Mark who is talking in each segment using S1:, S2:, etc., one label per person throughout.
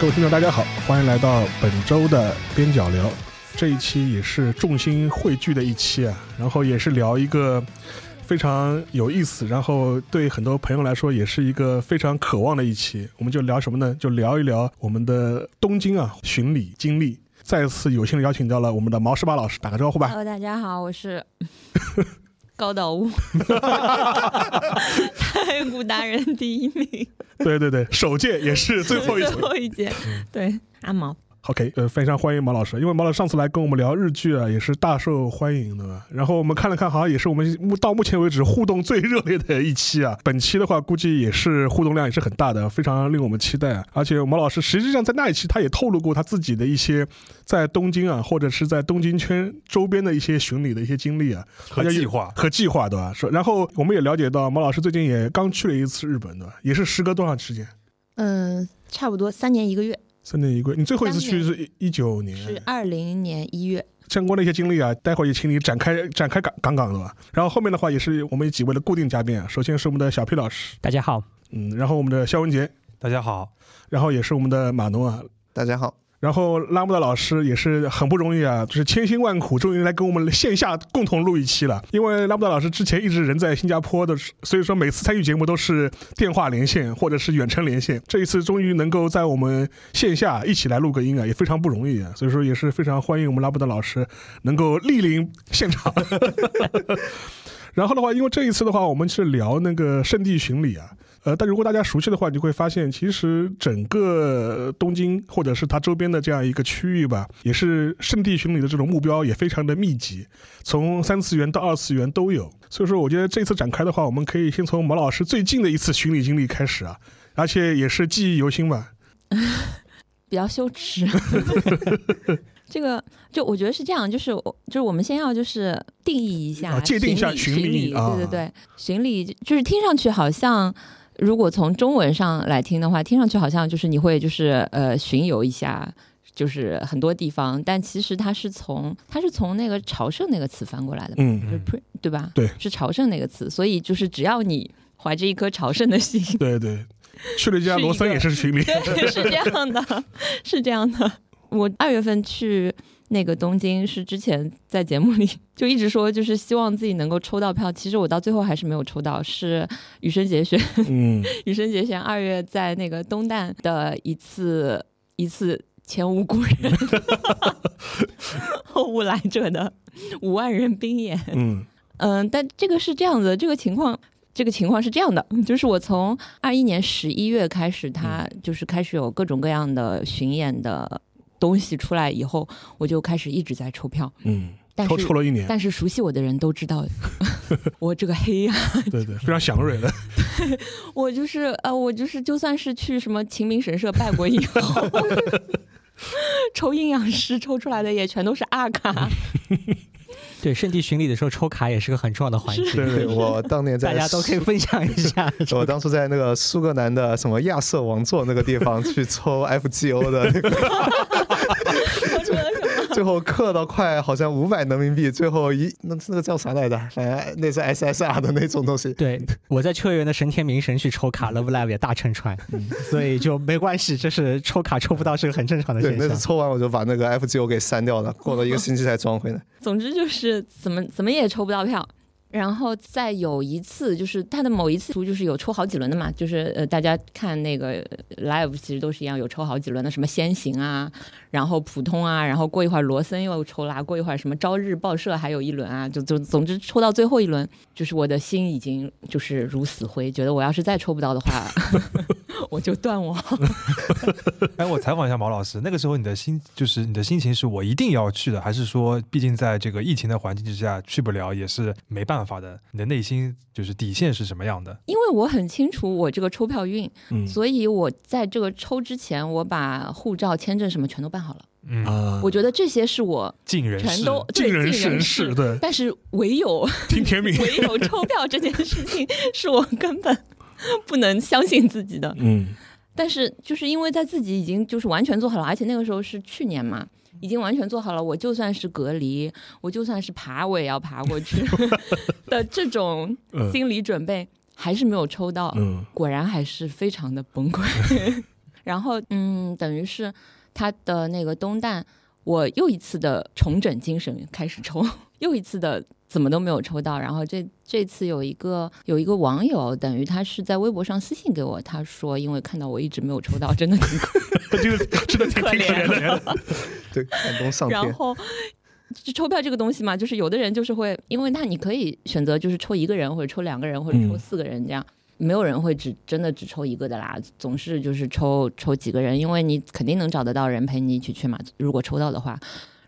S1: 各位听众，大家好，欢迎来到本周的边角聊。这一期也是众星汇聚的一期啊，然后也是聊一个非常有意思，然后对很多朋友来说也是一个非常渴望的一期。我们就聊什么呢？就聊一聊我们的东京啊巡礼经历。再次有幸地邀请到了我们的毛十八老师，打个招呼吧。
S2: Hello，大家好，我是 高岛 屋，太古达人第一名，
S1: 对对对，首届也是 最后一嗯
S2: 最
S1: 届。
S2: 后一节，对阿毛，
S1: OK，呃，非常欢迎毛老师，因为毛老师上次来跟我们聊日剧啊，也是大受欢迎的嘛。然后我们看了看，好像也是我们目到目前为止互动最热烈的一期啊。本期的话，估计也是互动量也是很大的，非常令我们期待啊。而且毛老师实际上在那一期他也透露过他自己的一些在东京啊，或者是在东京圈周边的一些巡礼的一些经历啊，
S3: 和
S1: 而且
S3: 计划
S1: 和计划对吧？说，然后我们也了解到毛老师最近也刚去了一次日本对吧？也是时隔多长时间？
S2: 嗯，差不多三年一个月，
S1: 三年一个月，你最后一次
S2: 当
S1: 去
S2: 年
S1: 是一一九年，
S2: 是二零年一月，
S1: 相关的一些经历啊，待会儿也请你展开展开杠杠杠的吧。然后后面的话也是我们几位的固定嘉宾啊，首先是我们的小 P 老师，
S4: 大家好，
S1: 嗯，然后我们的肖文杰，
S3: 大家好，
S1: 然后也是我们的马农啊，
S5: 大家好，
S1: 然后拉姆的老师也是很不容易啊，就是千辛万苦，终于来跟我们线下共同录一期了。因为拉姆的老师之前一直人在新加坡的，所以说每次参与节目都是电话连线或者是远程连线。这一次终于能够在我们线下一起来录个音啊，也非常不容易啊，所以说也是非常欢迎我们拉布的老师能够莅临现场。 然后的话，因为这一次的话，我们是聊那个圣地巡礼啊。呃，但如果大家熟悉的话，你会发现，其实整个呃东京或者是它周边的这样一个区域吧，也是圣地巡礼的这种目标也非常的密集，从三次元到二次元都有。所以说，我觉得这次展开的话，我们可以先从毛老师最近的一次巡礼经历开始啊，而且也是记忆犹新吧。
S2: 比较羞 耻。这个就我觉得是这样，就是我就是我们先要就是定义一下，
S1: 啊界定一下
S2: 巡
S1: 巡礼
S2: 礼，
S1: 啊
S2: 对对对，巡礼就是听上去好像。如果从中文上来听的话，听上去好像就是你会就是呃巡游一下，就是很多地方，但其实它是从它是从那个朝圣那个词翻过来的嘛，
S1: 嗯，
S2: 就是 pre 对吧？
S1: 对
S2: 是朝圣那个词，所以就是只要你怀着一颗朝圣的心，
S1: 对对，去了一家罗森也是巡礼，
S2: 对， 是这样的， 是这样的。我二月份去那个东京，是之前在节目里就一直说，就是希望自己能够抽到票。其实我到最后还是没有抽到，是羽生结弦，
S1: 嗯，
S2: 羽生结弦二月在那个东旦的一次一次前无古人 后无来者的五万人兵演。
S1: 嗯
S2: 嗯，但这个是这样子的，这个情况，这个情况是这样的，就是我从二一年十一月开始，它就是开始有各种各样的巡演的东西出来以后，我就开始一直在抽票，
S1: 嗯，
S2: 但
S1: 抽
S2: 是
S1: 抽了一年，
S2: 但是熟悉我的人都知道， 我这个黑呀、
S1: 对对，非常祥瑞的，
S2: 我就是呃，我就是就算是去什么秦明神社拜过以后。 抽阴阳师抽出来的也全都是二卡，
S4: 对圣地巡礼的时候抽卡也是个很重要的环节，
S1: 对对
S5: 对我当年在
S4: 大家都可以分享一 下。
S5: 我当初在那个苏格兰的什么亚瑟王座那个地方去 抽 FGO 的那个，
S2: 我说的什么？
S5: 最后氪到快好像五百人民币，最后一那那个叫啥来着？反正那是 SSR 的那种东西。
S4: 对，我在秋叶原的神天明神去抽卡，Love Live 也大乘传，
S1: 嗯
S4: 所以就没关系，这是抽卡抽不到是个很正常的
S5: 对，
S4: 现
S5: 那次
S4: 象。
S5: 抽完我就把那个 FGO 给删掉了，过了一个星期才装回来。
S2: 总之就是怎么怎么也抽不到票。然后再有一次，就是他的某一次图，就是有抽好几轮的嘛，就是呃，大家看那个呃 live 其实都是一样，有抽好几轮的，什么先行啊，然后普通啊，然后过一会儿罗森又抽啦，过一会儿什么朝日报社还有一轮啊，就就总之抽到最后一轮，就是我的心已经就是如死灰，觉得我要是再抽不到的话， 我就断网。
S3: 哎，我采访一下毛老师，那个时候你的心就是你的心情是我一定要去的，还是说毕竟在这个疫情的环境之下去不了也是没办法的？你的内心就是底线是什么样的？
S2: 因为我很清楚我这个抽票运，
S1: 嗯
S2: 所以我在这个抽之前，我把护照、签证什么全都办好了。
S3: 嗯，
S1: 啊
S2: 我觉得这些是我
S3: 尽人
S2: 全
S3: 事，
S2: 都
S1: 尽
S2: 对尽
S1: 人
S2: 人
S1: 事人事，对，
S2: 但是 唯有，
S1: 听甜品
S2: 唯有抽票这件事情是我根本 不能相信自己的。
S1: 嗯
S2: 但是就是因为在自己已经就是完全做好了，而且那个时候是去年嘛。已经完全做好了，我就算是隔离，我就算是爬，我也要爬过去 的这种
S1: 嗯
S2: 啊心理准备，还是没有抽到。
S1: 嗯。
S2: 果然还是非常的崩溃。然后嗯，等于是他的那个东蛋，我又一次的重整精神开始抽，又一次的怎么都没有抽到。然后这这次有一个有一个网友，等于他是在微博上私信给我，他说因为看到我一直没有抽到，真的挺可
S1: 这个真的挺挺可怜的。
S5: 对，感动上
S2: 然
S5: 天，
S2: 后。就抽票这个东西嘛，就是有的人就是会，因为那你可以选择就是抽一个人或者抽两个人或者抽
S3: 嗯
S2: 四个人这样，没有人会只真的只抽一个的啦，总是就是抽抽几个人，因为你肯定能找得到人陪你一起去嘛，如果抽到的话。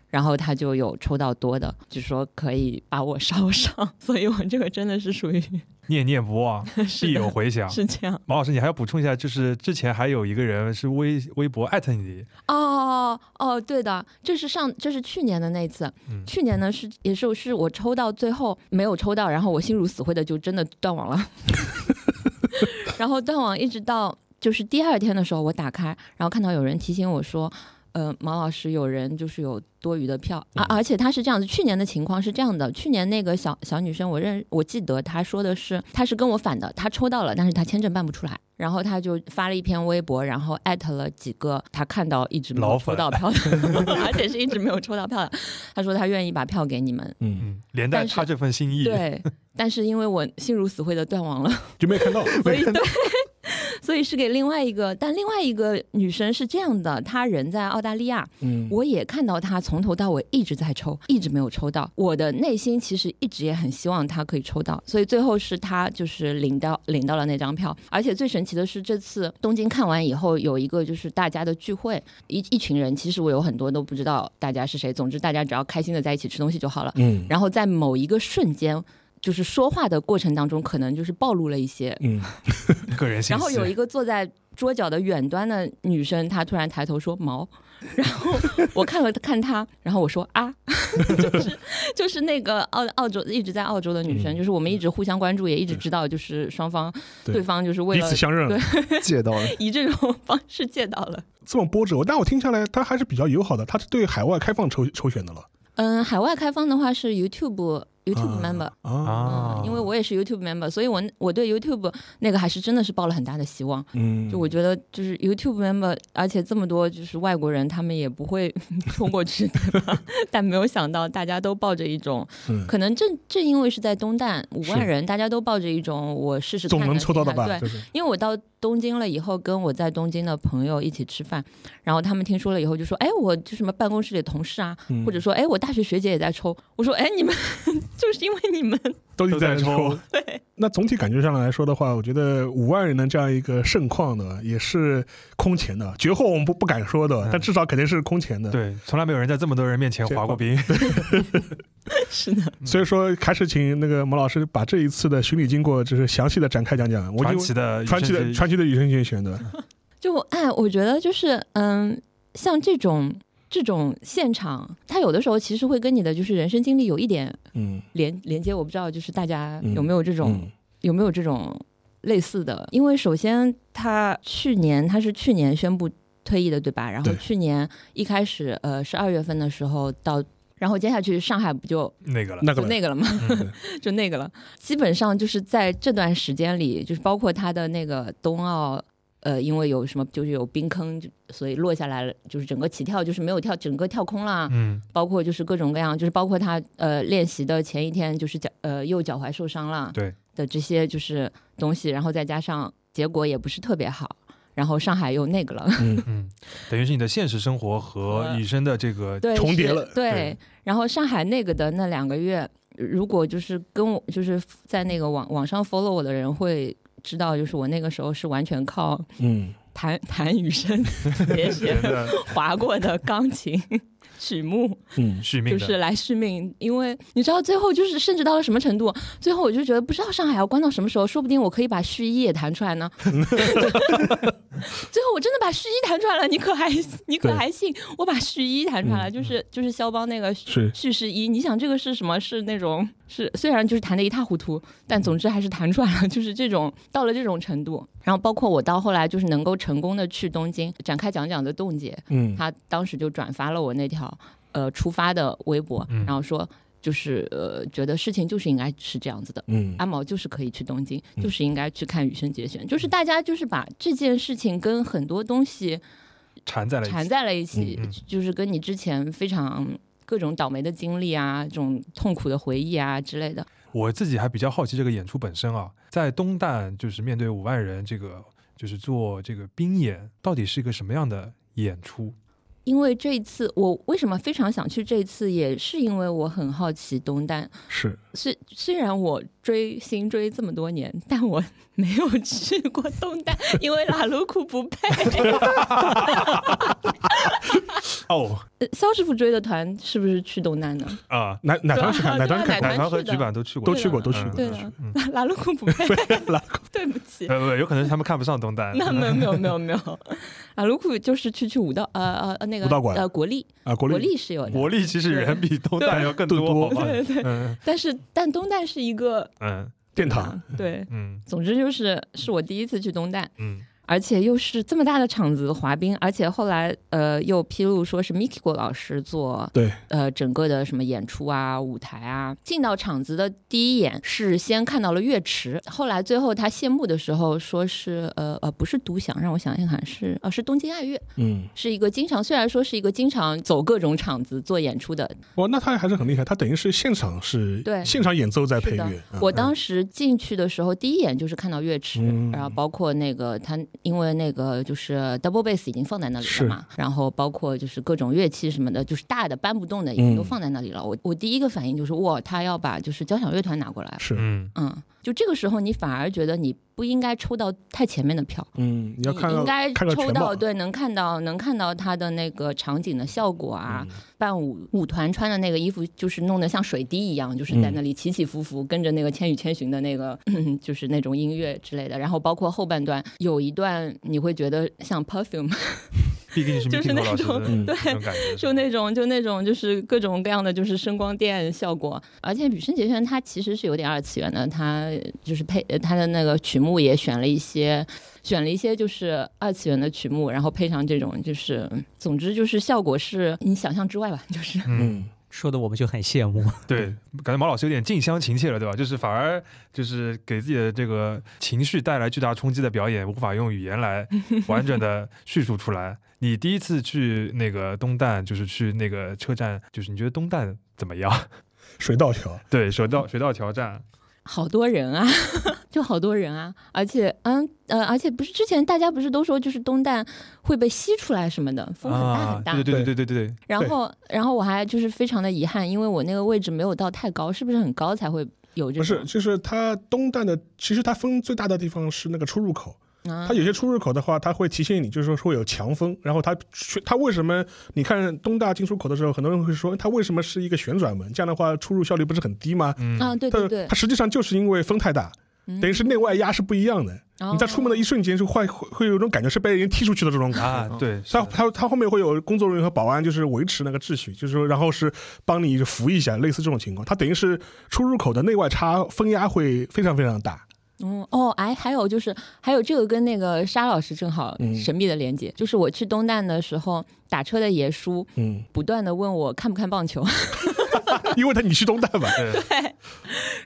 S2: 然后他就有抽到多的，就说可以把我捎 上，所以我这个真的是属于
S3: 念念不忘，
S2: 是
S3: 必有回响。
S2: 是这样
S3: 毛老师，你还要补充一下，就是之前还有一个人是微微博艾特你，
S2: 哦哦，对的，这是上这是去年的那次，
S3: 嗯，
S2: 去年呢是也是是我抽到最后没有抽到，然后我心如死灰的就真的断网了，然后断网一直到就是第二天的时候，我打开，然后看到有人提醒我说。呃，毛老师，有人就是有多余的票啊，
S3: 嗯
S2: 而且他是这样子，去年的情况是这样的，去年那个小小女生，我认我记得她说的是，她是跟我反的，她抽到了，但是她签证办不出来，然后她就发了一篇微博，然后艾特了几个她看到一直没有
S3: 老
S2: 抽
S3: 粉
S2: 到票的， 而且是一直没有抽到票的，他说他愿意把票给你们。
S1: 嗯，
S3: 嗯，连带
S2: 但是
S3: 他这份心意，
S2: 对，但是因为我心如死灰的断网了，
S1: 就没有看到。
S2: 所以对，所以是给另外一个，但另外一个女生是这样的，她人在澳大利亚，
S1: 嗯，
S2: 我也看到她从头到尾一直在抽，一直没有抽到。我的内心其实一直也很希望她可以抽到，所以最后是她就是领到领到了那张票。而且最神奇的是，这次东京看完以后有一个就是大家的聚会，一一群人，其实我有很多都不知道大家是谁，总之大家只要开心的在一起吃东西就好了。
S1: 嗯
S2: 然后在某一个瞬间，就是说话的过程当中，可能就是暴露了一些。
S1: 嗯，
S3: 个人信息。
S2: 然后有一个坐在桌角的远端的女生，她突然抬头说“毛”， 然后我看了看她，然后我说“啊”， 就是就是那个澳澳洲一直在澳洲的女生，
S1: 嗯
S2: 就是我们一直互相关注，也一直知道，就是双方
S1: 对
S2: 对方就是为
S1: 彼
S2: 了
S1: 此相认了，
S5: 借 到了，
S2: 以这种方式见到了。
S1: 这么波折，但我听下来，他还是比较友好的，他是对海外开放抽抽选的了。
S2: 嗯，海外开放的话是 YouTube YouTube member，、
S1: 啊，
S3: 啊
S2: 嗯，，因为我也是 YouTube member，所以我我对 YouTube 那个还是真的是抱了很大的希望。
S1: 嗯，
S2: 就我觉得就是 YouTube member，而且这么多就是外国人，他们也不会 冲过去，对吧？但没有想到大家都抱着一种，
S1: 嗯
S2: 可能正正因为是在东旦五
S1: 是
S2: 万人，大家都抱着一种我试试看
S1: 总能
S2: 的
S1: 抽到的
S2: 心态
S1: 吧？
S2: 对，
S1: 就是
S2: 因为我到东京了以后，跟我在东京的朋友一起吃饭，然后他们听说了以后就说：“哎，我就什么办公室里的同事啊，
S1: 嗯
S2: 或者说哎，我大学学姐也在抽。”我说：“哎，你们 就是因为你们
S1: 都一直
S3: 都在
S1: 在
S3: 抽
S1: 抽。那总体感觉上来说的话，我觉得五万人的这样一个盛况呢，也是空前的。绝后我们不不敢说的
S3: 嗯，
S1: 但至少肯定是空前的。
S3: 对，从来没有人在这么多人面前
S1: 这
S3: 滑过冰。
S2: 是的，
S1: 所以说，还是请那个毛老师把这一次的巡礼经过，就是详细的展开讲讲。我
S3: 传
S1: 就
S3: 奇的
S1: 传奇的
S3: 羽生结
S1: 传奇的羽生结弦的，
S2: 就我哎，我觉得就是嗯，像这种这种现场，它有的时候其实会跟你的就是人生经历有一点
S1: 嗯
S2: 连连接。我不知道就是大家
S1: 嗯
S2: 有没有这种、
S1: 嗯
S2: 有没有这种类似的？因为首先他去年他是去年宣布退役的，对吧？然后
S1: 对
S2: 去年一开始呃是二月份的时候到，然后接下去上海不就
S3: 那个了，
S1: 那个
S2: 就
S1: 了
S2: 那个了吗？
S3: 嗯
S2: 就那个了。基本上就是在这段时间里，就是包括他的那个冬奥，呃，因为有什么就是有冰坑，就所以落下来了，就是整个起跳就是没有跳，整个跳空啦。
S3: 嗯，
S2: 包括就是各种各样，就是包括他呃练习的前一天就是脚呃右脚踝受伤了，
S3: 对
S2: 的这些就是东西，然后再加上结果也不是特别好，然后上海又那个了。
S1: 嗯
S3: 嗯，等于是你的现实生活和
S2: 呃
S3: 羽生的这个
S2: 对
S1: 重叠
S2: 是
S1: 了
S2: 对，
S3: 对
S2: 然后上海那个的那两个月，如果就是跟我就是在那个网网上 follow 我的人会知道，就是我那个时候是完全靠
S1: 嗯，
S2: 弹弹雨 声写写
S3: 人的
S2: 划过的钢琴曲目。
S1: 嗯，
S3: 续命
S2: 就
S3: 的，
S2: 是来续命，因为你知道最后就是甚至到了什么程度，最后我就觉得不知道上海要关到什么时候，说不定我可以把续一也弹出来呢。 最后我真的把续一弹出来了，你可还你可
S1: 对
S2: 还信？我把续一弹出来了，
S1: 嗯
S2: 就是就是肖邦那个续
S1: 是
S2: 续是一，你想这个是什么？是那种是虽然就是弹的一塌糊涂，但总之还是弹出来了，就是这种到了这种程度。然后包括我到后来就是能够成功的去东京展开讲讲的冻结，
S1: 嗯
S2: 他当时就转发了我那条呃出发的微博
S3: 嗯，
S2: 然后说就是呃，觉得事情就是应该是这样子的。
S1: 嗯
S2: 阿毛就是可以去东京，
S1: 嗯
S2: 就是应该去看羽生结弦，就是大家就是把这件事情跟很多东西
S3: 缠在了一起。
S2: 缠在了一起，
S3: 嗯嗯
S2: 就是跟你之前非常各种倒霉的经历啊，这种痛苦的回忆啊之类的。
S3: 我自己还比较好奇这个演出本身啊，在东旦就是面对五万人这个就是做这个兵演，到底是一个什么样的演出？
S2: 因为这一次我为什么非常想去这一次，也是因为我很好奇东单。
S1: 是
S2: 虽虽然我追星追这么多年，但我 没有去过东单，因为拉鲁库不配。
S3: 哦
S2: 呃 肖师傅追的团是不是去东单 呢？
S3: 啊，
S1: 哪哪团去看？
S2: 对
S1: 哪团
S2: 对
S1: 看？
S2: 哪
S3: 奶糖和
S2: 是的
S3: 菊板都去过，
S1: 都去过，
S2: 对啊
S1: 都去过。
S2: 对
S3: 嗯
S2: 的
S3: 嗯，
S2: 拉鲁库不 配，对不起。
S3: 呃，不有可能是他们看不上东旦。
S2: 那没有没有没有没有，拉鲁库就是去去武道呃呃呃那个
S1: 武道馆
S2: 呃国立
S1: 啊，国
S2: 国
S1: 立
S2: 立是有的，
S3: 国力其实远比东旦要更
S1: 对
S3: 多，
S1: 更多
S3: 好吧
S2: 对对，
S3: 嗯
S2: 但是但东大是一个啊
S3: 嗯
S1: 殿堂，
S2: 对。
S3: 嗯
S2: 总之就是是我第一次去东大，
S3: 嗯
S2: 而且又是这么大的场子滑冰，而且后来呃又披露说是 Miki 郭老师做
S1: 对
S2: 呃整个的什么演出啊、舞台啊。进到场子的第一眼是先看到了乐池，后来最后他谢幕的时候说是呃呃不是独享，让我想想看是哦是东京爱乐，
S1: 嗯，
S2: 是一个经常虽然说是一个经常走各种场子做演出的
S1: 哇，那他还是很厉害，他等于是现场是
S2: 对
S1: 现场演奏在
S2: 是
S1: 配
S2: 的
S1: 乐。嗯
S2: 我当时进去的时候，第一眼就是看到乐池，
S1: 嗯
S2: 然后包括那个他，因为那个就是 double bass 已经放在那里
S1: 是
S2: 了嘛，然后包括就是各种乐器什么的，就是大的搬不动的已经
S1: 嗯
S2: 都放在那里了。我我第一个反应就是哇，他要把就是交响乐团拿过来，
S1: 是
S3: 嗯
S2: 嗯，就这个时候你反而觉得你不应该抽到太前面的票。
S1: 嗯，你要看
S2: 你
S1: 到
S2: 应该
S1: 看到
S2: 抽
S1: 全
S2: 到
S1: 貌。
S2: 对，能看到能看到他的那个场景的效果啊，
S1: 嗯
S2: 伴舞舞团穿的那个衣服就是弄得像水滴一样，就是在那里起起伏伏，跟着那个《千与千寻》的那个 就是那种音乐之类的。然后包括后半段有一段你会觉得像 perfume，
S3: 毕竟是
S2: 就是
S3: Meeting
S2: 那
S3: 和老师的
S1: 种
S3: 那种感觉，
S2: 就那种就那种就是各种各样的就是声光电效果。而且羽生结弦他其实是有点二次元的，他就是配呃他的那个曲目也选了一些。选了一些就是二次元的曲目，然后配上这种，就是总之就是效果是你想象之外吧，就是
S3: 嗯。
S1: 嗯，
S4: 说的我们就很羡慕。
S3: 对，感觉毛老师有点近乡情怯了，对吧？就是反而就是给自己的这个情绪带来巨大冲击的表演，无法用语言来完整的叙述出来。你第一次去那个东旦，就是去那个车站，就是你觉得东旦怎么样？
S1: 水道桥，
S3: 对，水道水道桥站，
S2: 好多人啊， 就好多人啊，而且，嗯呃，而且不是之前大家不是都说就是东旦会被吸出来什么的，风很大很大。
S3: 啊、对对对对对对，
S2: 然后，然后我还就是非常的遗憾，因为我那个位置没有到太高，是不是很高才会有这
S1: 不
S2: 种？
S1: 是，就是它东站的，其实它风最大的地方是那个出入口。
S2: 啊
S1: 它，有些出入口的话，它会提醒你，就是说会有强风。然后它它为什么？你看东大进出口的时候，很多人会说哎它为什么是一个旋转门？这样的话出入效率不是很低吗？
S3: 嗯，
S2: 啊，对
S1: 但
S2: 对
S1: 是
S2: 对
S1: 它，实际上就是因为风太大，
S2: 嗯
S1: 等于是内外压是不一样的。
S2: 然后
S1: 你在出门的一瞬间就会会会有一种感觉是被人踢出去的这种 感觉。
S3: 啊，对，是
S1: 他
S3: 的
S1: 他他后面会有工作人员和保安，就是维持那个秩序，就是说，然后是帮你扶一下，类似这种情况。它等于是出入口的内外差风压会非常非常大。
S2: 嗯哦，哎，还有就是，还有这个跟那个沙老师正好
S1: 嗯
S2: 神秘的连接，就是我去东旦的时候，打车的爷叔
S1: 嗯，
S2: 不断的问我看不看棒球，
S1: 因为他你去东大嘛，
S3: 对，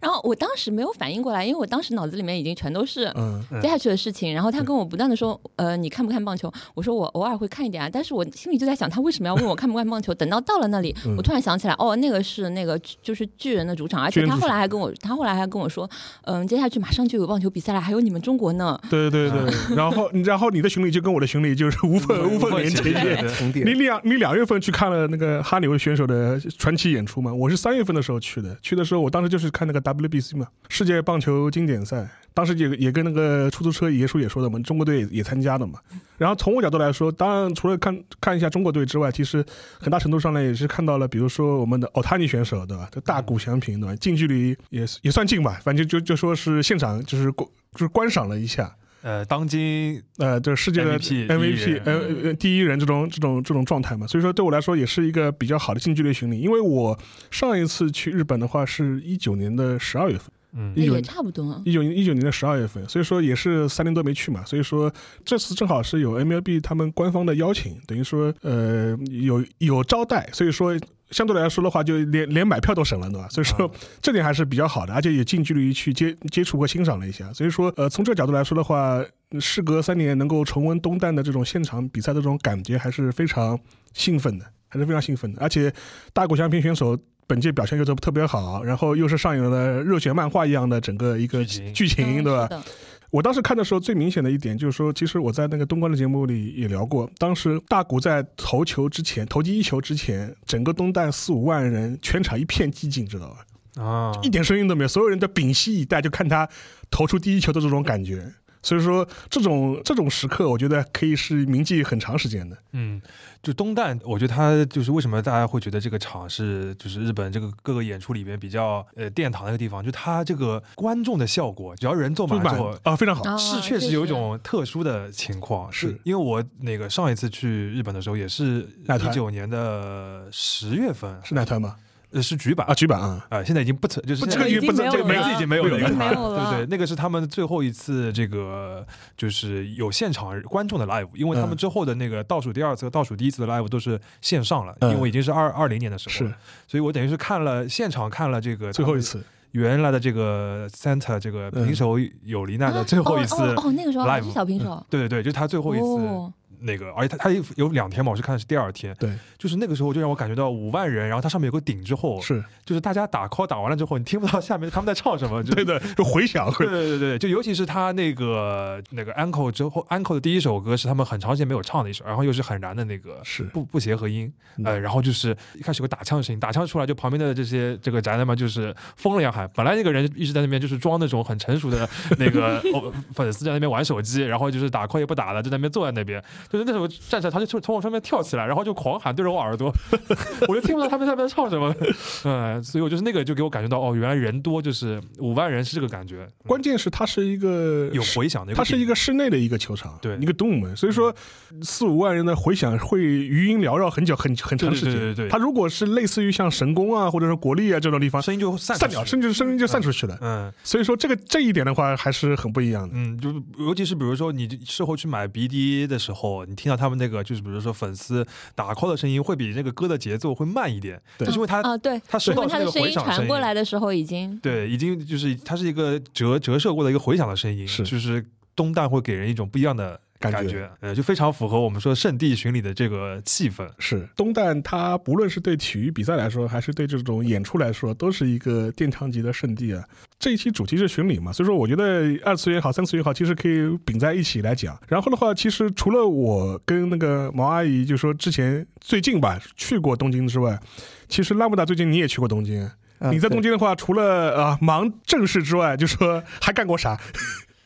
S2: 然后我当时没有反应过来，因为我当时脑子里面已经全都是
S1: 嗯，
S3: 嗯
S2: 接下去的事情。然后他跟我不断的说，呃，你看不看棒球？我说我偶尔会看一点啊，但是我心里就在想，他为什么要问我看不看棒球？等到到了那里，
S3: 嗯
S2: 我突然想起来，哦，那个是那个就是巨人的主场，而
S1: 巨
S2: 且
S1: 人
S2: 他
S1: 主
S2: 后来还跟我，他后来还跟我说，嗯，接下去马上就有棒球比赛了，还有你们中国呢。
S1: 对对对。然 后然后你的巡礼就跟我的巡礼就是无缝啊无缝连接。
S3: 对对
S5: 重
S1: 你
S5: 叠。
S1: 两你两月份去看了那个哈牛选手的传奇演出嘛？我是三月份的时候去的，去的时候我当时就是看那个 WBC 嘛，世界棒球经典赛，当时也也跟那个出租车爷叔也说的嘛，中国队也也参加的嘛。然后从我角度来说，当然除了看看一下中国队之外，其实很大程度上呢也是看到了，比如说我们的奥塔尼选手对吧，这大谷翔平对吧，近距离也也算近吧，反正就就说是现场就是观就是观赏了一下。
S3: 呃，当今
S1: 呃，这世界的
S3: MVP 第一
S1: MVP
S3: 人嗯
S1: 呃呃第一人这种这种这种状态嘛，所以说对我来说也是一个比较好的近距离巡礼，因为我上一次去日本的话是一九年的十二月份，
S3: 嗯
S1: 一九
S2: 也差不多。
S1: 一九一九年的十二月份，所以说也是三年多没去嘛，所以说这次正好是有 MLB 他们官方的邀请，等于说呃有有招待，所以说相对来说的话，就连连买票都省了，对吧？所以说
S3: 啊
S1: 这点还是比较好的，而且也近距离去接接触过、欣赏了一下，所以说呃从这个角度来说的话，事隔三年能够重温东旦的这种现场比赛的这种感觉，还是非常兴奋的，还是非常兴奋的，而且大谷翔平选手。本届表现又都特别好，然后又是上演了热血漫画一样的整个一个
S3: 剧情
S1: 剧情，
S2: 嗯
S1: 对吧
S2: 是？的
S3: 哦
S1: 我当时看的时候，最明显的一点就是说，其实我在那个东关的节目里也聊过，当时大谷在投球之前，投第一球之前，整个东旦四五万人全场一片寂静，知道吧？
S3: 啊，
S1: 一点声音都没有，所有人都屏息以待，就看他投出第一球的这种感觉。所以说，这种这种时刻，我觉得可以是铭记很长时间的。
S3: 嗯，就东旦，我觉得他就是为什么大家会觉得这个场是就是日本这个各个演出里边比较呃殿堂的一个地方，就他这个观众的效果，只要人坐
S1: 不
S3: 满之后
S1: 满。啊，非常好。
S2: 啊
S3: 是确实有一种特殊的情况，
S1: 是
S3: 因为我那个上一次去日本的时候也是
S1: 哪
S3: 一
S1: 团
S3: 九年的十月份，
S1: 是哪团吗？
S3: 呃是局版
S1: 啊，，局版啊，
S3: 啊，现在已经不曾就是
S1: 不，
S3: 现
S1: 这
S3: 在
S1: 个
S2: 已经
S1: 不这
S2: 没有
S1: 这个
S2: 了
S1: 名字已经没有了，
S2: 已经没有
S3: 对
S2: 了
S3: 对，那个是他们最后一次这个就是有现场观众的 live，因为他
S1: 嗯
S3: 们之后的那个倒数第二次、倒数第一次的 live 都是线上了，
S1: 嗯
S3: 因为已经是二二零年的时候
S1: 是
S3: 了，所以我等于是看了现场看了这个
S1: 最后一次。
S3: 原来的这个 Santa 这个
S1: 嗯
S3: 平手有离奈的
S2: 啊
S3: 最后一次，
S2: 哦哦哦，那个时候还
S3: live
S2: 是小平手，
S3: 对对对，就是他最后一次
S2: 哦，
S3: 那个，而且他他有有两天嘛，我是看的是第二天，
S1: 对，
S3: 就是那个时候就让我感觉到五万人，然后它上面有个顶之后，
S1: 是
S3: 就是大家打 call 打完了之后，你听不到下面他们在唱什么，就
S1: 对的，就回想会
S3: 对对对对，就尤其是他那个那个 uncle 之后，uncle 的第一首歌是他们很长时间没有唱的一首，然后又是很燃的那个
S1: 是
S3: 不不协和音，呃，
S1: 嗯
S3: 然后就是一开始有个打枪的声音，打枪出来就旁边的这些这个宅男们就是疯了一样喊，本来那个人一直在那边就是装那种很成熟的那 个、哦、粉丝在那边玩手机，然后就是打 call 也不打了，就在那边坐在那边，就是那时候站起来他就从从我上面跳起来，然后就狂喊对着我耳朵， 我就听不到他们在那边唱什么， 嗯，所以我就是那个就给我感觉到哦，原来人多就是五万人是这个感觉，嗯
S1: 关键是它是一个
S3: 有回响的，
S1: 它是一
S3: 个
S1: 个室内的一个球场，
S3: 对嗯
S1: 一个东门，所以说四五万人的回响会余音缭绕很久，很很长时间。
S3: 对对对对对
S1: 它如果是类似于像神宫啊，或者说国立啊这种地方，
S3: 声音就散
S1: 散
S3: 出
S1: 掉，
S3: 去
S1: 甚至声音就散出去了。
S3: 嗯
S1: 所以说这个这一点的话，还是很不一样的。
S3: 嗯，就是尤其是比如说你事后去买 BD 的时候，你听到他们那个就是比如说粉丝打 call 的声音，会比那个歌的节奏会慢一点，
S1: 对
S3: 就是因为他、
S2: 啊对，
S3: 他收
S2: 因
S3: 到
S2: 为他的
S3: 那个
S2: 声
S3: 回
S2: 音
S3: 响声
S2: 传
S3: 音
S2: 过来的时候已经
S3: 对，已经就是它是一个折折射过的一个回响的声音，
S1: 是
S3: 就是东旦会给人一种不一样的
S1: 感觉
S3: 觉，呃，就非常符合我们说圣地巡礼的这个气氛。
S1: 是东旦，它不论是对体育比赛来说，还是对这种演出来说，都是一个殿堂级的圣地啊。这一期主题是巡礼嘛，所以说我觉得二次元也好，三次元也好，其实可以并在一起来讲。然后的话，其实除了我跟那个毛阿姨，就说之前最近吧去过东京之外，其实拉姆达最近你也去过东京。
S5: 啊
S1: 你在
S5: 对
S1: 东京的话，除了啊、忙正事之外，就说还干过啥？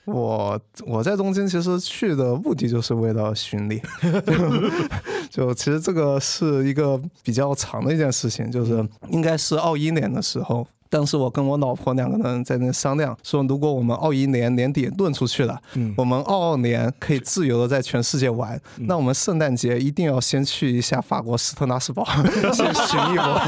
S5: 我我在东京其实去的目的就是为了巡礼， 就其实这个是一个比较长的一件事情，
S3: 嗯
S5: 就是应该是二一年的时候。当时我跟我老婆两个人在那商量，说如果我们二一年年底论出去了，
S1: 嗯
S5: 我们二二年可以自由的在全世界玩，
S3: 嗯
S5: 那我们圣诞节一定要先去一下法国斯特拉斯堡， 先巡一 波。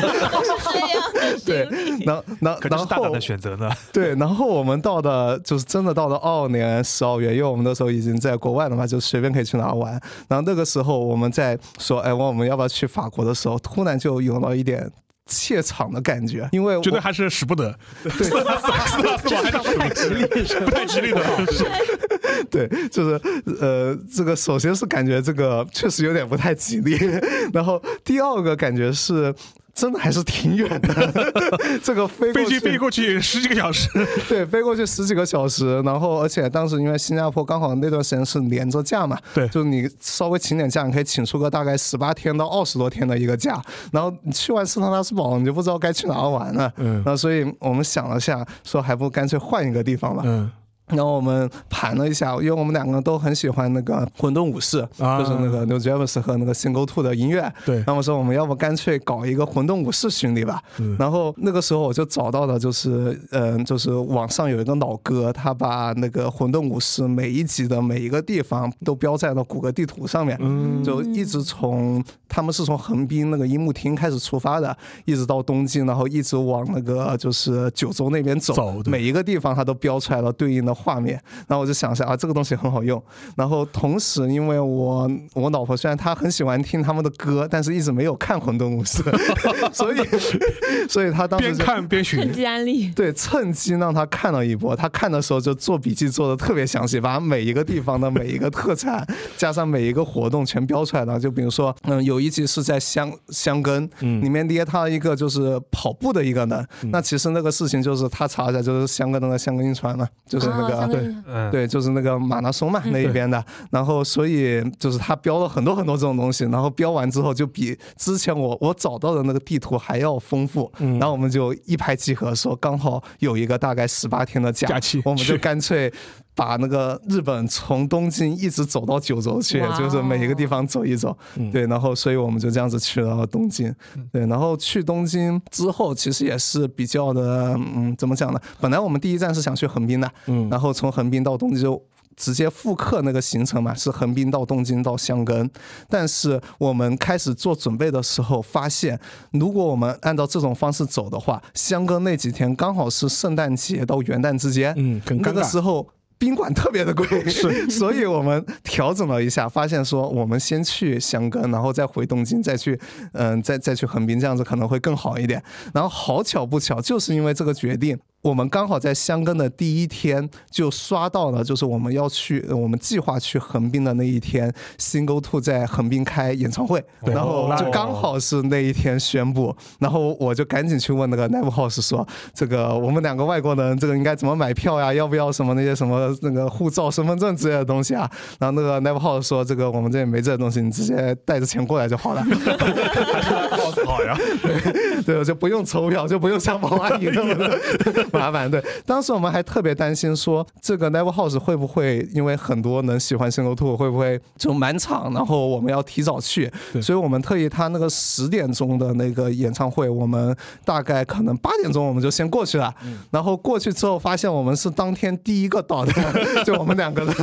S2: 这样的
S5: 对
S2: 经历，
S5: 然然
S3: 可
S5: 然
S3: 能是大胆
S5: 后
S3: 的选择呢，
S5: 对，然后我们到的就是真的到了二二年十二月，因为我们那时候已经在国外了嘛，就随便可以去哪玩。然后那个时候我们在说，哎，我们要不要去法国的时候，突然就有了一点怯场的感觉，因为我
S1: 觉得还 是使不得，斯拉斯斯拉斯堡还是使不太吉利，不太吉利的。
S5: 对，就是呃，这个首先是感觉这个确实有点不太吉利， 然后第二个感觉是。真的还是挺远的， 这个飞过
S1: 飞机
S5: 去
S1: 飞过去十几个小时，
S5: 对，飞过去十几个小时，然后而且当时因为新加坡刚好那段时间是连着假嘛，
S1: 对
S5: 就是你稍微请点假，你可以请出个大概十八天到二十多天的一个假，然后你去完斯特拉斯堡，你就不知道该去哪儿玩了，
S1: 嗯
S5: 那所以我们想了下，说还不干脆换一个地方吧，
S1: 嗯，
S5: 然后我们盘了一下，因为我们两个都很喜欢那个《混沌武士》
S1: 啊
S5: 就是那个 New James 和那个 Single Two 的音乐。
S1: 对
S5: 然后我说我们要不干脆搞一个《混沌武士》巡礼吧。
S1: 嗯
S5: 然后那个时候我就找到了，就是嗯、就是网上有一个老哥，他把那个《混沌武士》每一集的每一个地方都标在了谷歌地图上面。
S1: 嗯
S5: 就一直从他们是从横滨那个樱木町开始出发的，一直到东京，然后一直往那个就是九州那边走，
S1: 走对
S5: 每一个地方它都标出来了对应的画面。然后我就想一下啊，这个东西很好用。然后同时，因为我我老婆虽然她很喜欢听他们的歌，但是一直没有看《混沌武士》， 所以所以她当时
S1: 边
S5: 就。
S1: 看边寻
S2: 趁，机安利。
S5: 对，趁机让他看了一波。他看的时候就做笔记做的特别详细，把每一个地方的每一个特产，加上每一个活动全标出来了。就比如说，嗯，有一集是在箱箱根，里面列他一个就是跑步的一个人。那其实那个事情就是他查一下，就是香根的那个香根一传嘛，就是那个、
S2: 啊、
S5: 对。
S2: 对，
S3: 嗯，
S5: 对，就是那个马拉松嘛那一边的，然后所以就是他标了很多很多这种东西，然后标完之后就比之前我我找到的那个地图还要丰富，
S1: 嗯
S5: 然后我们就一拍即合，说刚好有一个大概十八天的假
S1: 假期
S5: 我们
S1: 是
S5: 就干脆。把那个日本从东京一直走到九州去
S2: 哇，哦
S5: 就是每一个地方走一走，对，然后所以我们就这样子去了东京，对，然后去东京之后，其实也是比较的，嗯，怎么讲呢？本来我们第一站是想去横滨的，
S1: 嗯
S5: 然后从横滨到东京就直接复刻那个行程嘛，是横滨到东京到箱根。但是我们开始做准备的时候，发现如果我们按照这种方式走的话，箱根那几天刚好是圣诞节到元旦之间，
S1: 嗯，很
S5: 那
S1: 尴
S5: 个
S1: 尬。
S5: 时候宾馆特别的贵，是，所以我们调整了一下，发现说我们先去箱根，然后再回东京，再去，嗯、再再去横滨，这样子可能会更好一点。然后好巧不巧，就是因为这个决定。我们刚好在箱根的第一天就刷到了，就是我们要去，呃我们计划去横滨的那一天，Single Two 在横滨开演唱会，
S3: 对
S5: 然后就
S3: 哦
S5: 刚好是那一天宣布，然后我就赶紧去问那个 Live House 说，这个我们两个外国人，这个应该怎么买票呀？要不要什么那些什么那个护照、身份证之类的东西啊？然后那个 Live House 说，这个我们这里没这些东西，你直接带着钱过来就好了，
S3: 好呀，
S5: 对，就不用抽票，就不用像毛阿姨那么的麻烦。对，当时我们还特别担心说，这个 Live House 会不会因为很多人喜欢 Single Two，会不会就满场，然后我们要提早去？所以我们特意他那个十点钟的那个演唱会，我们大概可能八点钟我们就先过去了，然后过去之后发现我们是当天第一个到的， 就我们两个人。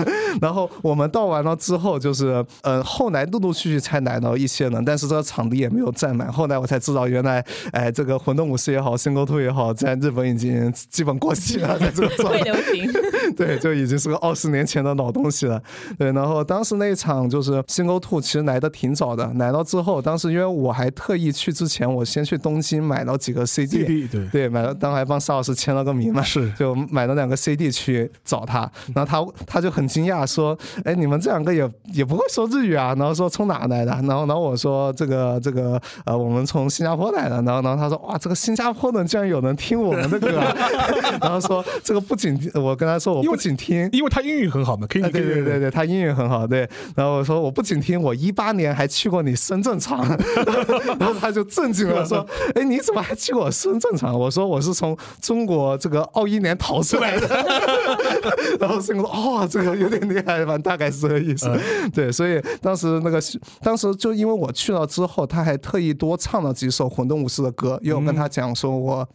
S5: 然后我们到完了之后，就是呃后来陆陆续续才来到一些人，但是这个场地也没有占满。后来我才知道，原来哎这个混动武士也好，星沟兔也好，在日本已经基本过期了，在这个状
S2: 会
S5: 态。
S2: 流行，
S5: 对，就已经是个二十年前的老东西了。对，然后当时那一场就是新沟兔，其实来的挺早的。来到之后，当时因为我还特意去之前，我先去东京买了几个
S1: 弟
S5: CD，
S1: 弟对
S5: 对，买了，当时还帮沙老师签了个名嘛，
S1: 是
S5: 就买了两个 CD 去找他，然后他他就很惊讶说，哎，你们这两个也也不会说日语啊，然后说从哪来的，然后然后我说这个这个呃，我们从新加坡来的，然后然后他说哇，这个新加坡人居然有人听我们的歌、啊， 然后说这个不仅我跟他说我
S1: 因为
S5: 不仅听。
S1: 因为他英语很好嘛，可以
S5: 啊对对对
S1: 对，
S5: 对，他英语很好，对。然后我说我不仅听，我一八年还去过你深圳场， 然后他就震惊了，说：“哎，你怎么还去过我深圳场？”我说：“我是从中国这个奥一年逃出来的。” 然后孙悟空说：“哦，这个有点厉害，反正大概是这个意思。 对，所以当时那个当时就因为我去了之后，他还特意多唱了几首混沌武士的歌，因为我跟他讲说我。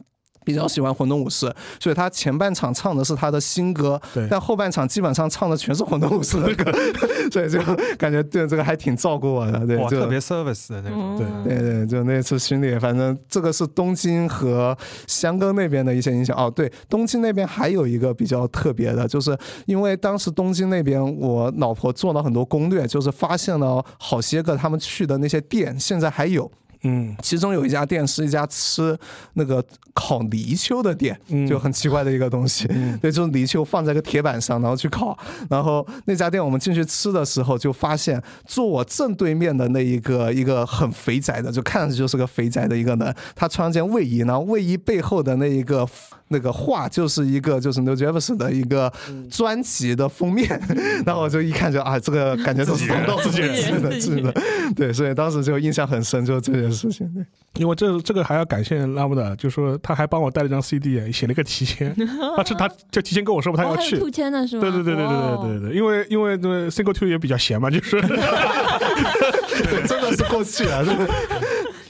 S5: 比较喜欢混沌武士，所以他前半场唱的是他的新歌
S1: 对，
S5: 但后半场基本上唱的全是混沌武士的歌， 所以就感觉对这个还挺照顾我的，对，
S3: 哇，
S5: 就
S3: 特别 service 的那种，
S2: 嗯
S3: 哦
S1: 对
S5: 对对，就那次巡礼，反正这个是东京和香根那边的一些影响。哦，对，东京那边还有一个比较特别的，就是因为当时东京那边我老婆做了很多攻略，就是发现了好些个他们去的那些店，现在还有。
S1: 嗯，
S5: 其中有一家店是一家吃那个烤泥鳅的店，
S1: 嗯
S5: 就很奇怪的一个东西。 对，就是泥鳅放在个铁板上，然后去烤。然后那家店我们进去吃的时候，就发现坐我正对面的那一个一个很肥宅的，就看上去就是个肥宅的一个人，他穿了件卫衣，然后卫衣背后的那一个。那个画就是一个就是 New Jefferson 的一个专辑的封面，然后我就一看就啊，这个感觉都是东东自己
S2: 人
S5: 的，
S2: 自己
S5: 是
S2: 人
S5: 的，对，所以当时就印象很深，就是这件事情。对
S1: 因为这这个还要感谢拉姆达，就说他还帮我带了一张 CD，写了一个提 前，他是他就提前跟我说他
S2: 哦
S1: 要
S2: 还有
S1: 去。
S2: 兔签呢是吗？
S1: 对对对对对
S2: 哇
S1: 对对对，因为因为那个 Single Two 也比较闲嘛，就是，
S5: 真的是过去了，真的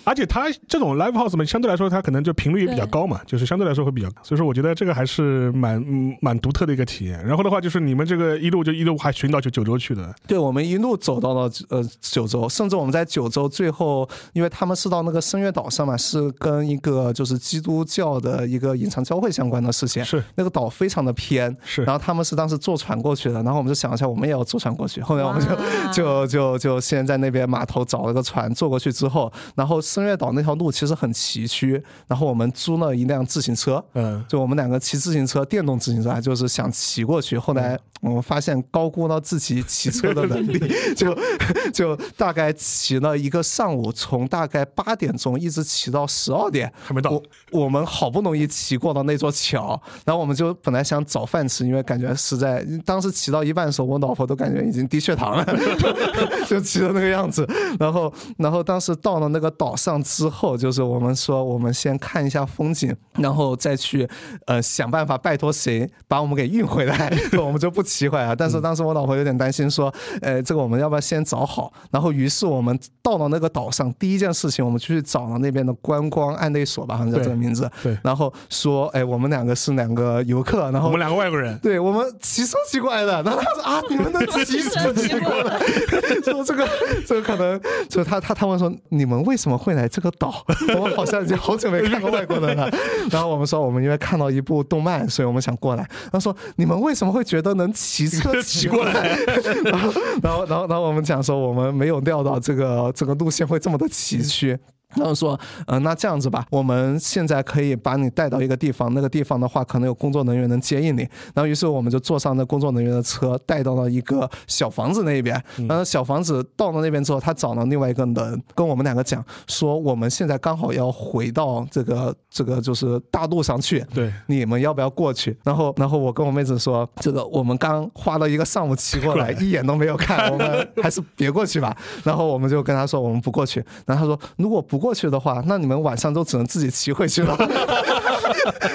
S1: 而且他这种 Live House 嘛，相对来说它可能就频率也比较高嘛，就是相对来说会比较，所以说我觉得这个还是蛮嗯蛮独特的一个体验。然后的话就是你们这个一路就一路还寻到九九州去的，
S5: 对，我们一路走到了呃九州，甚至我们在九州最后，因为他们是到那个圣月岛上嘛，是跟一个就是基督教的一个隐藏教会相关的事情。
S1: 是
S5: 那个岛非常的偏，
S1: 是
S5: 然后他们是当时坐船过去的，然后我们就想一下，我们也要坐船过去。后来我们就
S2: 哇
S5: 就就就先在那边码头找了个船坐过去之后，然后圣月岛那条路其实很崎岖，然后我们租了一辆自行车，
S1: 嗯，
S5: 就我们两个骑自行车，电动自行车啊，就是想骑过去。后来我们发现高估了自己骑车的能力，就就大概骑了一个上午，从大概八点钟一直骑到十二点。
S1: 还没到
S5: 我，我们好不容易骑过了那座桥，然后我们就本来想找饭吃，因为感觉实在当时骑到一半的时候，我老婆都感觉已经低血糖了， 就骑的那个样子。然后，然后当时到了那个岛上之后，就是我们说我们先看一下风景，然后再去呃想办法拜托谁把我们给运回来， 我们就不骑回来了。但是当时我老婆有点担心说，呃，这个我们要不要先找好？然后于是我们到了那个岛上，第一件事情我们就去找了那边的观光案内所吧，好像叫这个名字。
S1: 对
S5: 然后说，哎，我们两个是两个游客，然
S1: 我
S5: 后
S1: 们两个外国 人，
S5: 对我们骑车骑过来的，然后他说啊，你们的骑车骑过来，说这个这个可能就他他他们说你们为什么会来这个岛？ 我们好像已经好久没看过外国人了。然后我们说我们因为看到一部动漫，所以我们想过来。然后说你们为什么会觉得能骑 车骑过来？然后然后然后然后我们讲说我们没有料到这个这个路线会这么的崎岖。然后说，嗯、那这样子吧，我们现在可以把你带到一个地方，那个地方的话，可能有工作人员能接应你。然后，于是我们就坐上那工作人员的车，带到了一个小房子那边。然后小房子到了那边之后，他找了另外一个人，跟我们两个讲说，我们现在刚好要回到这个这个就是大路上去。
S1: 对，
S5: 你们要不要过去？然后，然后我跟我妹子说，这个我们刚花了一个上午骑过来，一眼都没有看，我们还是别过 去吧。然后我们就跟她说，我们不过去。然后她说，如果不过去的话，那你们晚上都只能自己骑回去了。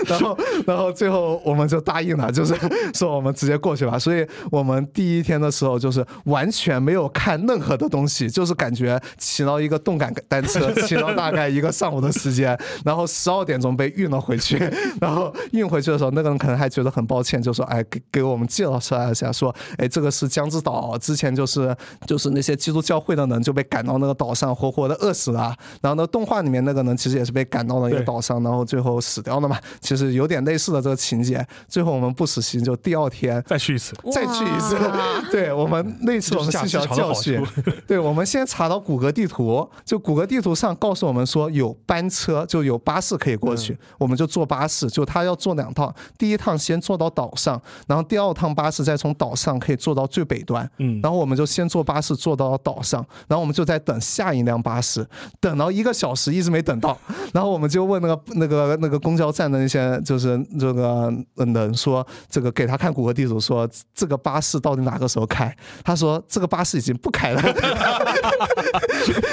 S5: 然后，然后最后我们就答应了，就是说我们直接过去吧。所以我们第一天的时候就是完全没有看任何的东西，就是感觉骑到一个动感单车，骑到大概一个上午的时间，然后十二点钟被运了回去。 然后运回去的时候，那个人可能还觉得很抱歉，就说：“哎，给给我们介绍一下，说，哎，这个是江之岛，之前就是就是那些基督教会的人就被赶到那个岛上，活活的饿死了。然后呢，动画里面那个人其实也是被赶到了一个
S1: 对
S5: 岛上，然后最后死掉了嘛。其实有点类似的这个情节。最后我们不死心，就第二天
S1: 再去一次，
S5: 再去一次
S2: 哇。
S5: 对我们那次我们吸取了教训
S3: 这是下市场，
S5: 对我们先查到谷歌地图，就谷歌地图上告诉我们说有班车，就有巴士可以过去，
S3: 嗯
S5: 我们就坐巴士，就他要坐两趟，第一趟先坐到岛上，然后第二趟巴士再从岛上可以坐到最北端，
S1: 嗯
S5: 然后我们就先坐巴士坐到岛上，然后我们就在等下一辆巴士，等了一个小时一直没等到，然后我们就问那个那个那个公交站的那些就是这个嗯人说，这个给他看谷歌地图说这个巴士到底哪个时候开？他说这个巴士已经不开了。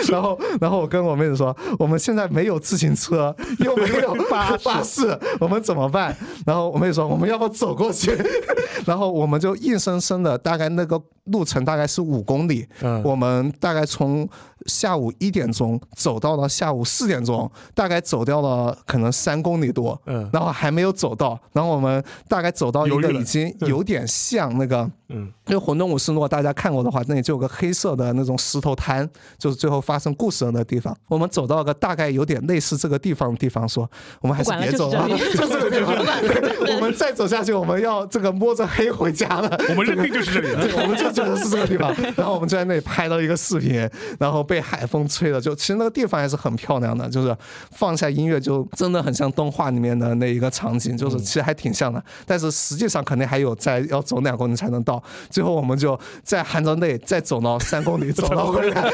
S5: 然后然后我跟我妹子说，我们现在没有自行车，又没有巴巴士，我们怎么办？然后我妹子说我们要不要走过去？ 然后我们就硬生生的，大概那个路程大概是五公里，
S1: 嗯
S5: 我们大概从下午一点钟走到了下午四点钟，大概走掉了可能三公里多，
S1: 嗯
S5: 然后还没有走到，然后我们大概走到一
S1: 犹
S5: 个
S1: 豫了
S5: 已经有点像那个。
S1: 嗯，
S5: 因为《混沌武士》如果大家看过的话，那里就有个黑色的那种石头滩，就是最后发生故事的那地方。我们走到个大概有点类似这个地方的地方说，我们还是
S2: 不管了就是
S5: 别走了，
S2: 这里
S5: 就这个地方。对 我们再走下去，我们要这个摸着黑回家了。
S1: 我们认定就是这里 了，
S5: 对，我们就 觉得是这个地方，然后我们就在那里拍到一个视频，然后被海风吹了，就其实那个地方还是很漂亮的，就是放下音乐就真的很像动画里面的那一个场景，就是其实还挺像的，但是实际上肯定还有在要走两公里才能到。最后我们就在韩章内再走到三公里，走到回来，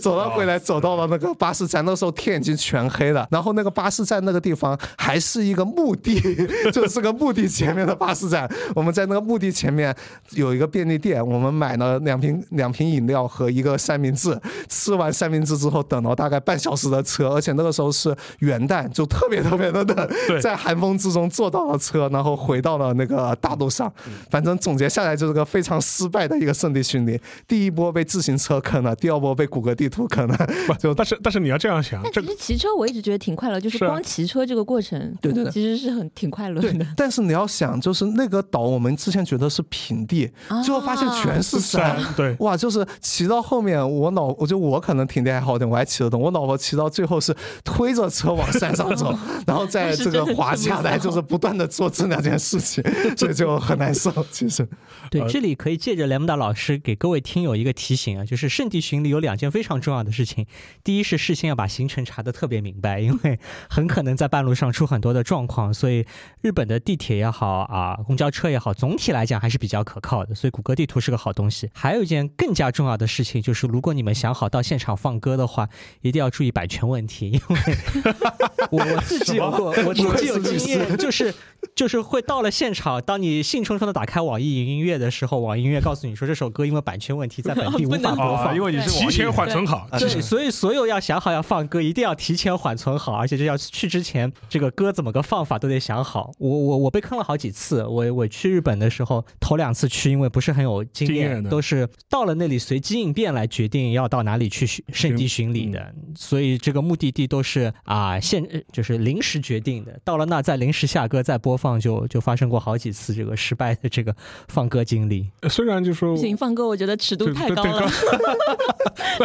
S5: 走到回来，走到了那个巴士站。那时候天已经全黑了，然后那个巴士站那个地方还是一个墓地， 就是个墓地前面的巴士站。我们在那个墓地前面有一个便利店，我们买了两瓶两瓶饮料和一个三明治。吃完三明治之后，等了大概半小时的车，而且那个时候是元旦，就特别特别的冷，在寒风之中坐到了车，然后回到了那个大路上。反正总结下来就是个非常失败的一个圣地巡礼。第一波被自行车坑了，第二波被谷歌地图坑了。
S1: 不，但是但是你要这样想，
S2: 但
S1: 这
S2: 其实骑车我一直觉得挺快乐，就是
S1: 是啊
S2: 光骑车这个过程，
S5: 对对对
S2: 其实是很挺快乐
S5: 对
S2: 的。，
S5: 但是你要想，就是那个岛，我们之前觉得是平地，最后发现全是山。
S1: 山对
S5: 哇，就是骑到后面，我老我就我可能停的还好点，我还骑得动。我老婆骑到最后是推着车往山上走，然后在这个滑下来，就是不断的做这两件事情，所以就很难受。其实，
S4: 对，
S1: 呃
S4: 这里可以借着莱姆达老师给各位听友一个提醒啊，就是圣地巡礼有两件非常重要的事情，第一是事先要把行程查得特别明白，因为 很可能在半路上出很多的状况，所以日本的地铁也好啊，公交车也好，总体来讲还是比较可靠的，所以谷歌地图是个好东西。还有一件更加重要的事情就是，如果你们想好到现场放歌的话，一定要注意版权问题，因为 我我自己有过， 我自己有经验，就是就是会到了现场，当你兴冲冲的打开网易云音乐的时候，网易音乐告诉你说这首歌因为版权问题在本地无
S2: 不
S4: 法
S2: 能
S4: 播
S3: 啊，
S4: 放
S3: 因。为你是
S1: 提前
S3: 网易
S1: 缓存好，
S5: 啊
S4: 对，所以所有要想好要放歌，一定要提前缓存好，而且这要去之前，这个歌怎么个放法都得想好。我我我被坑了好几次，我我去日本的时候，头两次去因为不是很有经
S1: 经
S4: 验
S1: 验，的
S4: 都是到了那里随机应变来决定要到哪里去巡圣地巡礼的，所以这个目的地都是啊现呃就是临时决定的，到了那再临时下歌再播放就，就发生过好几次这个失败的这个放歌经历。
S1: 呃虽然就说
S2: 不行，放歌我觉得尺度
S1: 对
S2: 太
S1: 对
S2: 高
S1: 对
S2: 了，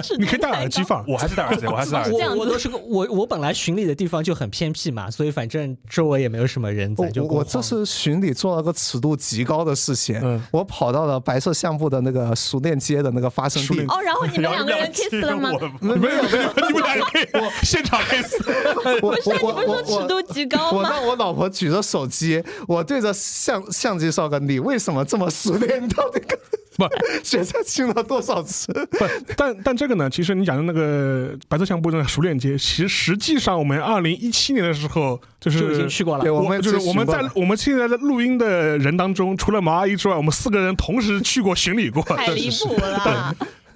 S2: 尺度
S1: 你可以戴
S2: 太
S1: 耳机
S2: 高
S1: 放，
S3: 我还是戴耳机，我还是戴耳
S2: 这
S3: 机。
S2: 样子
S4: 我我都是个我我本来巡礼的地方就很偏僻嘛，所以反正周围也没有什么人，
S5: 我
S4: 咱就
S5: 我
S4: 过
S5: 我这
S4: 晃
S5: 次巡礼做了个尺度极高的事情，
S1: 嗯
S5: 我跑到了白色相簿的那个熟练街的那个发生
S1: 熟
S5: 地哦
S1: 练。
S2: 哦，然后你们两个人 kiss 了吗？
S1: 没有没有， 你们俩可以现场 kiss，
S5: 我我
S2: 那 你不是
S5: 我我
S2: 说尺度极高
S5: 我
S2: 吗？
S5: 让我老婆举着手机，我对着相相机说个：“你为什么这么熟练？你到底跟
S1: 不
S5: 雪菜亲了多少次
S1: 不， 但但这个呢，其实你讲的那个白色相簿的熟练街，其实实际上我们二零一七年的时候就是
S4: 就已经去过？”了
S5: 对，。
S1: 我
S5: 们
S1: 就是我们在
S5: 去询问了
S1: 我们现在在录音的人当中，除了毛阿姨之外，我们四个人同时去过巡礼过。
S2: 太离谱了，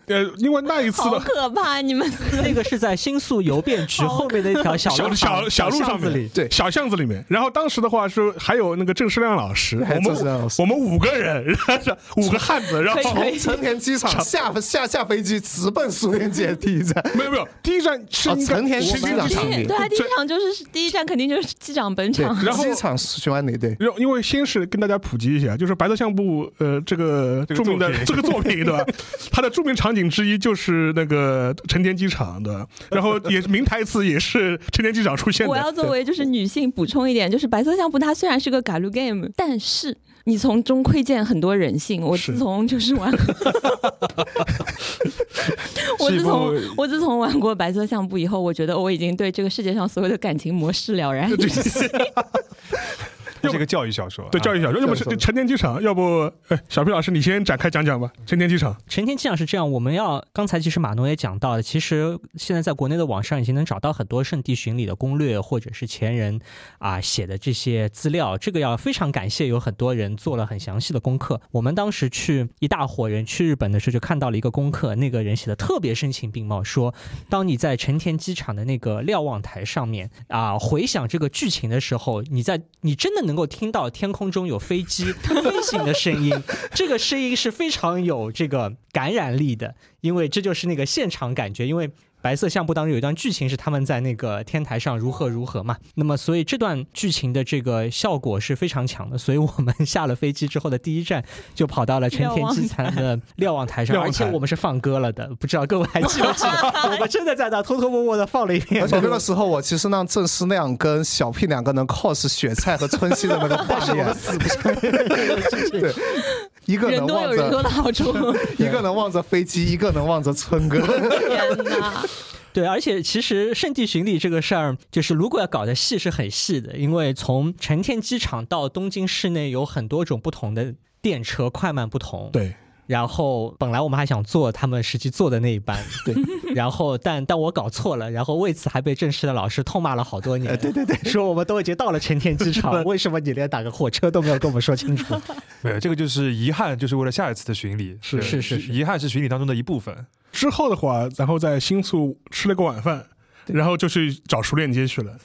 S1: 呃，因为那一次的
S2: 好可怕！你们
S4: 那个是在新宿邮便 局后面的一条小
S1: 小
S4: 路
S1: 小
S4: 小
S1: 路上
S4: 巷子
S1: 面
S4: 里，，
S5: 对
S1: 小巷子里面。然后当时的话是还有那个郑世亮老师，
S5: 还有
S1: 我
S5: 郑世亮老
S1: 们
S5: 师
S1: 我们五个人， 然后五个汉子，然后
S2: 可以可以
S5: 从成 田机场下下下飞机，直奔苏联街第一站。
S1: 没有没有，第一站是
S5: 哦
S1: 应该
S5: 成田
S1: 是
S5: 机
S1: 应该
S5: 场场地
S2: 对啊，第一场就是第一站肯定就是机长本场，
S1: 然后
S5: 机场巡完你对，
S1: 因为因为先是跟大家普及一下，就是白色相簿，呃，这个
S3: 这个
S1: 著名的 这
S3: 作
S1: 个作品， 对吧？它的著名场景之一就是那个成田机场的，然后也是名台词也是成田机场出现
S2: 我要
S1: 的。
S2: 作为就是女性补充一点，就是白色相簿它虽然是个 galu game，但是你从中窥见很多人性。我
S1: 是
S2: 自从就是玩， 我自从
S3: 是一部
S2: 我自从玩过白色相簿以后，我觉得我已经对这个世界上所有的感情模式了然于心。
S3: 这是个教育小说，
S1: 对
S3: 啊
S1: 教育小说，要不
S5: 教育小说
S1: 是成田机场，要不，哎，小皮老师你先展开讲讲
S3: 嗯
S1: 吧。成田机场，
S4: 成天机场是这样，我们要刚才其实马农也讲到了，其实现在在国内的网上已经能找到很多圣地巡礼的攻略，或者是前人啊写的这些资料，这个要非常感谢有很多人做了很详细的功课。我们当时去一大伙人去日本的时候，就看到了一个功课，那个人写的特别声情并茂，说当你在成田机场的那个瞭望台上面啊回想这个剧情的时候，你在你真的能够听到天空中有 飞机飞行的声音，这个声音是非常有这个感染力的，因为这就是那个现场感觉，因为。白色相簿当中有一段剧情是他们在那个天台上如何如何嘛，那么所以这段剧情的这个效果是非常强的，所以我们下了飞机之后的第一站就跑到了成田机场的瞭望台上，
S1: 瞭
S4: 而
S1: 望台
S4: 且我们是放歌了的，不知道各位还记不记得？我们真的在那偷偷摸摸的放了一遍
S5: 而且那个时候我其实让郑思亮跟小 P 两个人 cos 雪菜和春熙的那个画面， 对，一个
S2: 人
S5: 人
S2: 多
S5: 望
S2: 有人多
S5: 着
S2: 的好处，
S5: 一个人望着飞机，一个人望着春哥。
S2: 天哪！
S4: 对，而且其实圣地巡礼这个事儿，就是如果要搞得细是很细的，因为从成田机场到东京市内有很多种不同的电车，快慢不同。
S1: 对，
S4: 然后本来我们还想坐他们实际坐的那一班，对，然后但但我搞错了，然后为此还被正式的老师痛骂了好多年。对对对，说我们都已经到了成田机场，为什么你连打个火车都没有跟我们说清楚？
S3: 没有这个就是遗憾，就是为了下一次的巡礼。
S1: 是
S3: 对
S4: 是是是
S3: 遗憾是巡礼当中的一部分。
S1: 之后的话，然后在新宿吃了个晚饭，然后就去找熟练街去了。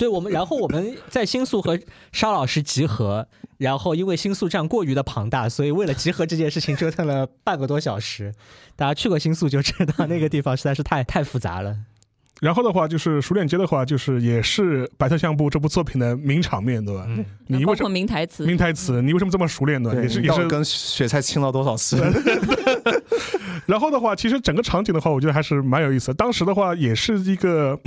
S4: 对我们，然后我们在新宿和沙老师集合，然后因为新宿站过于的庞大，所以为了集合这件事情折腾了半个多小时。大家去过新宿就知道，那个地方实在是太太复杂了。
S1: 然后的话，就是熟练街的话，就是也是《白色相簿》这部作品的名场面，对吧？
S3: 嗯，
S1: 你
S2: 包
S1: 为什
S2: 括
S1: 么
S2: 名台词，
S1: 名台词？你为什么这么熟练呢？
S5: 对，
S1: 也是
S5: 你
S1: 也
S5: 到
S1: 是
S5: 底跟雪菜亲了多少次？
S1: 然后的话，其实整个场景的话，我觉得还是蛮有意思的。当时的话，也是一个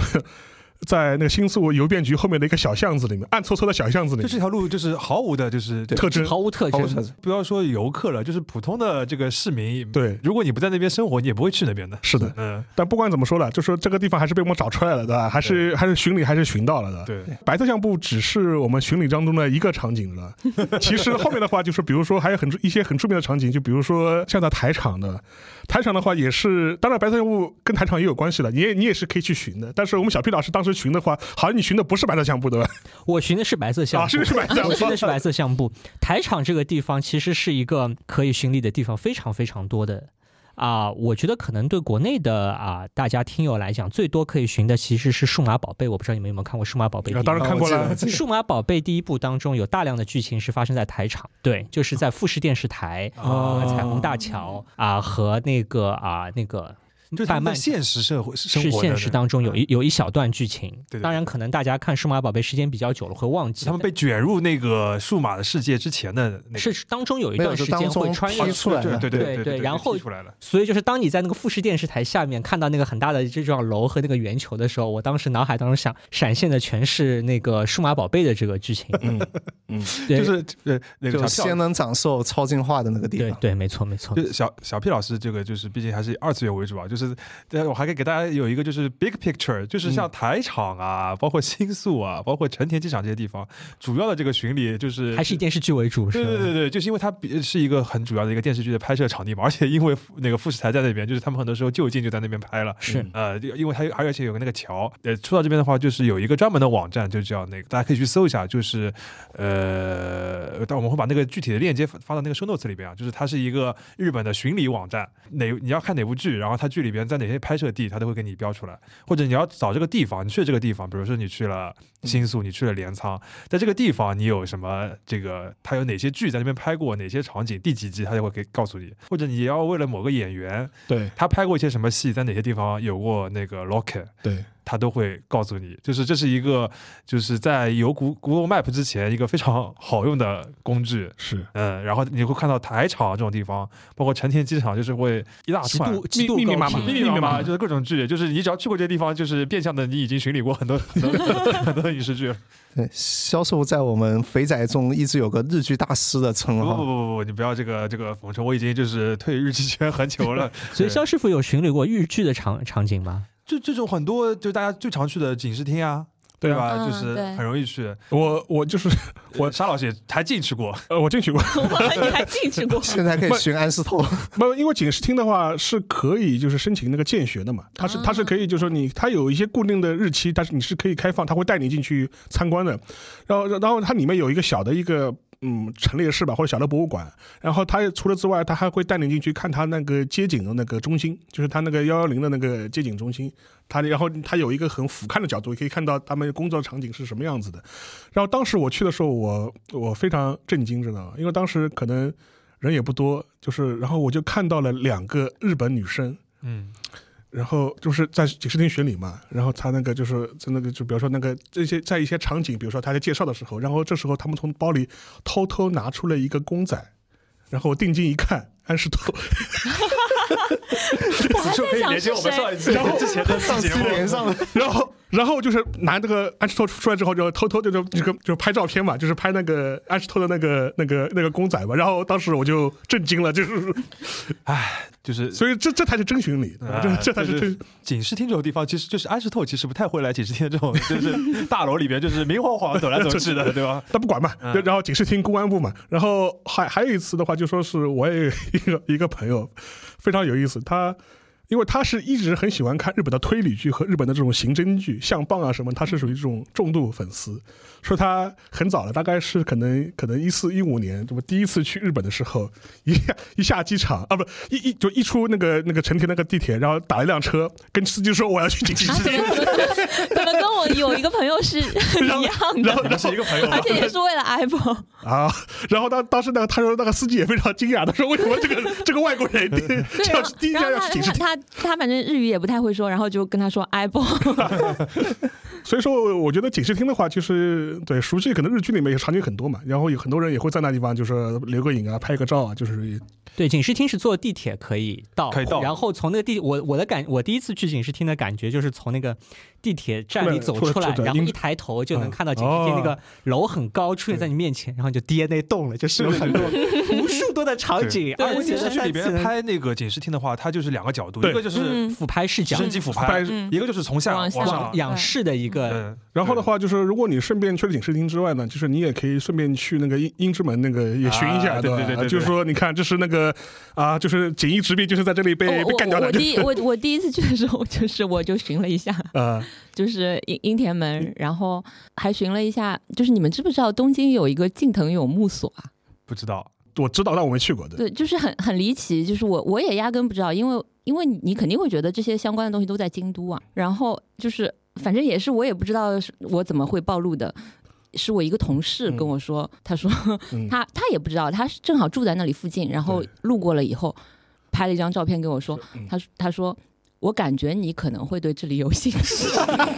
S1: 在那个新宿邮便局后面的一个小巷子里面，暗搓搓的小巷子里面，
S3: 就这条路就是毫无的，就是
S5: 对
S1: 特征
S4: 毫无特
S5: 毫无
S4: 征
S5: 特，征
S3: 不要说游客了，就是普通的这个市民，，
S1: 对。
S3: 如果你不在那边生活，你也不会去那边的。
S1: 是的，
S3: 嗯，
S1: 但不管怎么说了，就说这个地方还是被我们找出来了，对吧？还是还是巡礼还是寻到了的。
S3: 对，
S1: 白色相簿只是我们巡礼当中的一个场景了。其实后面的话就是，比如说还有很一些很著名的场景，就比如说像在台场的，台场的话也是，当然白色相簿跟台场也有关系了，你也你也是可以去巡的。但是我们小 P 老师当时巡的话，好像你巡的不是白色相簿对吧？
S4: 我寻的是白色相
S1: 啊，
S4: 簿
S1: 是。不是白色相
S4: 我
S1: 簿？
S4: 寻的是白色相簿。台场这个地方其实是一个可以巡礼的地方，非常非常多的啊、我觉得可能对国内的啊、大家听友来讲，最多可以巡的其实是数码宝贝。我不知道你们有没有看过数码宝贝第一
S1: 啊
S4: 部？
S1: 当然看过
S5: 啊
S1: 了
S5: 我，记
S4: 数码宝贝第一部当中有大量的剧情是发生在台场，对，就是在富士电视台、
S3: 哦
S4: 啊、彩虹大桥啊、和那个啊那个
S3: 就是他
S4: 贩卖
S3: 们在现实生活生
S4: 是
S3: 活的
S4: 现
S3: 人
S4: 实当中有一有一小段剧情
S3: 对对。
S4: 当然，可能大家看数码宝贝时间比较久了会忘记
S3: 他们被卷入那个数码的世界之前的那个，
S4: 是当中有一
S5: 没
S4: 段
S5: 有，
S4: 时
S5: 就
S4: 间
S5: 当
S4: 会
S5: 中
S4: 穿
S5: 踢
S4: 越
S5: 出来
S3: 对
S5: 的。
S3: 对
S4: 对
S3: 对
S4: 对然后
S3: 踢出来了，
S4: 所以就是当你在那个富士电视台下面看到那个很大的这幢楼和那个圆球的时候，我当时脑海当中想闪现的全是那个数码宝贝的这个剧情，
S1: 嗯嗯，
S4: 对
S3: 就是呃那
S5: 就
S3: 个小
S5: 仙
S3: 票。
S5: 人掌受超进化的那个地
S4: 对
S5: 方，
S4: 对，没错没错
S3: 就，是小小 P 老师，这个就是毕竟还是以二次元为主啊，就是，但我还可以给大家有一个就是 big picture，就是
S4: 嗯
S3: 像台场啊，包括新宿啊，包括成田机场这些地方，主要的这个巡礼就是
S4: 还是以电视剧为主，
S3: 对
S4: 是吧
S3: 对对对，就是因为它比是一个很主要的一个电视剧的拍摄场地嘛，而且因为那个富士台在那边，就是他们很多时候就近就在那边拍了。
S4: 是
S3: 呃，因为它有还有而且有个那个桥，呃，说到这边的话，就是有一个专门的网站，就叫那个，大家可以去搜一下，就是呃，但我们会把那个具体的链接发发到那个 show notes 里边啊，就是它是一个日本的巡礼网站，哪你要看哪部剧，然后它剧里边在哪些拍摄地，它都会给你标出来，或者你要找这个地方，你去了这个地方，比如说你去了新宿，你去了镰仓，在这个地方你有什么这个，他有哪些剧在那边拍过，哪些场景，第几集他就会给告诉你，或者你要为了某个演员，
S1: 对
S3: 他拍过一些什么戏，在哪些地方有过那个 locket，
S1: 对，
S3: 他都会告诉你。就是这是一个就是在有 Goo- Google Map 之前一个非常好用的工具。
S1: 是
S3: 嗯，然后你会看到台场这种地方，包括成田机场，就是会一大
S4: 极
S3: 串
S4: 度极度
S1: 密密
S4: 高
S1: 麻麻
S4: 频
S3: 密密麻麻，就是各种剧，就是你只要去过这些地方，就是变相的你已经巡礼 过很多很多很多影视剧了。
S5: 对，肖师傅在我们肥宅中一直有个日剧大师的称
S3: 不不不
S5: 号。
S3: 不不，你不要这个这个讽刺，我已经就是退日剧圈很久了。
S4: 所以
S3: 对
S4: 肖师傅有巡礼过日剧的场场景吗？
S3: 就这种很多，就大家最常去的警视厅啊，
S1: 对啊，
S3: 吧？
S2: 嗯
S3: 就是
S2: 对
S3: 很容易去。
S1: 我我就是我
S3: 沙老师也还进 去过，
S1: 呃，我进去过，
S2: 我你还进 去过？
S5: 现在可以寻安室 透，
S1: 不，因为警视厅的话是可以就是申请那个建学的嘛，它是它是可以就是说你它有一些固定的日期，但是你是可以开放，它会带你进去参观的。然后然后它里面有一个小的一个嗯陈列室吧，或者小的博物馆。然后它除了之外，它还会带你进去看它那个街景的那个中心，就是它那个幺幺零的那个街景中心。它然后它有一个很俯瞰的角度，可以看到他们工作场景是什么样子的。然后当时我去的时候，我我非常震惊，知道吗？因为当时可能人也不多，就是然后我就看到了两个日本女生，
S3: 嗯，
S1: 然后就是在警视厅巡礼嘛，然后他那个就是在那个就比如说那个这些在一些场景，比如说他在介绍的时候，然后这时候他们从包里偷偷拿出了一个公仔，然后我定睛一看，安室透，
S2: 我还在想是谁。
S3: 一次之前的
S5: 上
S3: 上
S5: 期连上了，
S1: 然后然后就是拿这个安室透出来之后，就偷偷就就这个就拍照片嘛，就是拍那个安室透的那个那个那个公仔嘛。然后当时我就震惊了，就是
S3: 就是
S1: 所以这这才是真寻理，对吧
S3: 啊
S1: 这这才
S3: 就是
S1: 真。
S3: 警视厅这种地方，其实就是安室透，其实不太会来警视厅的这种， 就是大楼里边就是明晃晃走来走去的，对吧？
S1: 他不管嘛，
S3: 嗯
S1: 就然后警视厅公安部嘛，然后还还有一次的话，就说是我也有一个一个朋友，非常有意思，他。因为他是一直很喜欢看日本的推理剧和日本的这种刑侦剧，像棒啊什么，他是属于这种重度粉丝。说他很早了，大概是可能可能一四一五年，这么第一次去日本的时候，一下一下机场啊，不一一就一出那个那个成田那个地铁，然后打了一辆车，跟司机说我要去警视
S2: 啊，怎
S1: 厅，
S2: 么怎么怎么跟我有一个 朋友是一
S1: 然后
S2: 样
S1: 然
S2: 的，
S1: 后然后
S3: 是一个朋友啊吧
S2: 而且也是为了 iPhone。
S1: 啊，然后当当时那个他说那个司机也非常惊讶，他说为什么这个这个外国人第
S2: 对，
S1: 这
S2: 然
S1: 要
S2: 后
S1: 第一家
S2: 然
S1: 要
S2: 后
S1: 去警
S2: 他
S1: 视厅？
S2: 他他他反正日语也不太会说，然后就跟他说哎 iPhone。
S1: 所以说，我觉得警视厅的话，就是对熟悉，可能日剧里面也场景很多嘛，然后有很多人也会在那地方就是留个影啊，拍个照啊，就是
S4: 对，警视厅是坐地铁可以到，
S3: 可以到
S4: 然后从那个地，我我的感，我第一次去警视厅的感觉就是从那个地铁站里走
S1: 出来
S4: 出来，
S1: 出来
S4: 然后
S1: 应
S4: 一抬头就能
S1: 嗯
S4: 看到警视厅那
S1: 哦
S4: 个楼很高出现在你面前，然后你就 DNA 动了，就是有很多无数多的场景，
S3: 而
S4: 而
S3: 且
S4: 且
S3: 电视剧里边
S4: 拍
S3: 拍那个警视厅的话，它就是两个角度，
S1: 对
S3: 一个就是
S2: 嗯
S4: 俯拍视角
S3: 直。升机俯
S1: 拍
S3: 拍，
S2: 嗯
S3: 一个就是从下往
S2: 往下
S3: 上。
S4: 仰视的一个，
S3: 嗯，
S1: 然后的话，就是如果你顺便去了警视厅之外呢，就是你也可以顺便去那个英英之门那个也巡一下，
S3: 啊
S1: 吧？
S3: 对对对对对
S1: 就是说，你看，这是那个啊，就是锦衣直臂，就是在这里被、
S2: 我
S1: 被干掉
S2: 我
S1: 的，
S2: 我
S1: 就
S2: 第一我我第一次去的时候，就是我就寻了一下，
S1: 啊，
S2: 就是樱樱
S1: 嗯
S2: 田门，然后还寻了一下，就是你们知不知道东京有一个近藤勇木所啊？
S3: 不知道，
S1: 我知道，但我没去过的。
S2: 对，就是很很离奇，就是我我也压根不知道，因为因为你肯定会觉得这些相关的东西都在京都啊，然后就是反正也是我也不知道是我怎么会暴露的。是我一个同事跟我说，他说
S1: 嗯，
S2: 他他也不知道，他是正好住在那里附近，然后
S1: 对
S2: 路过了以后，拍了一张照片给我说
S1: 嗯，
S2: 他他说我感觉你可能会对这里有兴趣，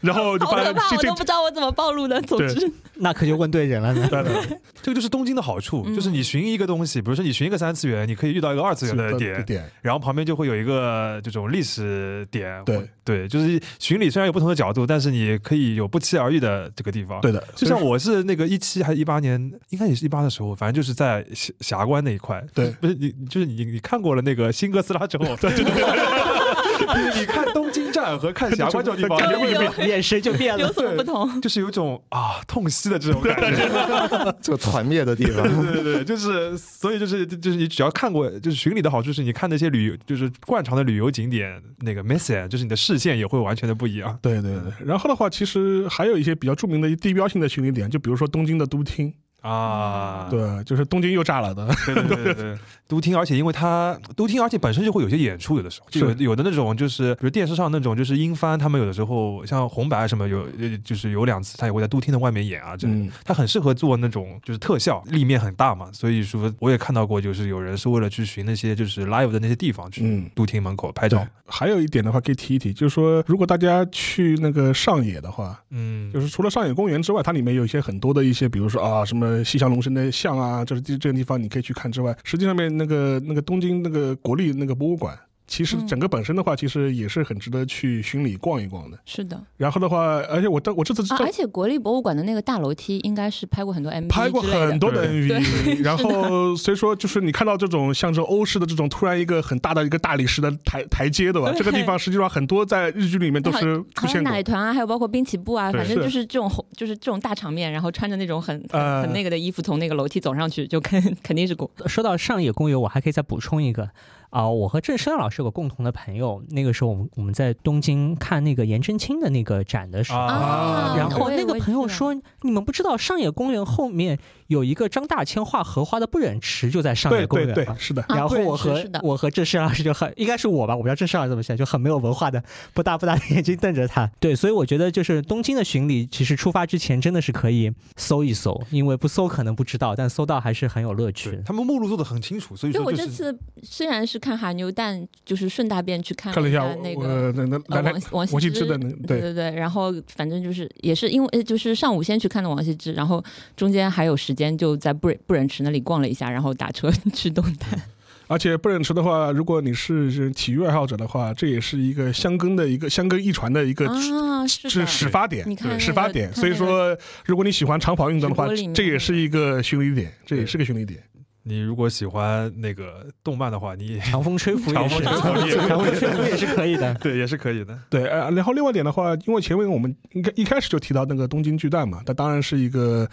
S1: 然后就
S2: 好
S1: 发现这
S2: 可怕，我
S1: 这
S2: 都不知道我怎么暴露的。总
S1: 对
S2: 之，
S4: 那可就问对人了呢。
S1: 对对
S3: 这个就是东京的好处，
S2: 嗯
S3: 就是你寻一个东西，比如说你寻一个三次元，你可以遇到一个二次元的点，
S1: 点，
S3: 然后旁边就会有一个这种历史点。
S1: 对
S3: 对，就是巡礼虽然有不同的角度，但是你可以有不期而遇的这个地方。
S1: 对的，
S3: 就像我是那个一七还是一八年，应该也是一八的时候，反正就是在峡峡关那一块。
S1: 对
S3: 不是你，就是你，你看过了那个新哥斯拉 之后， 你你看东京站和看峡关这种地方，
S1: 感
S3: 你
S1: 觉
S3: 会
S1: 不一样。
S4: 眼神就变
S2: 有
S4: 了。
S2: 所不同？
S3: 就是有一种啊痛惜的这种感觉。
S5: 这个团灭的地方。
S3: 对对对，就是所以就是就是你只要看过，就是巡礼的好处是你看那些旅游，就是惯常的旅游景点那个 messy，就是你的视线也会完全的不一样。
S1: 对对对，然后的话，其实还有一些比较著名的地标性的巡礼点，就比如说东京的都厅，
S3: 啊，
S1: 对，就是东京又炸了的，
S3: 对对对对对， 都厅，而且因为它都厅，而且本身就会有些演出，有的时候就有
S1: 是
S3: 有的那种就是，比如电视上那种就是英翻，他们有的时候像红白什么有，呃就是有两次他也会在都厅的外面演啊，这
S1: 嗯，
S3: 它很适合做那种就是特效，立面很大嘛，所以说我也看到过，就是有人是为了去寻那些就是 live 的那些地方去
S1: 嗯
S3: 都厅门口拍照
S1: 对，还有一点的话可以提一提，就是说如果大家去那个上野的话，
S3: 嗯，
S1: 就是除了上野公园之外，它里面有一些很多的一些，比如说啊什么西乡隆盛的像啊，这是这这个地方你可以去看之外，实际上面那个那个东京那个国立那个博物馆。其实
S2: 嗯
S1: 整个本身的话，其实也是很值得去巡礼逛一逛的。
S2: 是的啊，
S1: 然后的话，而且我当我这次知道
S2: 而且国立博物馆的那个大楼梯应该是拍过很多 MV
S1: 拍过
S2: 之类的
S1: 很多的
S3: 对
S1: MV，然后所以说就是你看到这种像这种欧式的这种突然一个很大的一个大理石的台台阶，对吧？这个地方实际上很多在日剧里面都是出
S2: 好像
S1: 现过
S2: 奶团啊，还有包括滨崎步啊，
S1: 对
S2: 反正
S1: 是
S2: 就是这种红，就是这种大场面，然后穿着那种很很
S1: 呃
S2: 很那个的衣服从那个楼梯走上去，就肯 肯定是过。
S4: 说到上野公园，我还可以再补充一个啊、我和郑生老师有个共同的朋友，那个时候我们我们在东京看那个颜真卿的那个展的时候。
S2: 啊
S4: 然后
S2: 我也
S4: 那个
S2: 我也
S4: 朋友
S2: 知道
S4: 说，你们不知道上野公园后面有一个张大千画荷花的不忍池，就在上野
S1: 对
S4: 公
S1: 对
S4: 园
S1: 对
S4: 嘛，
S1: 是的，
S2: 啊
S4: 然后
S2: 不忍
S4: 我
S2: 池
S4: 和
S2: 是的
S4: 我和郑世老师就很，应该是我吧，我不知道郑世老师怎么想，就很没有文化的，不大不大的眼睛瞪着他。对，所以我觉得就是东京的巡礼，其实出发之前真的是可以搜一搜，因为不搜可能不知道，但搜到还是很有乐趣
S3: 对
S4: 的。
S3: 他们目录做的很清楚，所以
S2: 对
S3: 说
S2: 我
S3: 就
S2: 这
S3: 是
S2: 次虽然是看韩牛，但就是顺大便去看
S1: 看了一下
S2: 那
S1: 我
S2: 个。
S1: 呃那那来
S2: 呃王
S1: 来
S2: 王
S1: 王羲
S2: 羲
S1: 之的那
S2: 对
S1: 对
S2: 对对，然后反正就是也是因为呃就是上午先去看的王羲之， 然后中间还有时间就在不忍不忍池那里逛了一下，然后打车去东单。
S1: 而且不忍池的话，如果你是是体育爱好者的话，这也是一个相根的一个相根一传的一个始
S2: 啊，是
S1: 是
S2: 的
S1: 始发点
S2: 你，看
S1: 对
S2: 那
S1: 始
S2: 个
S1: 发点。
S2: 看
S1: 所以
S2: 那个
S1: 说，如果你喜欢长跑运动的话
S2: 直播里，面
S1: 这也是一个巡礼点，这也是个巡礼点。
S3: 你如果喜欢那个动漫的话，你
S4: 强风吹拂也
S3: 强
S4: 是，
S3: 风吹
S4: 强
S3: 拂也可以。
S4: 风吹拂也是可以的
S3: 对也是可以的。
S1: 对，呃，然后另外一点的话，因为前面我们应该一开始就提到那个东京巨蛋嘛，它当然是一个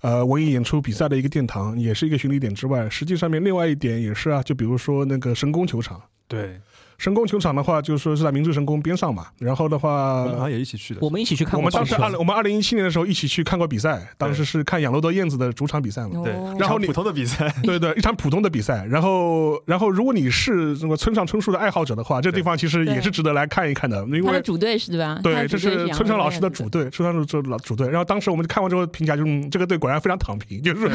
S1: 呃文艺演出比赛的一个殿堂，也是一个巡礼点之外，实际上面另外一点也是啊，就比如说那个神宫球场，
S3: 对，
S1: 神宫球场的话，就是说是在明治神宫边上嘛，然后的话
S3: 我们好。像也一起去的。
S4: 我们一起去嗯看
S1: 我
S4: 过
S1: 们
S4: 棒
S1: 当
S4: 球
S1: 时，二我们二零一七年的时候一起去看过比赛，当时是看养乐多燕子的主场比赛嘛，
S3: 对
S2: 哦，
S1: 然后
S3: 一场
S1: 你
S3: 普通的比赛，
S1: 对对，一场普通的比赛。然后，然后如果你是什么村上春树的爱好者的话，这地方其实也是值得来看一看的，因
S2: 他
S1: 为
S2: 的主队是对吧？他
S1: 对，
S2: 的
S1: 这
S2: 主队
S1: 是
S2: 杨
S1: 村上
S2: 乐
S1: 老
S2: 队
S1: 师的
S2: 对
S1: 主队，村上春树老主队。然后当时我们看完之后评价就是，嗯这个队果然非常躺平，就是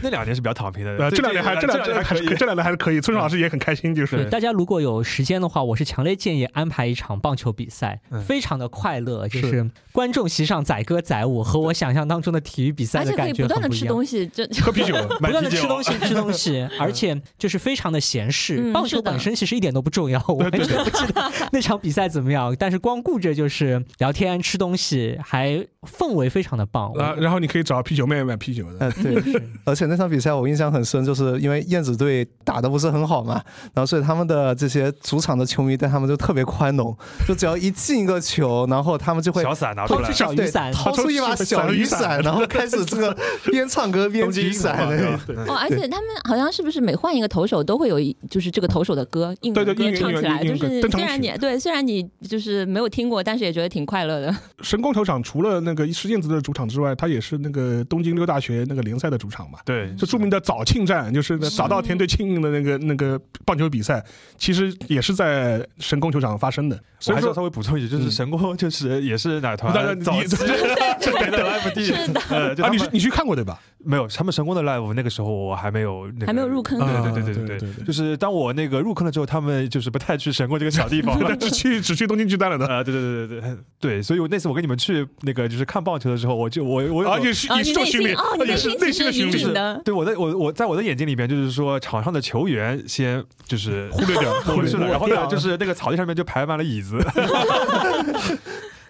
S3: 那两年是比较躺平的。
S1: 呃，
S3: 最
S1: 这两年还这
S3: 这
S1: 两年还
S3: 可
S1: 是
S3: 以
S1: 可以，这两年还是可以，村上老师也很开心，就是
S4: 对大家如果有时间的话，我是强烈建议安排一场棒球比赛，
S3: 嗯
S4: 非常的快乐，就是是观众席上载歌载舞，和我想象当中的体育比赛
S2: 而
S4: 的
S2: 且可
S4: 感
S2: 以
S4: 觉
S2: 不断
S4: 很
S2: 的
S4: 不一
S2: 吃
S4: 样。
S2: 东西，这
S1: 喝啤酒。
S4: 不
S3: 买
S4: 断的
S3: 啤
S4: 吃
S3: 酒
S4: 东西，吃东西，而且就是非常的闲适。
S2: 嗯
S4: 棒球
S2: 是的
S4: 本身其实一点都不重要，我完全不记得 那场比赛怎么样，但是光顾着就是聊天、吃东西，还氛围非常的棒。
S1: 啊，然后你可以找啤酒妹买啤酒的，
S5: 呃， 对，而且那场比赛我印象很深，就是因为燕子队打的不是很好嘛，然后所以他们的这些主场的球迷对他们就特别宽容，就只要一进一个球，然后他们就会
S3: 小伞拿出
S4: 掏
S3: 来
S4: 出。小雨
S5: 对
S4: 伞，
S5: 掏出一把小雨伞，然后开始这个边唱歌边
S3: 东京
S5: 举
S3: 英 雄嘛
S5: 伞的
S3: 对吧对
S2: 哦，而且他们好像是不是每换一个投手都会有一就是这个投手的歌，英
S1: 对
S2: 文
S1: 对英
S2: 歌
S1: 文英
S2: 唱
S1: 文
S2: 起来，
S1: 英文
S2: 就
S1: 歌
S2: 是
S1: 登场
S2: 虽然
S1: 曲
S2: 你对虽然你就是没有听过，但是也觉得挺快乐的。
S1: 神宫球场除了那个石燕子的主场之外，它也是那个东京六大学那个联赛的主场嘛。
S3: 对，
S1: 就著名的早庆战，就是那早稻田对庆应的那个那个棒球比赛，其实也是在神宫球场发生的。
S3: 我
S1: 所以
S3: 还是要
S1: 说，
S3: 稍微补充一句，就是
S1: 嗯
S3: 神宫就是也是奶团
S1: 当然你
S3: 早期的 live 地
S2: 是的
S3: 呃，就
S1: 啊，
S3: 他
S1: 你
S3: 们
S1: 是你去看过对吧？
S3: 没有他们神宫的 live，那个时候我还没有那个
S2: 还没有入坑
S3: 对
S1: 啊
S3: 对对
S1: 对
S3: 对
S1: 对对
S3: 就是当我那个入坑了之后，他们就是不太去神宫这个小地方了。
S1: 只去只去东京巨蛋了的。
S3: 啊，对对对对对对，所以我那次我跟你们去那个就是看棒球的时候，我就我我有
S1: 啊，也是
S2: 啊，
S1: 也
S2: 你
S1: 是
S2: 内
S1: 巡礼
S2: 心哦，，你
S1: 也
S2: 内
S1: 是
S2: 心
S1: 内
S2: 其
S1: 心
S2: 实
S1: 的巡
S2: 隐
S1: 礼
S2: 隐，的，
S3: 对我在我我在我的眼睛里边，就是说场上的球员先就是
S1: 忽略掉，忽
S3: 过
S1: 略
S3: 去
S1: 掉
S3: 了，。然后
S4: 掉
S3: 呢
S4: 了
S3: 就是那个草地上面就排满了椅子，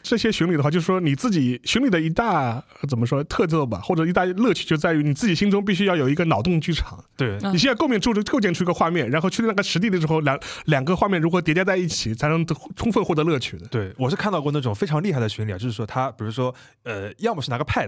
S1: 这些巡礼的话，就是说你自己巡礼的一大怎么说特色吧，或者一大乐趣就在于你自己心中必须要有一个脑洞剧场。
S3: 对
S2: 嗯
S1: 你现在构面出构建出一个画面，然后去那个实地的时候，两两个画面如何叠加在一起，才能充分获得乐趣的。
S3: 对，我是看到过那种非常厉害的巡礼啊，就是说他，比如说，呃，要么是拿个 pad。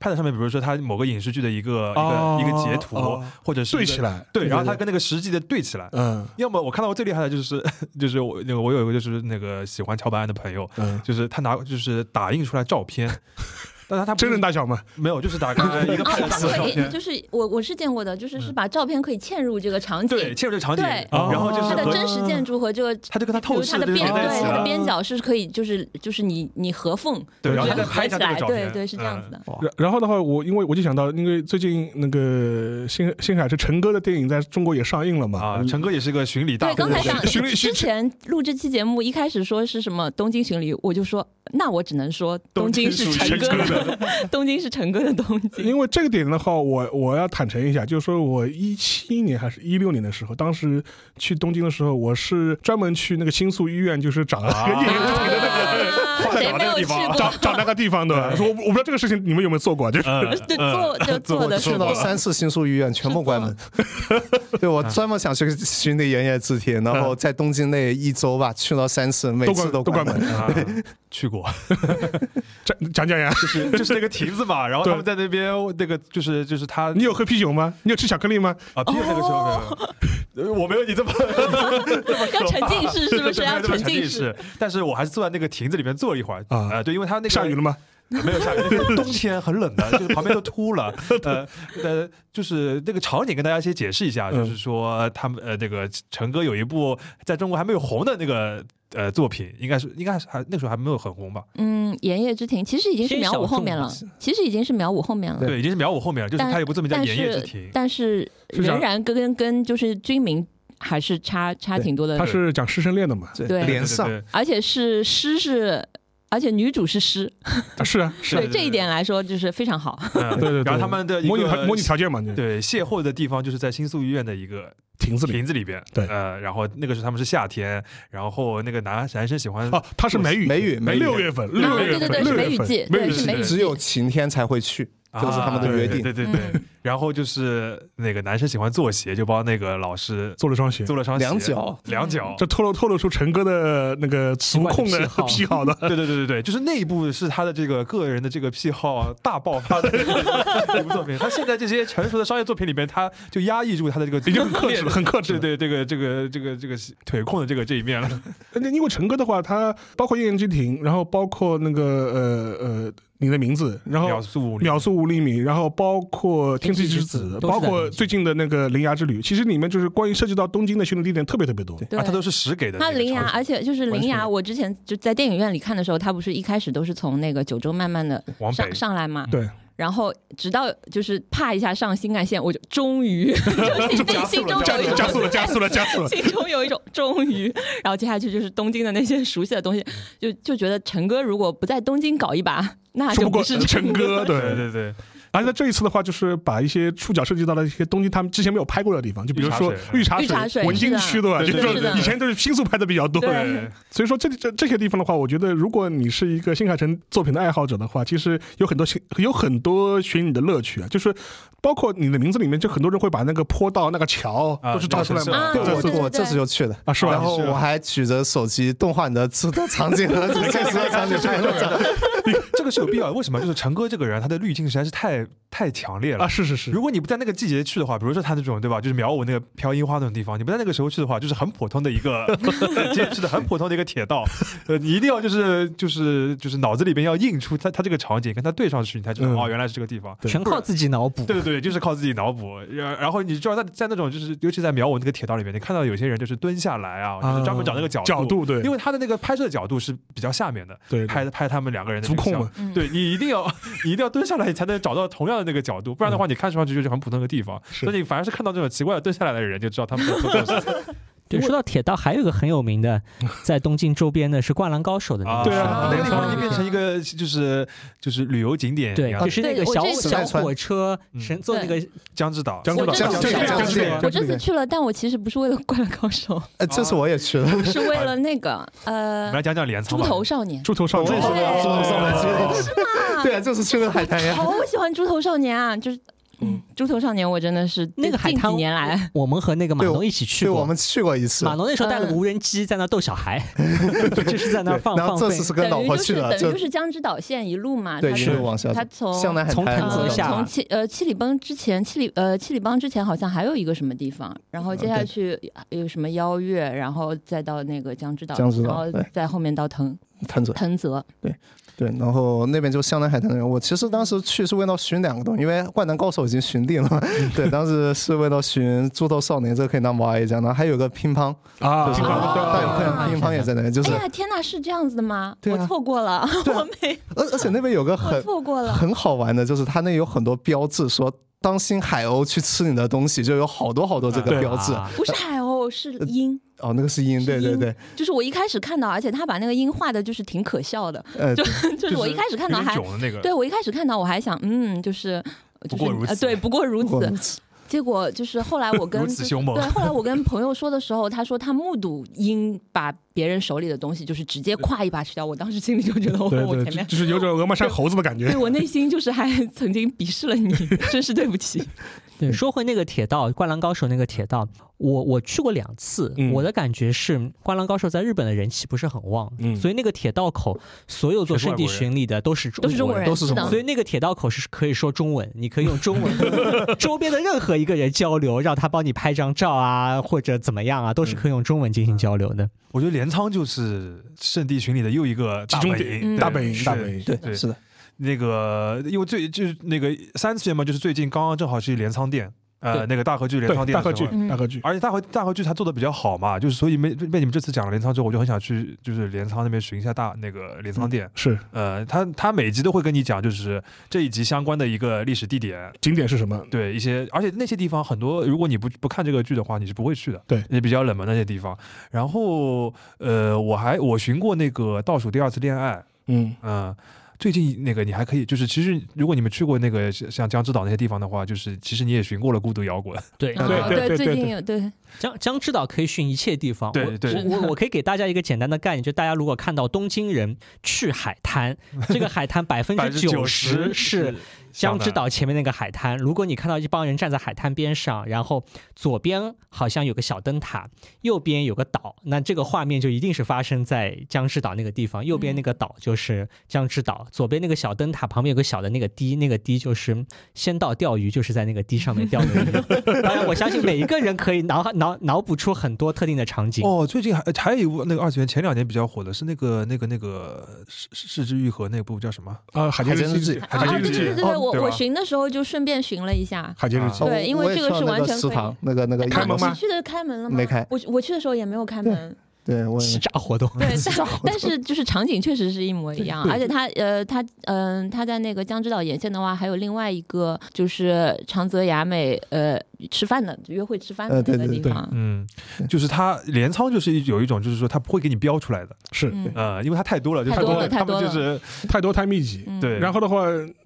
S3: pad 上面，比如说他某个影视剧的一个、
S1: 哦
S3: 一个一个截图，
S1: 哦
S3: 或者是一
S1: 对
S3: 个
S1: 起，来，
S3: 对，然后他
S1: 对
S3: 跟那个实际的对起来。
S1: 嗯
S3: 要么我看到过最厉害的就是 就是我那个我有一个就是那个喜欢乔白安的朋友，
S1: 嗯，
S3: 就是他拿就是打印出来照片， 但是他不是
S1: 真人大小嘛，
S3: 没有，就是打开 一个
S2: 啊
S3: pad 打出来照
S2: 对，
S3: 片，
S2: 就是我我是见过的，就是是
S3: 嗯
S2: 把照片可以嵌入这个场景，
S3: 对，切入这个场景，
S2: 对
S1: 哦
S3: 然后就是
S2: 它的
S3: 和
S2: 真实建筑和这个。
S3: 他就跟他
S2: 比
S3: 透
S2: 如
S3: 视
S2: 它的啊
S3: 这个
S2: 边
S3: 连在一
S2: 对
S3: 起
S2: 它的
S3: 了，
S2: 边角是可以，就是就是你你合缝，
S3: 啊对，然后
S2: 然
S3: 他再
S2: 后
S3: 拍
S2: 合
S3: 一
S2: 起
S3: 下这
S2: 来
S3: 个，照
S2: 对
S3: 片，
S2: 对是这样子
S3: 嗯
S2: 的。
S1: 然然后的话，我因为我就想到，因为最近那个新新海是陈哥的电影在中国也上映了嘛，
S3: 啊，
S1: 嗯
S3: 陈哥也是个巡礼大
S2: 对，刚
S3: 户，
S2: 才讲
S1: 巡礼
S2: 之前录这期节目一开始说是什么东京巡礼，我就说那我只能说东京是陈哥的，东京是陈哥的东 京。
S1: 因为这个点的话，我我要坦诚一下，就是说我一七年还是一六年的时候，当时去东京的时候，我是专门去那个新宿医院，就是找了个电影
S2: 啊
S1: 厂的 那个。
S2: 谁没有去
S1: 找
S2: 过？
S1: 找那个地方的，说我我不知道这个事情你们有没有做过，就是
S3: 嗯
S2: 对
S3: 嗯
S2: 做就做的
S5: 去
S2: 是
S5: 到
S2: 吗？
S5: 三次新宿医院全部关门。 对我专门想去巡礼盐野制铁，然后在东京那一周吧，去了三次，每
S1: 都
S5: 次
S1: 关都
S5: 关
S1: 关。门，
S3: 啊 去过，
S1: 讲讲讲呀，
S3: 就是就是那个亭子嘛，然后
S1: 对
S3: 他们在那边那个就是就是他，
S1: 你有喝啤酒吗？你有吃巧克力吗？
S2: 哦
S3: 啊，屁那个时候没有，呃 我没有你这么这么
S2: 要沉浸式是不是？
S3: 没有
S2: 要
S3: 这么
S2: 沉
S3: 沉
S2: 浸
S3: 浸
S2: 式？
S3: 式，但是我还是坐在那个亭子里面坐了一会儿
S1: 啊
S3: 呃对，因为他那个
S1: 下雨了吗？
S3: 没有下雨， 冬天很冷的，就是旁边都秃了。呃呃，就是那个场景跟大家先解释一下，
S1: 嗯
S3: 就是说他们呃那个陈哥有一部在中国还没有红的那个呃作品，应该是应该还还那时候还没有很红吧？
S2: 嗯，盐业之庭其实已经是秒五后面了
S4: 偏小，
S2: 其实已经是秒五后面了。
S5: 对
S3: 对，已经是秒我后面了，就是
S2: 但
S3: 他有一部作品叫《
S2: 但
S3: 盐业
S2: 是
S3: 之庭》。
S2: 但是
S1: 是这样
S2: 仍然跟跟跟就是军民还是差差挺多的
S1: 他，是讲师生恋的嘛，
S5: 对
S2: 对
S5: 连上
S3: 对对对
S2: 而且是诗是。而且女主是诗，
S1: 啊是啊是啊
S2: 对这一点来说就是非常好。
S3: 嗯
S1: 对对对
S3: 然后他们的一
S1: 模拟
S3: 个
S1: 条模拟条件嘛，对
S3: 对邂逅的地方就是在新宿医院的一个
S1: 亭子里
S3: 亭子里边，
S1: 对
S3: 呃，然后那个时候他们是夏天，然后那个男男生喜欢
S1: 哦，它是梅雨
S5: 梅雨梅雨
S1: 六月份
S3: 对
S1: 六月
S2: 对
S1: 份
S2: 对对，是
S1: 六
S2: 梅
S1: 月
S2: 雨
S1: 份
S2: 季，
S1: 梅
S2: 对
S1: 雨
S2: 是
S1: 季
S2: 梅雨
S5: 只
S2: 季。
S5: 有晴天才会去，这是他们的
S3: 啊
S5: 约
S3: 对
S5: 定
S3: 对对对。然后就是那个男生喜欢做鞋，就帮那个老师
S1: 做了双鞋，
S3: 做了双鞋
S5: 两脚，
S3: 两脚。。
S1: 这透露透露出陈哥的那个足控的
S4: 奇怪的
S1: 癖
S4: 癖
S1: 好的
S3: 对对对对对，就是那一部是他的这个个人的这个癖好大爆发的一部作品。他现在这些成熟的商业作品里边，他就压抑住他的这个
S1: 已经 很克制了，很克制
S3: 对
S1: 了。
S3: 对这个这个这个这个腿控的这个这一面了。
S1: 那因为陈哥的话，他包括《夜宴之庭》，然后包括那个呃呃，你的名字，然后
S3: 秒速
S1: 秒速五厘米，然后包括《天气
S4: 天气
S1: 之
S4: 之
S1: 子
S4: 子》，都是
S1: 包
S4: 在
S1: 括
S4: 东京
S1: 最近的那个《铃芽之旅》，其实里面就是关于涉及到东京的巡礼地点特别特别多。
S2: 对
S3: 啊，他都是实给的那
S2: 它
S3: 个场
S2: 铃
S3: 景。
S2: 芽，而且就是
S3: 完
S2: 铃芽，
S3: 全
S2: 我之前就在电影院里看的时候，它不是一开始都是从那个九州慢慢的
S3: 往北
S2: 上上来嘛，
S1: 对，
S2: 然后直到就是啪一下上新干线，我就终于就是内心中
S1: 加
S2: 有一种
S1: 加 速了，加速了，加速了。
S2: 心中有一种终于，然后接下去就是东京的那些熟悉的东西，就就觉得陈哥如果不在东京搞一把，那
S1: 说
S2: 就
S1: 不过
S2: 是
S1: 陈哥，
S2: 哥。
S3: 对
S1: 对。
S3: 对对，
S1: 而且在这一次的话，就是把一些触角涉及到了一些东京他们之前没有拍过的地方，就比如说
S3: 御
S1: 御茶
S2: 水
S1: 水、
S2: 嗯
S1: 文京区对吧？
S3: 是
S1: 就
S3: 的
S1: 是
S3: 是
S1: 说
S3: 的
S1: 以前都是新宿拍的比较多，
S2: 对
S3: 对
S1: 所以说这这这些地方的话，我觉得如果你是一个新海诚作品的爱好者的话，其实有很多寻有很多寻你的乐趣啊，就是包括你的名字里面，就很多人会把那个坡道、那个桥
S3: 啊
S1: 都是照出来
S3: 那
S1: 嘛，
S2: 个啊
S5: 对
S1: 对
S5: 我
S2: 对对
S5: 我这次就去了
S1: 啊是吧
S5: 然后
S3: 是吧
S5: 我还举着手机动画你的这的场景和这些场景拍了照。
S3: 这个是有必要的。为什么？就是陈哥这个人，他的滤镜实在是太太强烈了
S1: 啊。是是是
S3: 如，果你不在那个季节去的话，比如说他那种对吧，就是苗舞那个飘樱花那种地方，你不在那个时候去的话，就是很普通的一 个，是的，很普通的一个铁道。呃，你一定要就是就是就是脑子里边要映出他他这个场景，跟他对上去，你才知道、
S1: 嗯
S3: 哦，原来是这个地方。
S1: 对
S4: 全靠自己脑补。
S3: 对对对，就是靠自己脑补。然然后你知道在在那种就是，尤其在苗舞那个铁道里面，你看到有些人就是蹲下来啊，就是专门找那个角
S1: 角度对
S3: 因为他的那个拍摄角度是比较下面的，
S1: 对
S3: 拍拍他们两个人的
S1: 足
S3: 那个
S1: 控
S3: 像
S1: 嘛，
S2: 嗯
S3: 对你一定要你一定要蹲下来，你才能找到同样的那个角度，不然的话，你看上去就是很普通的地方。
S1: 是
S3: 所以你反而是看到这种奇怪的蹲下来的人，就知道他们在做这种事情
S4: 对，说到铁道，还有一个很有名 的，在东京周边的是《灌篮高手》的那个
S1: 对
S4: 地
S1: 啊
S4: 方
S3: 那个地方已经
S2: 啊
S3: 变成一个就是就是旅游景点一
S4: 对，
S3: 样，
S4: 就是那
S2: 对
S4: 个
S2: 我
S4: 小
S2: 这个
S4: 小火车
S3: 嗯
S4: 乘坐那个
S3: 江之岛，
S1: 江之
S2: 我
S1: 岛
S2: 这次
S5: 江之
S2: 去
S5: 岛
S2: 了
S5: 江之岛
S2: 我这次去了，但我其实不是为了《灌篮高手
S5: 呃，这次我也去了，》，
S2: 是为了那个
S3: 我
S2: 呃
S3: 们来讲讲镰
S2: 《
S3: 仓
S2: 猪
S3: 吧。
S2: 头少年》
S1: 猪头少
S5: 我也
S1: 年
S5: 是
S2: 哦
S5: 这么上来去的。对啊，就是去了海滩呀。
S2: 好喜欢《猪头少年》啊，就是嗯，《猪头少年》我真的是
S4: 那个海
S2: 近
S4: 滩
S2: 几年来。
S4: 我们和那个马农一起去
S5: 对，
S4: 过。
S5: 我们去过一次
S4: 马。农那时候带了个无人机在那逗小 孩，就是在那
S5: 对
S4: 放
S5: 然
S4: 放
S5: 后这
S4: 飞
S5: 次。是跟老
S2: 等于
S5: 婆
S2: 就
S5: 去
S2: 是
S5: 的，
S2: 等于就
S5: 就是
S2: 江之岛线一路嘛，
S5: 对
S2: 它
S5: 是
S2: 就
S5: 往下走
S2: 它从
S5: 向南海
S4: 从
S5: 滩
S4: 藤
S5: 走
S4: 泽
S2: 呃
S4: 下
S2: 从七呃七里浜之前，七里呃七里浜之前好像还有一个什么地方，然
S5: 嗯
S2: 后接下去有什么邀月，然后再到那个江之岛，
S5: 江之岛
S2: 然后
S5: 对
S2: 再后面到藤
S5: 藤泽，
S2: 藤泽，
S5: 对，然后那边就湘南海滩那边。我其实当时去是为了寻两个东西，因为《灌篮高手》已经寻定了嘛，对，当时是为了寻《猪头少年》，这个可以当 MOA 讲，然后还有个乒乓，
S1: 啊，
S5: 就是大有可能乒乓也在那边，就是
S2: 哎呀天呐，是这样子的吗？
S5: 对啊
S2: 我错过了，
S5: 对啊
S2: 我没
S5: 而而且那边有个
S2: 我
S5: 很
S2: 错过 了。
S5: 很好玩的，就是它那有很多标志说。当心海鸥去吃你的东西，就有好多好多这
S1: 对
S5: 个标志。
S4: 啊
S2: 不是海鸥，是鹰，
S5: 哦，那个是鹰，对
S2: 是
S5: 对
S2: 鹰
S5: 对，
S2: 就是我一开始看到，而且他把那个鹰画的，就是挺可笑的，
S5: 呃，
S2: 就是 我一开始看到
S3: 有点
S2: 还
S3: 囧的那个，
S2: 对我一开始看到我还想，嗯，就是
S3: 嗯不
S2: 就
S3: 过
S2: 是
S3: 如此
S2: 呃对，不过如
S5: 不过
S2: 此。结果就是后来我跟
S3: 如此
S2: 就是
S3: 凶猛
S2: 对，后来我跟朋友说的时候，他说他目睹鹰把别人手里的东西就是直接挎一把吃掉，我当时心里就觉得我哦
S1: 对
S2: 我
S1: 对，
S2: 前
S1: 就
S2: 面。
S1: 就是有种峨眉山猴子的感觉
S2: 对。我内心就是还曾经鄙视了你，真是对不起。
S4: 对，说回那个铁道，《灌篮高手》那个铁道，我我去过两次，
S1: 嗯
S4: 我的感觉是，《灌篮高手》在日本的人气不是很旺，
S1: 嗯
S4: 所以那个铁道口所有做
S3: 全是
S4: 圣地
S3: 外国人
S4: 巡礼的都是
S2: 都是中国人，
S5: 都是中国人
S4: 所以那个铁道口是可以说中文，你可以用中 文跟周边的任何一个人交流，让他帮你拍张照啊，或者怎么样啊，都是可以用中文进行交流的。
S3: 我觉得镰仓就是圣地巡礼的又一个
S1: 集
S3: 大
S1: 中
S3: 本
S1: 点
S3: 营，
S2: 嗯
S1: 大本营
S3: 是
S1: 大本营
S5: 对，
S3: 对
S5: 是的，
S3: 那个，因为最就是那个三次元嘛，就是最近刚刚正好去镰仓店，呃，
S4: 对
S3: 那个大和剧镰仓
S1: 对，
S3: 店
S1: 大
S3: 的时候，
S1: 合剧
S2: 嗯
S1: 大合剧，
S3: 而且大和大和剧它做的比较好嘛，就是所以没被你们这次讲了镰仓之后，我就很想去就是镰仓那边寻一下大那个
S4: 嗯
S3: 镰仓店。
S1: 是
S3: 呃，他他每集都会跟你讲，就是这一集相关的一个历史地点，
S1: 景点是什么？
S3: 对一些，而且那些地方很多，如果你不不看这个剧的话，你是不会去的。
S1: 对
S3: 也比较冷门的那些地方。然后，呃，我还我寻过那个倒数第二次恋爱，
S1: 嗯，
S3: 嗯，最近那个你还可以，就是其实如果你们去过那个像江之岛那些地方的话，就是其实你也巡过了孤独摇滚，
S4: 对
S1: 对
S2: 哦
S1: 对对
S2: 最
S1: 对
S2: 近有对
S4: 嗯江江之岛可以训一切地方。
S3: 对对
S4: 我我我可以给大家一个简单的概念，就大家如果看到东京人去海滩，这个海滩百分之九十是江之岛前面那个海滩。如果你看到一帮人站在海滩边上，然后左边好像有个小灯塔，右边有个岛，那这个画面就一定是发生在江之岛那个地方。右边那个岛就是江之岛，左边那个小灯塔旁边有个小的那个堤，那个堤就是仙道钓鱼，就是在那个堤上面钓的鱼。当然，我相信每一个人可以脑脑脑补出很多特定的场景。
S3: 哦，最近还还有一部那个二次元前两年比较火的是那个那个那个是是是之愈合那部叫什么？
S1: 啊，海街
S5: 海街
S1: 日
S5: 日
S1: 记
S5: 记，
S2: 啊，
S1: 海街
S2: 对
S1: 日
S2: 对
S1: 记，
S2: 对对，我
S1: 哦对吧
S2: 我巡的时候就顺便巡了一下。
S1: 海街日
S3: 啊
S1: 记
S5: 哦，
S2: 对因为
S5: 我也
S2: 这个
S5: 去了
S2: 是
S5: 那
S2: 完全
S5: 食
S2: 可以
S5: 堂那个那个
S1: 开
S5: 饮
S1: 门
S5: 食
S1: 吗
S2: 你去的开门了吗？
S5: 没开
S2: 我我去的时候也没有开门。
S5: 对，我
S4: 欺
S5: 也
S4: 诈活动，
S2: 对，但 但是就是场景确实是一模一样，
S1: 对
S2: 而且他呃他嗯、他在那个江之岛沿线的话，还有另外一个就是长泽雅美呃吃饭的约会吃饭的
S5: 呃
S2: 那
S5: 对
S2: 个
S5: 对
S2: 地
S1: 对
S2: 方，
S3: 嗯，就是它镰仓就是一有一种就是说它不会给你标出来的，
S1: 是
S2: 嗯
S3: 呃，因为它太多了，就
S2: 太
S1: 多
S2: 了
S3: 他
S2: 太
S3: 们
S2: 多
S3: 就
S2: 了
S3: 是
S1: 太多太密集。
S2: 嗯
S3: 对，
S1: 然后的话，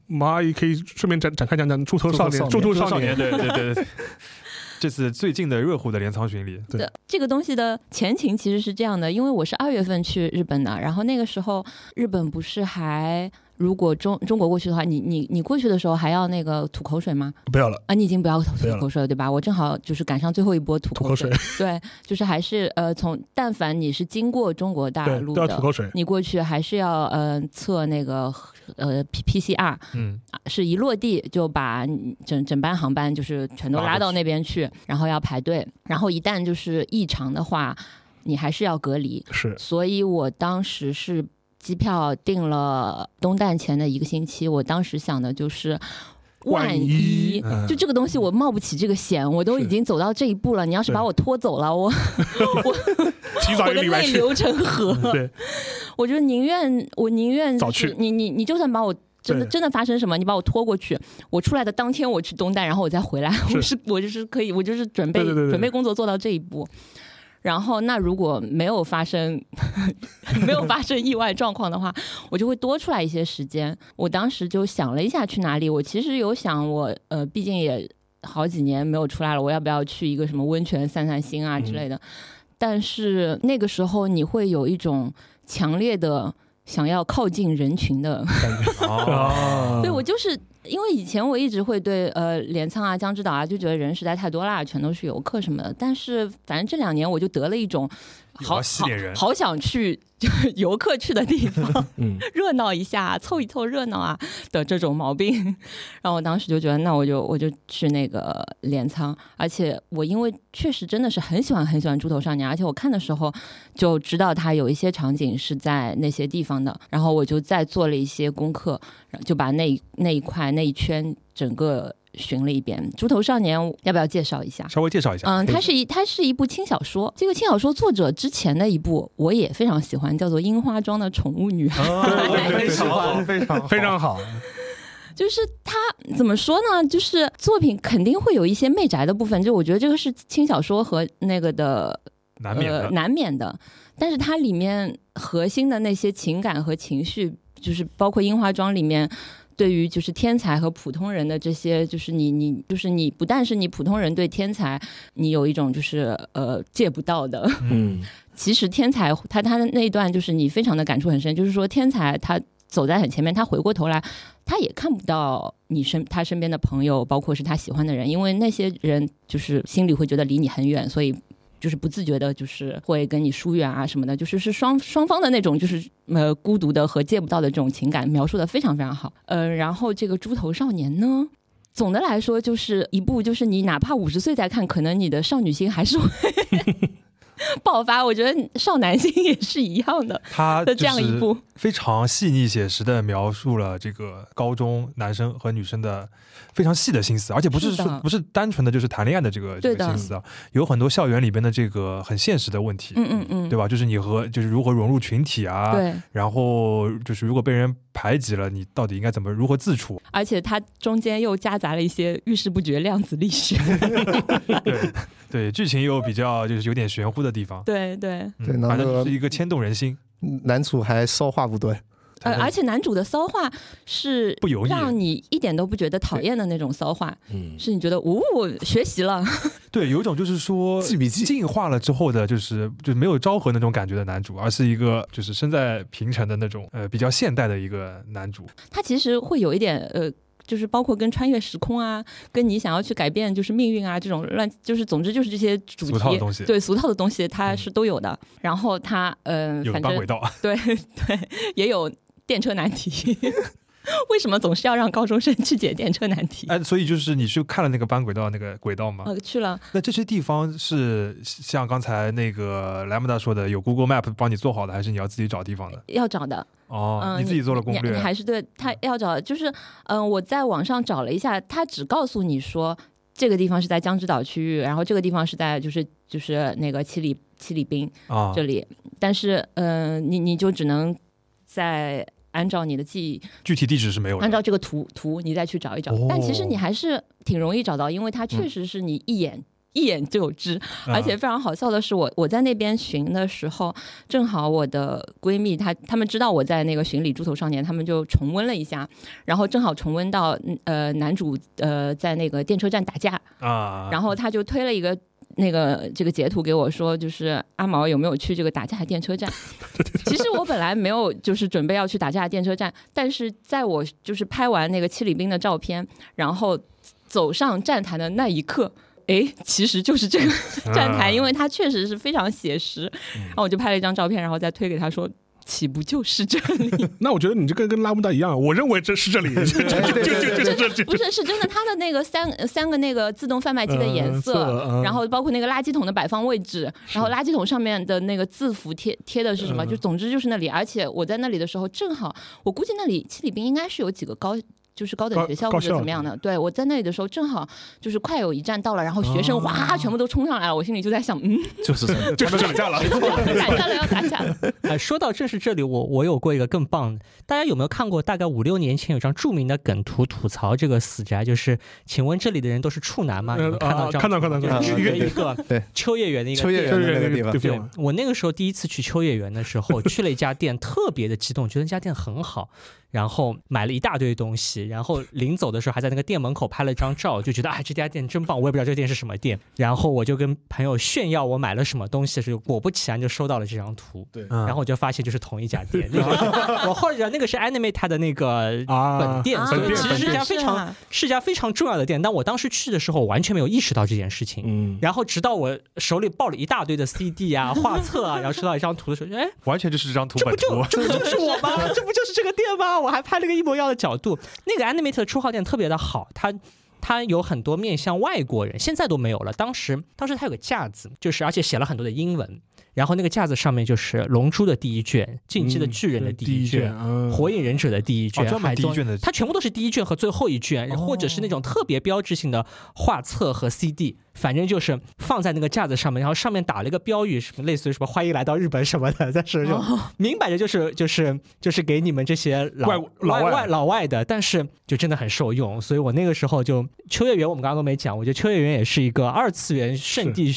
S1: 蚂蚁可以顺便展展开讲讲《猪头少年》《猪
S5: 猪
S1: 头
S5: 头
S1: 少
S3: 少
S1: 年
S3: 年，》对对对对， 这次最近的热乎的镰仓巡礼，
S1: 对
S2: 的这个东西的前情其实是这样的，因为我是二月份去日本的，然后那个时候日本不是还如果中中国过去的话，你你你过去的时候还要那个吐口水吗？
S1: 不要了，
S2: 啊，你已经不要吐
S1: 不要了
S2: 口水了，对吧？我正好就是赶上最后一波吐
S1: 吐口水，
S2: 对，就是还是呃，从但凡你是经过中国大
S1: 对，
S2: 陆
S1: 都要吐
S2: 的，
S1: 口水。
S2: 你过去还是要呃测那个呃 P P C R，啊
S3: 嗯，
S2: 是一落地就把你整整班航班就是全都
S3: 拉过
S2: 拉到
S3: 去
S2: 那边去，然后要排队，然后一旦就是异常的话，你还是要隔离。
S1: 是
S2: 所以我当时是机票订了东旦前的一个星期，我当时想的就是。
S1: 万一
S2: 一
S3: 嗯
S2: 就这个东西，我冒不起这个险，我都已
S1: 是
S2: 经走到这一步了。你要是把
S1: 对
S2: 我拖 走了，我
S1: 提早
S2: 我
S1: 一个
S2: 的
S1: 礼拜
S2: 泪
S1: 去，
S2: 流成河。
S1: 对，
S2: 我就宁愿我宁愿
S1: 早
S2: 就是
S1: 去
S2: 你你你就算把我。真的
S1: 对
S2: 真的发生什么？你把我拖过去，我出来的当天我去东旦，然后我再回来，
S1: 是
S2: 我是我就是可以，我就是准备
S1: 对对对对
S2: 准备工作做到这一步。然后那如果没有发生 没有发生意外状况的话， 我就会多出来一些时间。我当时就想了一下去哪里，我其实有想我呃，毕竟也好几年没有出来了，我要不要去一个什么温泉散散心
S1: 嗯
S2: 啊之类的？但是那个时候你会有一种强烈的想要靠近人群的，
S3: 哦嗯
S1: 啊
S2: 对我就是因为以前我一直会对呃镰仓啊、江之岛啊就觉得人实在太多啦，全都是游客什么的。但是反正这两年我就得了一种
S3: 有
S2: 好
S3: 要吸
S2: 好
S3: 点人
S2: 好想去游客去的地方
S1: 嗯，
S2: 热闹一下、凑一凑热闹啊的这种毛病。 然后我当时就觉得，那我就我就去那个镰仓，而且我因为确实真的是很喜欢很喜欢《猪头少年》，而且我看的时候就知道它有一些场景是在那些地方的，然后我就再做了一些功课，然后就把那一那一块那一圈整个巡了一遍。《猪头少年》要不要介绍一下？
S3: 稍微介绍一下，
S2: 嗯，它是一它是一部轻小说，这个轻小说作者之前的一部我也非常喜欢，叫做《樱花庄的宠物女孩》。
S1: 对对
S3: 非常好，
S5: 非常
S1: 非常好，
S2: 就是他怎么说呢？就是作品肯定会有一些媚宅的部分，就我觉得这个是轻小说和那个的
S3: 难免
S2: 呃、
S3: 的，
S2: 难免的。但是它里面核心的那些情感和情绪，就是包括《樱花庄》里面。对于就是天才和普通人的这些，就是你你就是你不但是你普通人对天才，你有一种就是呃借不到的，
S1: 嗯，
S2: 其实天才他他的那一段就是你非常的感触很深，就是说天才他走在很前面，他回过头来，他也看不到你身他身边的朋友，包括是他喜欢的人，因为那些人就是心里会觉得离你很远，所以。就是不自觉的，就是会跟你疏远啊什么的，就是是双双方的那种，就是呃孤独的和借不到的这种情感，描述的非常非常好。呃，然后这个猪头少年呢，总的来说就是一部，就是你哪怕五十岁再看，可能你的少女心还是会 爆发。我觉得少男心也是一样的
S3: 它
S2: 的这样一部，
S3: 非常细腻写实的描述了这个高中男生和女生的非常细的心思，而且不是
S2: 是的
S3: 说不是单纯的就是谈恋爱的这个这
S2: 对
S3: 个
S2: 的
S3: 心思啊，有很多校园里边的这个很现实的问题，
S2: 嗯嗯嗯，
S3: 对吧？就是你和就是如何融入群体啊，
S2: 对，
S3: 然后就是如果被人排挤了，你到底应该怎么如何 自处？
S2: 而且它中间又夹杂了一些遇事不决量子力学，
S3: 对对，剧情又比较就是有点玄乎的地方，
S2: 对对，
S3: 嗯
S5: 对那
S3: 反正
S5: 个
S3: 就是一个牵动人心。
S5: 男主还烧化不对，
S2: 呃，
S3: 对
S2: 而且男主的骚话是
S3: 不油腻
S2: 让你一点都不觉得讨厌的那种骚话，
S6: 嗯，
S2: 是你觉得哦，我学习了，
S3: 对，有一种就是说
S5: 记笔记
S3: 进化了之后的，就是就是没有昭和那种感觉的男主，而是一个就是身在平城的那种呃比较现代的一个男主。
S2: 他其实会有一点呃。就是包括跟穿越时空啊，跟你想要去改变就是命运啊这种乱，就是总之就是这些主题
S3: 俗套的东西嗯
S2: 对俗套的东西它是都有的。然后他呃，
S3: 有
S2: 反
S3: 搬轨
S2: 正
S3: 道，
S2: 对 对，也有电车难 题。为什么总是要让高中生去解电车难题？
S3: 哎，所以就是你去看了那个搬轨道那个轨道吗？
S2: 呃，去了，
S3: 那这些地方是像刚才那个莱姆达说的，有 Google Map 帮你做好的，还是你要自己找地方的？
S2: 要找的，
S3: 哦，
S2: 嗯，
S3: 你自己做了攻
S2: 你
S3: 略
S2: 你还是对他要找，就是嗯、我在网上找了一下，他只告诉你说这个地方是在江之岛区域，然后这个地方是在就是就是那个七里七里滨
S3: 啊？
S2: 这里，但是嗯、呃你你就只能在按照你的记忆，
S3: 具体地址是没有的。啊
S2: 按照这个图图你再去找一找，但
S3: 哦
S2: 其实你还是挺容易找到，因为它确实是你一眼、一眼就知，
S3: 嗯
S2: 而且非常好笑的是我，我在那边巡的时候，正好我的闺蜜她她们知道我在那个巡礼《猪头少年》，她们就重温了一下，然后正好重温到嗯呃男主呃在那个电车站打架，
S3: 啊，
S2: 然后她就推了一个。那个这个截图给我说，就是阿毛有没有去这个打架的电车 站？其实我本来没有，就是准备要去打架的电车站，但是在我就是拍完那个七里滨的照片，然后走上站台的那一刻，诶，其实就是这个
S1: 嗯
S2: 站
S3: 啊
S2: 台，因为它确实是非常写实。然后我就拍了一张照片，然后再推给他说。岂不就是这 里？
S1: 那我觉得你这个跟拉布达一样，我认为这是这里，就就就就就就就就
S2: 不是，是真的。它的那个三三个那个自动贩卖机的颜色，
S1: 嗯嗯
S2: 然后包括那个垃圾桶的摆放位置，然后垃圾桶上面的那个字符贴贴的是什么？
S1: 嗯
S2: 就总之就是那里。而且我在那里的时候，正好我估计那里七里滨应该是有几个高。就是高等
S1: 高
S2: 学校
S1: 高
S2: 或者
S1: 校
S2: 怎么样的，对我在那里的时候正好就是快有一站到了，然后学
S1: 哦
S2: 生哇全部都冲上来了，我心里就在想，嗯，
S6: 就是这样。
S1: 就是涨价了。
S2: 打架了要打架了，
S4: 呃，说到正是这里，我我有过一个更棒的，大家有没有看过？大概五六年前有张著名的梗图吐槽这个死宅，就是请问这里的人都是处男吗？你
S1: 呃
S4: 们看到
S1: 啊
S4: 这样
S1: 看到看到看
S5: 到
S4: 就是一个
S1: 一个
S4: 一个
S5: 对
S4: 秋叶原的一个
S5: 秋叶
S4: 店
S5: 原的那个地方
S1: 对，
S4: 对我那个时候第一次去秋叶原的时候，去了一家店，特别的激动，觉得那家店很好，然后买了一大堆东西，然后临走的时候还在那个店门口拍了张照，就觉得啊、这家店真棒，我也不知道这个店是什么店，然后我就跟朋友炫耀我买了什么东西的时候，果不其然就收到了这张图，
S3: 嗯
S4: 然后我就发现就是同一家 店，那个我后来知道那个是 Anime 它的那个
S1: 啊
S4: 本店，
S2: 啊
S4: 所以其实
S1: 本
S4: 是
S1: 店
S4: 一家非
S2: 是
S4: 常
S2: 啊
S4: 是一家非常重要的店，但我当时去的时候完全没有意识到这件事情，
S6: 嗯，
S4: 然后直到我手里抱了一大堆的 CD 啊、画册啊，然后收到一张图的时候，哎，
S3: 完全就是这张图
S4: 这
S3: 本
S4: 不就
S3: 图，
S4: 这不就是我吗？这不就是这个店吗？我还拍了个一模一样的角度。那个 Animate 的出号店特别的好，它。它有很多面向外国人，现在都没有了。当时，当时它有个架子，就是而且写了很多的英文，然后那个架子上面就是《龙珠》的第一卷，《进
S3: 嗯
S4: 击的巨人》的第一卷，
S1: 嗯
S4: 火影忍者》的第一卷，
S3: 哦专门
S4: 海
S3: 第一
S4: 贼
S3: 卷的
S4: 它全部都是第一卷和最后一卷，
S3: 哦
S4: 或者是那种特别标志性的画册和 CD，反正就是放在那个架子上面，然后上面打了一个标语，什么类似于什么“欢迎来到日本”什么的，但 是就
S3: 哦
S4: 明摆着就是就是就是给你们这些老
S1: 外老
S4: 外
S1: 外
S4: 老外的，但是就真的很受用，所以我那个时候就秋叶原，我们刚刚都没讲，我觉得秋叶原也是一个二次元圣地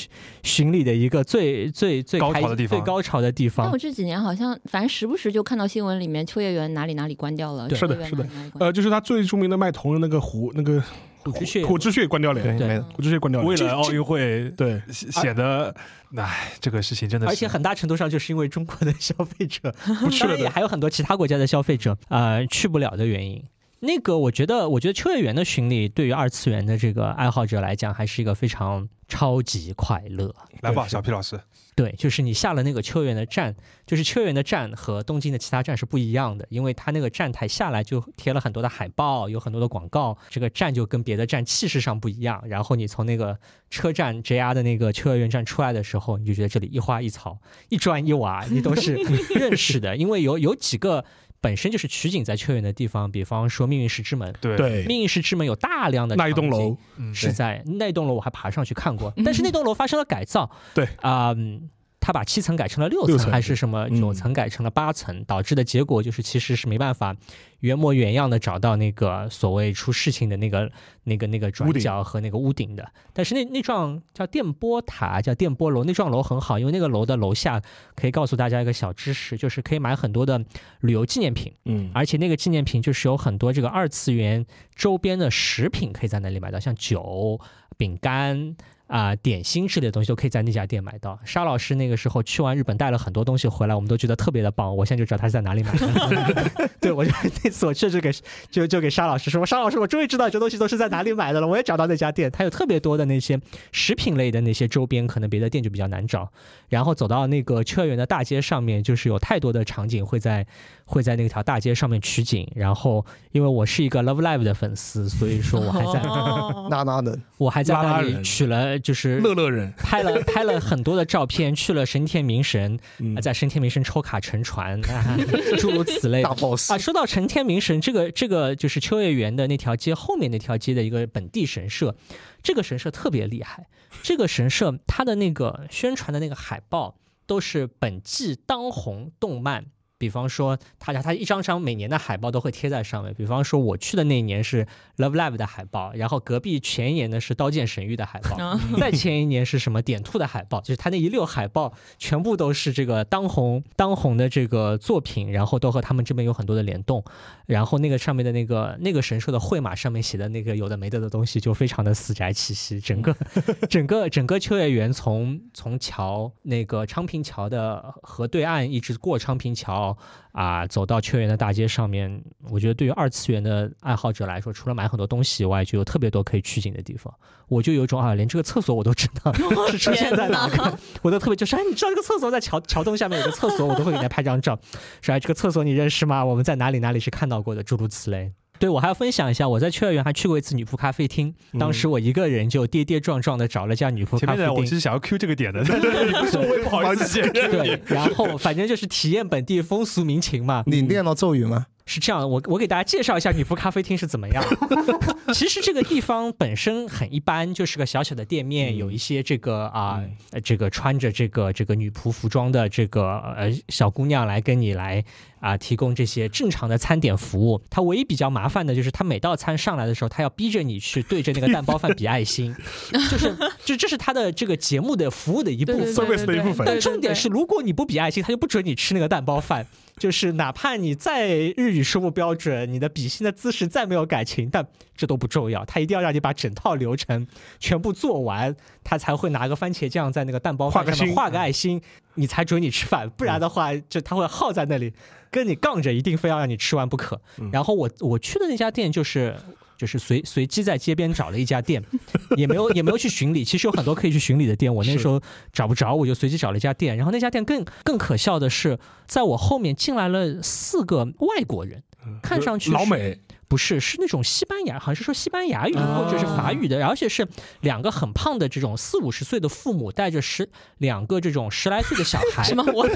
S4: 巡礼的一个最最最
S3: 高潮
S4: 开
S3: 的
S4: 最
S3: 地方
S4: 高潮的地
S2: 但
S4: 方
S2: 我。这几年好像，反正时不时就看到新闻里面秋叶原哪里哪里关掉了，
S4: 对
S2: 秋叶
S1: 是的
S2: 原
S1: 是的
S2: 哪里哪里关掉了
S1: 呃，就是他最著名的卖铜的那个虎，那个
S4: 虎之穴
S1: 虎之穴关掉了，
S5: 对，
S4: 对
S5: 没了。
S1: 虎之穴关掉了
S3: 为。了奥运会
S1: 对，
S3: 显得，哎，这个事情真的是，
S4: 而且很大程度上就是因为中国的消费 者，不
S1: 去了
S4: 当然
S1: 的
S4: 也还有很多其他国家的消费者呃去不了的原因。那个，我觉得，我觉得秋叶原的巡礼对于二次元的这个爱好者来讲，还是一个非常超级快乐。
S3: 来吧，
S1: 对
S3: 小皮老师，
S4: 对，就是你下了那个秋叶原的站，就是秋叶原的站和东京的其他站是不一样的，因为它那个站台下来就贴了很多的海报，有很多的广告，这个站就跟别的站气势上不一样。然后你从那个车站 JR 的那个秋叶原站出来的时候，你就觉得这里一花一草、一砖一瓦，你都 是认识的，因为有有几个本身就是取景在秋叶原的地方，比方说命运石之门，
S3: 对，
S1: 对，
S4: 命运石之门有大量的
S1: 那一栋
S4: 场景
S1: 楼，
S3: 嗯
S4: 是在那栋楼我还爬上去看过，但是那栋楼发生了改造。
S1: 嗯对
S4: 啊、嗯他把七层改成了六
S1: 六
S4: 层，
S1: 层
S4: 还是什么
S1: 嗯
S4: 九层改成了八层，导致的结果就是其实是没办法原模原样的找到那个所谓出事情的那个那个那个转
S1: 屋顶
S4: 角和那个屋顶的。但是那那幢叫电波塔，叫电波楼，那幢楼很好，因为那个楼的楼下可以告诉大家一个小知识，就是可以买很多的旅游纪念品。
S1: 嗯，
S4: 而且那个纪念品就是有很多这个二次元周边的食品可以在那里买到，像酒、饼干啊、点心之类的东西都可以在那家店买到。沙老师那个时候去完日本带了很多东西回来，我们都觉得特别的棒。我现在就知道他是在哪里买的。对，我就那次我确实给就就给沙老师说，沙老师，我终于知道这东西都是在哪里买的了。我也找到那家店，它有特别多的那些食品类的那些周边，可能别的店就比较难找。然后走到那个秋叶原的大街上面，就是有太多的场景会在会在那条大街上面取景。然后，因为我是一个 Love Live 的粉丝，所以说我还在、
S2: 在
S5: 那那的，
S4: 我还在
S1: 拉拉
S4: 那里
S1: 人
S4: 取了，就是
S1: 乐乐人，
S4: 拍了拍了很多的照片，去了神田明神，
S1: 嗯
S4: 啊在神田明神抽卡乘船，啊诸如此
S1: 哎
S4: 类的
S5: 大 boss
S4: 啊，说到成天明神，这个这个就是秋叶原的那条街后面那条街的一个本地神社，这个神社特别厉害。这个神社它的那个宣传的那个海报都是本季当红动漫，比方说它它一张张每年的海报都会贴在上面。比方说我去的那一年是 Love Live 的海报，然后隔壁前一年呢是刀剑神域的海 报，再前一年是什么点兔的海报，就是他那一溜海报全部都是这个当红当红的这个作品，然后都和他们这边有很多的联动，然后那个上面的那个那个神社的绘马上面写的那个有的没的的东西，就非常的死宅气息，整个 整个整个秋叶原从从桥那个昌平桥的河对岸一直过昌平桥啊、走到秋叶原的大街上面，我觉得对于二次元的爱好者来说，除了买很多东西以外，就有特别多可以取景的地方。我就有一种啊，连这个厕所我都知道 是出现在
S2: 啊
S4: 哪个，我都特别就是哎，你知道这个厕所在桥桥洞下面有个厕所，我都会给大家拍张照，说哎，这个厕所你认识吗？我们在哪里哪里是看到过的，诸如此类。对，我还要分享一下，我在秋叶原还去过一次女仆咖啡厅，当时我一个人就跌跌撞撞的找了一家女仆
S3: 嗯前
S4: 咖
S3: 面
S4: 啡
S3: 的我
S4: 厅
S3: 其。实想要 Q 这个点的，但 是你不说我也不好意思接。
S4: 对，然后反正就是体验本地风俗民情嘛。
S5: 你念到咒 语吗？
S4: 是这样的，我我给大家介绍一下女仆咖啡厅是怎么样的。 其实这个地方本身很一般，就是个小小的店
S3: 嗯
S4: 面，有一些这个啊、呃这个穿着这个这个女仆服装的这个呃小姑娘来跟你来啊、提供这些正常的餐点服务。它唯一比较麻烦的就是，它每道餐上来的时候，它要逼着你去对着那个蛋包饭比爱心， 就是这这是它的这个节目的服务的一部分。
S1: service 的一部分
S4: 但重点是，如果你不比爱心，他就不准你吃那个蛋包饭。就是哪怕你再日语说不标准，你的比心的姿势再没有感情，但这都不重要。他一定要让你把整套流程全部做完，他才会拿个番茄酱在那个蛋包饭
S1: 画个
S4: 上面
S1: 心嗯
S4: 画个爱心，你才准你吃饭。不然的话，就他会耗在那里跟你杠着，一定非要让你吃完不可。然后我我去的那家店就是。就是随随机在街边找了一家店， 也没有也没有去巡礼。其实有很多可以去巡礼的店，我那时候找不着，我就随机找了一家店。然后那家店更更可笑的是，在我后面进来了四个外国人，看上去
S1: 老
S4: 是
S1: 美，
S4: 不是，是那种西班牙，好像是说西班牙语
S1: 哦
S3: 啊
S4: 或者是法语的，而且是两个很胖的这种四五十岁的父母带着十两个这种十来岁的小 孩，
S2: 什么？我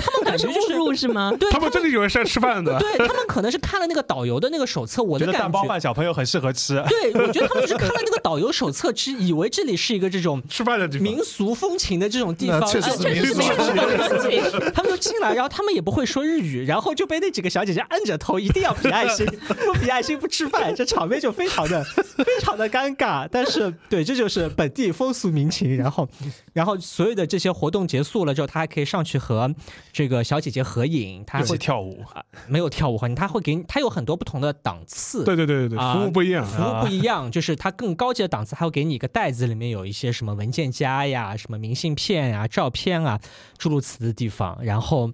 S4: 他们感觉就
S2: 误
S4: 是。
S2: 入是吗？
S4: 对
S1: 他们真的以为是来吃饭的，
S4: 对他们可能是看了那个导游的那个手册，我
S3: 啊觉啊
S4: 的
S3: 得
S4: 感
S3: 蛋包饭小朋友很适合吃，
S4: 对我觉得他们就是看了那个导游手册，只以为这里是一个这种
S1: 吃饭的地方。
S4: 民俗风情的这种地方，
S5: 那确实
S4: 啊
S5: 是
S4: 这
S5: 民俗
S4: 确实是
S2: 风情
S4: 民俗风情他们就进来，然后他们也不会说日语，然后就被那几个小姐姐按着头，一定要比爱 心，不比爱心不吃饭，这场面就非常的 非常的尴尬。但是对，这就是本地风俗民情。然后，然后所有的这些活动结束了之后，他还可以上去和这个小姐姐合影，他
S3: 一
S4: 还
S3: 起
S4: 会
S3: 跳舞。
S4: 没有跳舞合影，他会给你，他有很多不同的档次。
S1: 对对对对对，
S4: 啊
S1: 服务不一样。
S4: 服务不一样，就是它更高级的档次，它会给你一个袋子，里面有一些什么文件夹呀、什么明信片呀、照片啊，诸如此类的地方。然后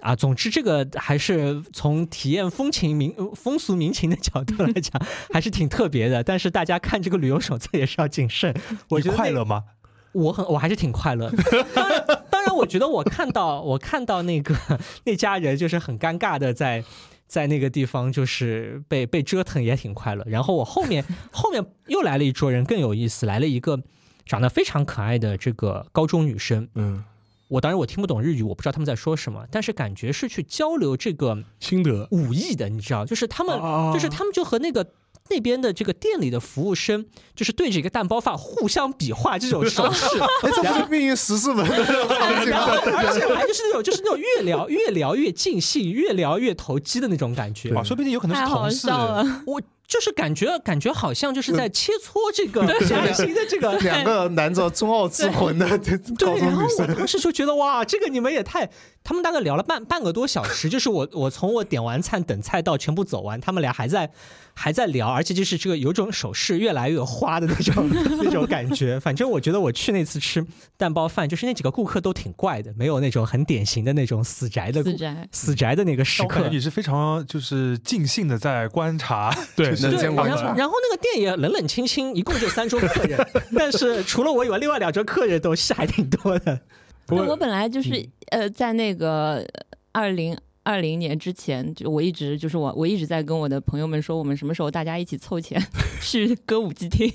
S4: 啊，总之这个还是从体验风情民呃风俗民情的角度来讲， 还是挺特别的。但是大家看这个旅游手册也是要谨慎。我
S3: 你
S4: 觉得
S3: 快
S4: 那
S3: 乐吗？
S4: 我很我还是挺快乐的。 当然，当然我觉得我看到我看到那个 那家人就是很尴尬的在在那个地方就是被被折腾也挺快乐。然后我后面 后面又来了一桌人更有意思，来了一个长得非常可爱的这个高中女生。
S1: 嗯，
S4: 我当然我听不懂日语，我不知道他们在说什么，但是感觉是去交流这个
S1: 心得
S4: 武艺的，你知道，就是他们
S1: 哦
S4: 就是他们就和那个。那边的这个店里的服务生就是对着一个蛋包饭互相比划这种手势，
S5: 哎，这不是命运十四门的场景
S4: 然后
S5: 吗？
S4: 而且还就是那种就是那种越聊越聊越尽兴，越聊越投机的那种感觉。
S3: 啊，说不定有可能是
S2: 太好
S3: 同事，
S2: 笑了。
S4: 我就是感觉感觉好像就是在切磋这个贾欣的这个
S5: 嗯 两个男着中澳之魂的 高
S4: 对，然
S5: 中
S4: 后
S5: 女
S4: 我
S5: 生，
S4: 当时就觉得哇，这个你们也太……他们大概聊了半半个多小时，就是我我从我点完菜等菜到全部走完，他们俩还在还在聊，而且就是这个有种手势越来越花的那种 那种感觉。反正我觉得我去那次吃蛋包饭，就是那几个顾客都挺怪的，没有那种很典型的那种死宅的顾
S2: 自宅。
S4: 死宅的那个时
S3: 我感
S4: 刻
S3: 觉。你是非常就是尽兴的在观察，
S1: 对，
S5: 能见光
S4: 然后，
S5: 吗？
S4: 然后那个店也冷冷清清，一共就三桌客 人，但是除了我以外，另外两桌客人都是还挺多的。
S1: 不
S2: 那
S1: 过
S2: 我本来就是呃，在那个二零二零年之前，就我一直就是我我一直在跟我的朋友们说，我们什么时候大家一起凑钱 去歌舞伎町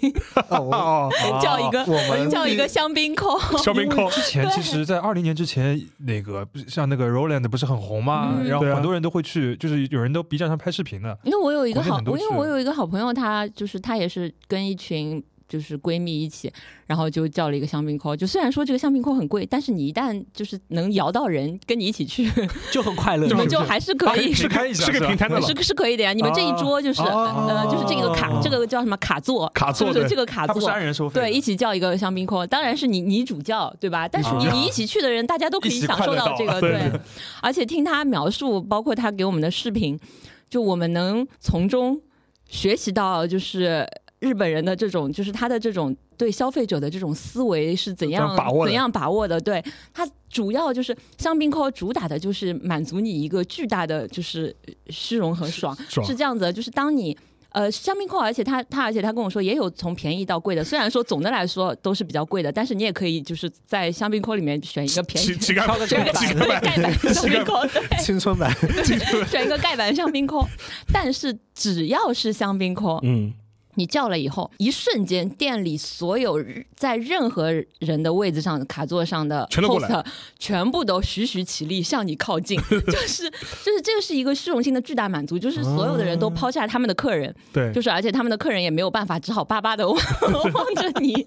S5: 啊我
S1: 哦，
S2: 叫一个
S5: 我们
S2: 叫一个香槟扣，
S1: 小面
S3: 因为
S1: 孔，
S3: 之前其实，在二零年之前，那个不是像那个 Roland 不是很红吗？
S2: 嗯
S3: 然后
S1: 对啊
S3: 很多人都会去，就是有人都 B 站上拍视频的。
S2: 因为我有一个
S3: 国内
S2: 好，
S3: 很
S2: 因
S3: 多
S2: 为
S3: 是
S2: 我有一个好朋友，她就是她也是跟一群就是闺蜜一起，然后就叫了一个香槟扣。就虽然说这个香槟扣很贵，但是你一旦就是能摇到人跟你一起去，
S4: 就很快乐，
S2: 你们
S4: 是
S2: 就
S4: 不是
S2: 还是可以。
S3: 是哎开一下
S1: 是个
S3: 吧
S1: 平摊的了，
S2: 是是可以的呀，你们这一桌就是，
S3: 哦
S2: 呃，就是这个卡，这个叫什么卡座，
S1: 卡座
S2: 就是
S1: 对
S2: 这个卡
S3: 他不是
S2: 座，
S3: 按人收费的，
S2: 对，一起叫一个香槟扣，当然是你你主教对吧？但是你、
S3: 啊
S2: 你一起去的人，大家都可以
S3: 一起
S2: 享
S3: 快
S2: 受
S3: 乐到
S2: 这个
S1: 对
S2: 而且听他描述，包括他给我们的视频，就我们能从中学习到，就是日本人的这种，就是他的这种对消费者的这种思维是怎
S1: 怎
S2: 样
S1: 么把握的
S2: 怎样把握的。对他主要就是香槟扣主打的就是满足你一个巨大的就是呃虚荣和爽，
S1: 爽
S2: 是这样子的，就是当你。呃，香槟扣，而且他他，而且他跟我说也有从便宜到贵的，虽然说总的来说都是比较贵的，但是你也可以就是在香槟扣里面选一个便宜
S1: 乞
S2: 的，
S1: 乞丐
S4: 挑个
S2: 选一个
S1: 乞
S2: 对
S1: 丐
S2: 盖 板香 槟扣，
S5: 青春版，
S2: 对，选一个盖板香槟扣。但是只要是香槟扣，
S1: 嗯，
S2: 你叫了以后，一瞬间店里所有在任何人的位子上、卡座上的
S1: 全都过来
S2: host 全部都徐徐起立向你靠近，就是就是这个是一个虚荣心的巨大满足，就是所有 的人
S1: 哦
S2: 都抛下他们的客人，
S1: 对
S2: 就，是而且他们的客人也没有办法，只好巴巴的 望着你，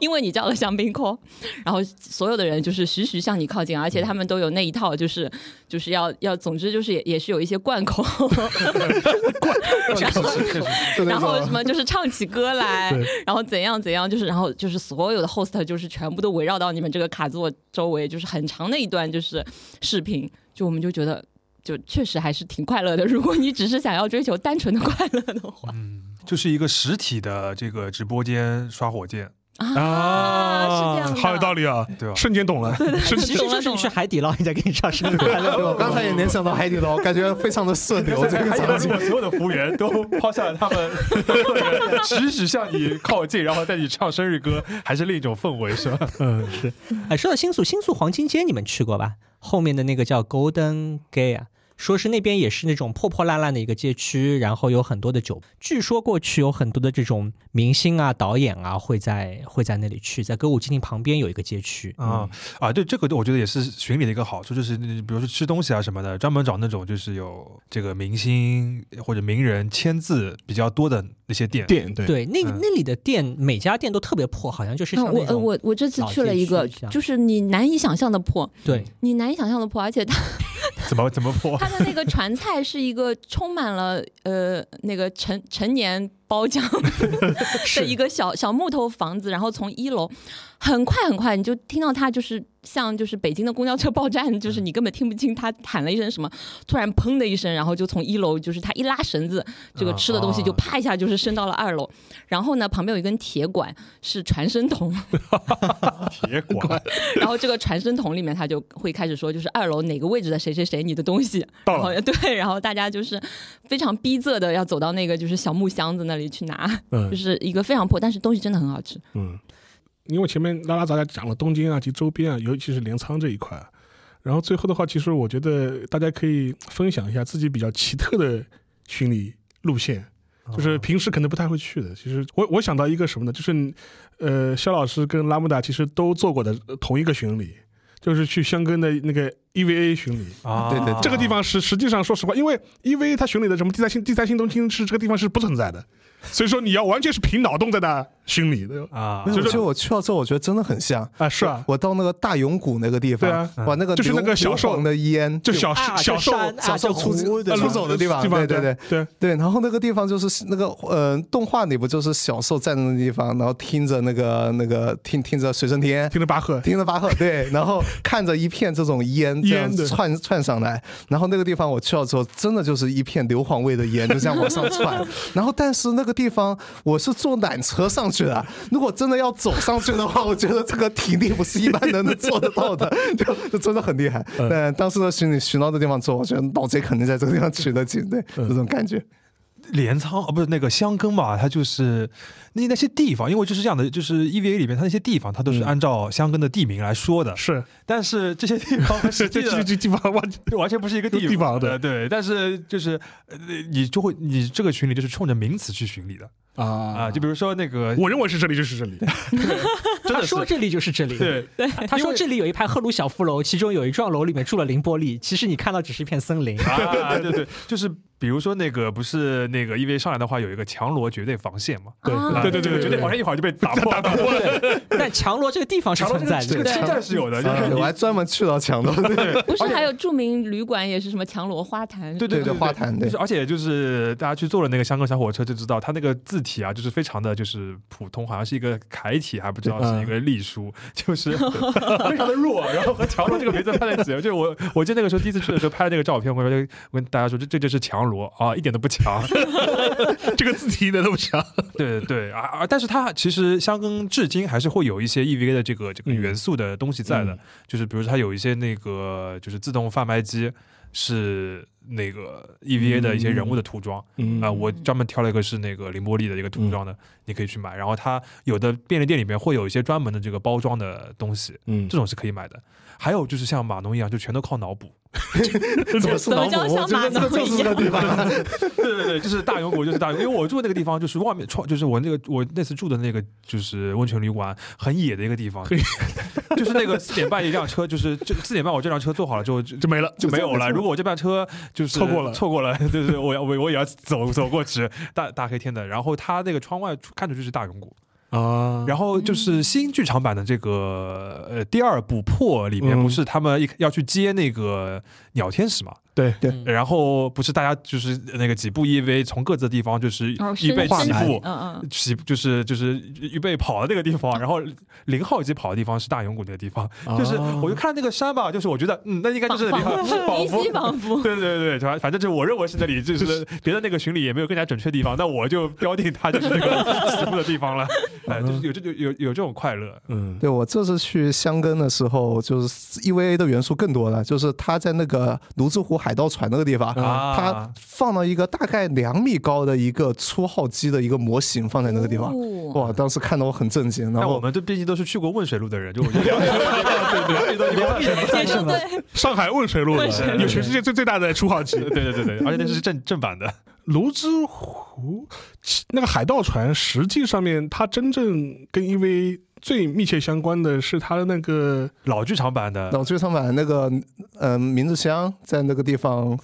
S2: 因为你叫了香槟扣，然后所有的人就是徐徐向你靠近，而
S1: 嗯
S2: 且他们都有那一套，就是就是要要，总之就是也也是有一些贯口，然后
S5: 就那
S2: 然后什
S5: 种
S2: 么就是唱起歌来
S1: 对，
S2: 然后怎样怎样，就是然后就是所有的 host 就是全部都围绕到你们这个卡座周围，就是很长的一段就是视频，就我们就觉得。就确实还是挺快乐的。如果你只是想要追求单纯的快乐的话，
S3: 嗯，就是一个实体的这个直播间刷火箭，
S2: 啊，是这样的，
S1: 好有道理啊，
S3: 对吧？
S1: 瞬间懂 了，瞬
S4: 其实就是你去海底捞，人家给你唱生日快乐。
S5: 对我刚才也联想到海底 捞，感觉非常的社牛这个场景。
S3: 所有的服务员都抛下了他们， 直直向你靠近，然后带你唱生日歌，还是另一种氛围，是吧？
S1: 嗯，是
S4: 哎，说到新宿，新宿黄金街你们去过吧？后面的那个叫 Golden Gate 啊，说是那边也是那种破破烂烂的一个街区，然后有很多的酒。据说过去有很多的这种明星啊、导演啊会在会在那里去，在歌舞伎町旁边有一个街区。
S1: 嗯
S3: 啊、啊，对这个我觉得也是巡礼的一个好处，就是你比如说吃东西啊什么的，专门找那种就是有这个明星或者名人签字比较多的那些店。
S1: 店对，
S4: 对，那
S3: 嗯
S4: 那里的店每家店都特别破，好像就是像
S2: 啊我
S4: 那
S2: 呃
S4: 种
S2: 我我这次
S4: 老
S2: 去了
S4: 街
S2: 一
S4: 区
S2: 个
S4: 一样，
S2: 就是你难以想象的破，
S4: 对
S2: 你难以想象的破，而且它
S3: 怎么怎么破？
S2: 它的那个传菜是一个充满了呃那个陈陈年包 浆的一个小小木头房子，然后从一楼很快很快你就听到它就是像就是北京的公交车报站，就是
S4: 嗯
S2: 你根本听不清它喊了一声什么，突然砰的一声，然后就从一楼就是它一拉绳子，这个吃的东西就
S3: 啊
S2: 啪一下就是升到了二楼，然后呢旁边有一根铁管是传声筒。
S3: 铁管
S2: 然后这个传声筒里面，他就会开始说，就是二楼哪个位置的谁谁谁，你的东西
S1: 到
S2: 然
S1: 了
S2: 后对，然后大家就是非常逼仄的要走到那个就是小木箱子那里去拿，就
S1: 嗯
S2: 是一个非常破，但是东西真的很好吃。
S1: 嗯，因为前面拉拉杂杂讲了东京啊及周边啊，尤其是镰仓这一块啊，然后最后的话，其实我觉得大家可以分享一下自己比较奇特的巡礼路线。就是平时可能不太会去的。其实我我想到一个什么呢？就是，呃，肖老师跟拉姆达其实都做过的呃同一个巡礼，就是去香根的那个 EVA 巡礼。
S3: 啊，
S5: 对对对
S1: 这个地方是实际上，说实话，因为 EVA 它巡礼的什么第三星、第三星东京是这个地方是不存在的，所以说你要完全是凭脑洞在那巡礼的
S3: 啊
S5: 没，有
S1: 就是
S5: 其实我去到之后，我觉得真的很像。
S1: 啊，是啊，
S5: 我到那个大永谷那个地方，
S1: 对啊
S3: 嗯
S5: 哇，那个
S1: 就是那个
S5: 硫
S1: 小兽
S5: 硫磺的烟，
S1: 就
S5: 对
S1: 小
S4: 啊
S1: 小
S4: 这
S1: 兽
S4: 山啊
S5: 小兽
S4: 这
S5: 出
S4: 湖对吧
S5: 出走的地方，对对对
S1: 对对
S5: 对。然后那个地方就是那个呃，动画里不就是小兽站在那地方，然后听着那个那个听听着水声天，
S1: 听着巴赫，
S5: 听着巴赫， 对，然后看着一片这种烟这
S1: 烟
S5: 样
S1: 对
S5: 窜窜上来，然后那个地方我去了之后，真的就是一片硫磺味的烟就这样往上 窜。然后，但是那个地方我是坐缆车上去的，如果真的要走上去的话，我觉得这个体力不是一般人能做得到的， 就就真的很厉害。
S1: 嗯
S5: 但当时的寻寻到这地方之后，我觉得老贼肯定在这个地方取得景，
S1: 嗯
S5: 对，这种感觉。
S3: 镰仓啊，不是那个箱根嘛，它就是那那些地方，因为就是这样的，就是 EVA 里面它那些地方，它都
S5: 嗯
S3: 是按照箱根的地名来说的，
S1: 是
S3: 但是这些地 方和
S1: 这
S3: 实际
S1: 这这
S3: 的。
S1: 这地方哇，
S3: 完全不是一个
S1: 有
S3: 地
S1: 地方的
S3: 的，对，但是就是呃你就会你这个巡礼就是冲着名词去巡礼的
S1: 啊
S3: 啊，就比如说那个
S1: 我认为是这里就是这里，
S3: 真
S4: 他
S3: 的是
S4: 说这里就是这里，
S3: 对，
S4: 他说这里有一排赫鲁晓夫楼，其中有一幢楼里面住了凌波丽，其实你看到只是一片森林。
S3: 啊，对对，就是比如说那个不是那个 EVA 上来的话，有一个强罗绝对防线嘛，
S1: 对
S2: 啊
S1: 对对
S3: 这个
S1: 对
S3: 绝
S1: 对
S3: 对防
S1: 对，
S3: 线一会儿就被打破了，
S4: 但强罗这个地方是
S3: 强罗
S4: 存
S3: 这
S4: 在的
S3: 个这个，车站是有的，
S1: 嗯
S3: 就
S5: 啊
S3: 是
S5: 对
S3: 你
S5: 我还专门去了强东，
S2: 不是还有著名旅馆也是什么强罗花坛？
S3: 对
S5: 对
S3: 对
S5: 对，花坛
S3: 就
S5: 对
S3: 是，。而且就是大家去坐了那个香港小火车就知道，它那个字体啊，就是非常的就是普通，好像是一个楷体，还不知道
S1: 对
S5: 嗯
S3: 是一个隶书，就是 非常的弱。然后和强罗这个名字拍在一起，就我我记得那个时候第一次去的时候拍的那个照片，我就跟大家说，这这就是强罗啊，一点都不强。
S1: 这个字体一点都不像，
S3: 对对啊啊！但是它其实香根至今还是会有一些 EVA 的这个
S5: 嗯
S3: 这个元素的东西在的，
S1: 嗯
S3: 就是比如说它有一些那个就是自动贩卖机是那个 EVA 的一些人物的涂装啊、
S1: 嗯
S3: 我专门挑了一个是那个凌波丽的一个涂装的，你可以去买。然后它有的便利店里面会有一些专门的这个包装的东西，
S1: 嗯
S3: 这种是可以买的。还有就是像码农一样，就全都靠脑补。
S5: 怎么是
S2: 怎么
S5: 脑
S2: 叫
S5: 补？我
S2: 像
S5: 觉
S2: 马
S5: 得这个
S2: 农
S5: 就是
S2: 一
S5: 这个
S2: 样？
S5: 地方。
S3: 对对对，就是大永谷，就是大永谷，因为我住那个地方，就是外面窗，就是我那个我那次住的那个就是温泉旅馆，很野的一个地方，就是那个四点半一辆车，就是这四点半我这辆车坐好了之后就
S1: 就没了，
S3: 就没有了。如果我这班车就是
S1: 错过了
S3: 错过了，对对，我要我我也要走走过去，大大黑天的。然后它那个窗外出看出去是大永谷，
S1: 啊，
S3: 然后就是新剧场版的这个呃第二部破里面，
S1: 嗯
S3: 不是他们一要去接那个鸟天使嘛？
S1: 对
S5: 对
S4: 嗯
S3: 然后不是大家就是那个几部 EV 从各自的地方就是
S2: 哦
S3: 预备
S2: 深
S3: 起
S2: 深
S3: 步，
S2: 嗯嗯，
S3: 起就是就是预备跑的那个地方，然后零号机跑的地方是大永谷那个地方，就是
S1: 哦
S3: 我就看那个山吧，就是我觉得嗯，那应该就是那地方，仿
S2: 依
S3: 佛
S2: 稀。仿佛。
S3: 对对对，反反正就是我认为是那里，就是别的那个巡礼也没有更加准确的地方，那我就标定它就是那个起步的地方了。哎，就是有这有有有这种快乐，
S1: 嗯
S5: 对我这次去箱根的时候，就是 EVA 的元素更多了，就是他在那个泸沽湖海盗船那个地方，
S3: 啊
S5: 他放了一个大概两米高的一个初号机的一个模型放在那个地方，
S2: 哦
S5: 哇，当时看得我很震惊。然
S3: 但我
S5: 后
S3: 们都毕竟都是去过汶水路的人，就我觉得对对对，两米多
S2: 对对哦对，
S1: 上海汶水路
S2: 汶水
S3: 路
S1: 有全世界最最大的初号机，
S3: 对对对对，而且那是正正版的。
S1: 泸沽湖其那个海盗船，实际上面它真正跟 EV 最密切相关的是它的那个
S3: 老剧场版的
S5: 老剧场版那个嗯明日香在那个地方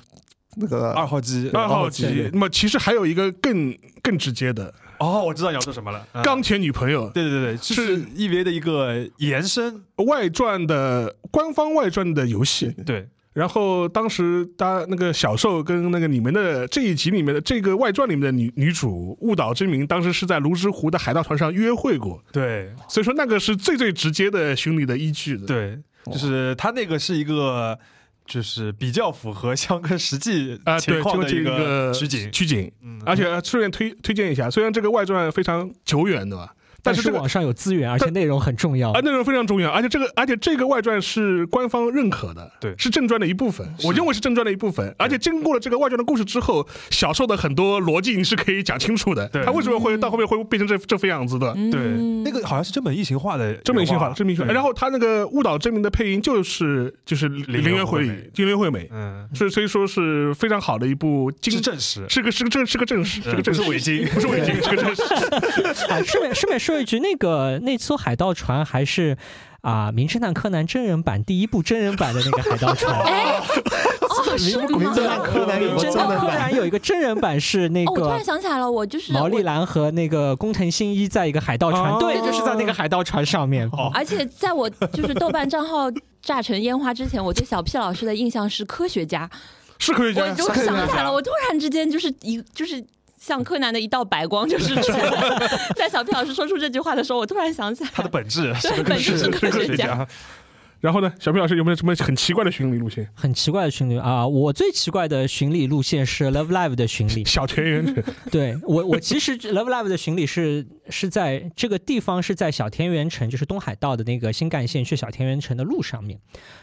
S5: 那个
S3: 二号机。
S1: 二号
S5: 二号
S1: 机
S5: 机。
S1: 那么其实还有一个更更直接的
S3: 哦，我知道你要说什么了。嗯
S1: 钢铁女朋友
S3: 对对对对，就是是 EVA 的一个延伸。
S1: 外传的官方外传的游戏。
S3: 对，
S1: 然后当时他那个小受跟那个你们的这一集里面的这个外传里面的女女主误导之名，当时是在泸沽湖的海盗船上约会过，
S3: 对
S1: 所以说那个是最最直接的寻礼的依据的。
S3: 对，就是它那个是一个，就是比较符合香港实际
S1: 啊，
S3: 情
S1: 对，
S3: 况
S1: 就
S3: 的
S1: 这
S3: 一
S1: 个
S3: 取景。
S1: 取景。
S3: 嗯，
S1: 而且顺便推推荐一下，虽然这个外传非常久远，对吧？但
S4: 但
S1: 是这
S4: 是
S1: 个
S4: 网上有资源，而且内容很重
S3: 哦
S4: 要
S1: 啊。内容非常重要，而且这个而且这个外传是官方认可的，
S3: 对
S1: 是正传的一部分，我认为是正传的一部分。而且经过了这个外传的故事之后，小受的很多逻辑你是可以讲清楚的，
S3: 对
S1: 他为什么会到后面会变成这这副样子的。
S2: 嗯
S3: 对，那个好像是真本异形化的原画，
S1: 真名性化，真名性化。
S3: 对
S1: 然后他那个误导真名的配音就是就是林
S3: 林
S1: 原惠
S3: 惠美
S1: 里，林原惠美，
S3: 嗯，
S1: 是所以说是非常好的一部
S3: 是
S1: 精
S3: 证实，
S1: 是个是个正是个正史，是个正
S3: 不
S1: 史，
S3: 是伪经，
S1: 不是伪经，是个正史。
S4: 啊，顺便顺便说一句，那个那艘海盗船还是啊《名侦探柯南》真人版第一部真人版的那个海盗船。
S2: 哦，哎是吗？
S5: 名侦探柯南有
S4: 名
S5: 个
S4: 侦
S5: 真
S4: 探
S5: 人
S4: 柯
S5: 版，
S4: 南有一个真人版是那
S2: 哦，我突
S4: 个
S2: 然想起来了，我就是
S4: 毛利
S2: 我，
S4: 兰和那个工藤新一在一个海盗船，
S3: 哦
S4: 对，就是在那个海盗船上面。
S3: 哦
S2: 而且在我就是豆瓣账号炸成烟花之前，我对小 P 老师的印象是科学家，
S1: 是科学
S2: 我
S1: 家，
S2: 就是
S1: 科学
S2: 想
S1: 家
S2: 起来了，我突然之间就是一就是。像柯南的一道白光，就是出来了在小 P 老师说出这句话的时候，我突然想起来，
S3: 它的本质是
S2: 对，本质是科学家。
S3: 家，
S1: 然后呢，小皮老师有没有什么很奇怪的巡礼路线？，
S4: 很奇怪的巡礼啊！我最奇怪的巡礼路线是 Love Live 的巡礼
S1: 小田园犬，
S4: 对我我其实 Love Live 的巡礼是是在这个地方是在小田园城，就是东海道的那个新干线去小田园城的路上面，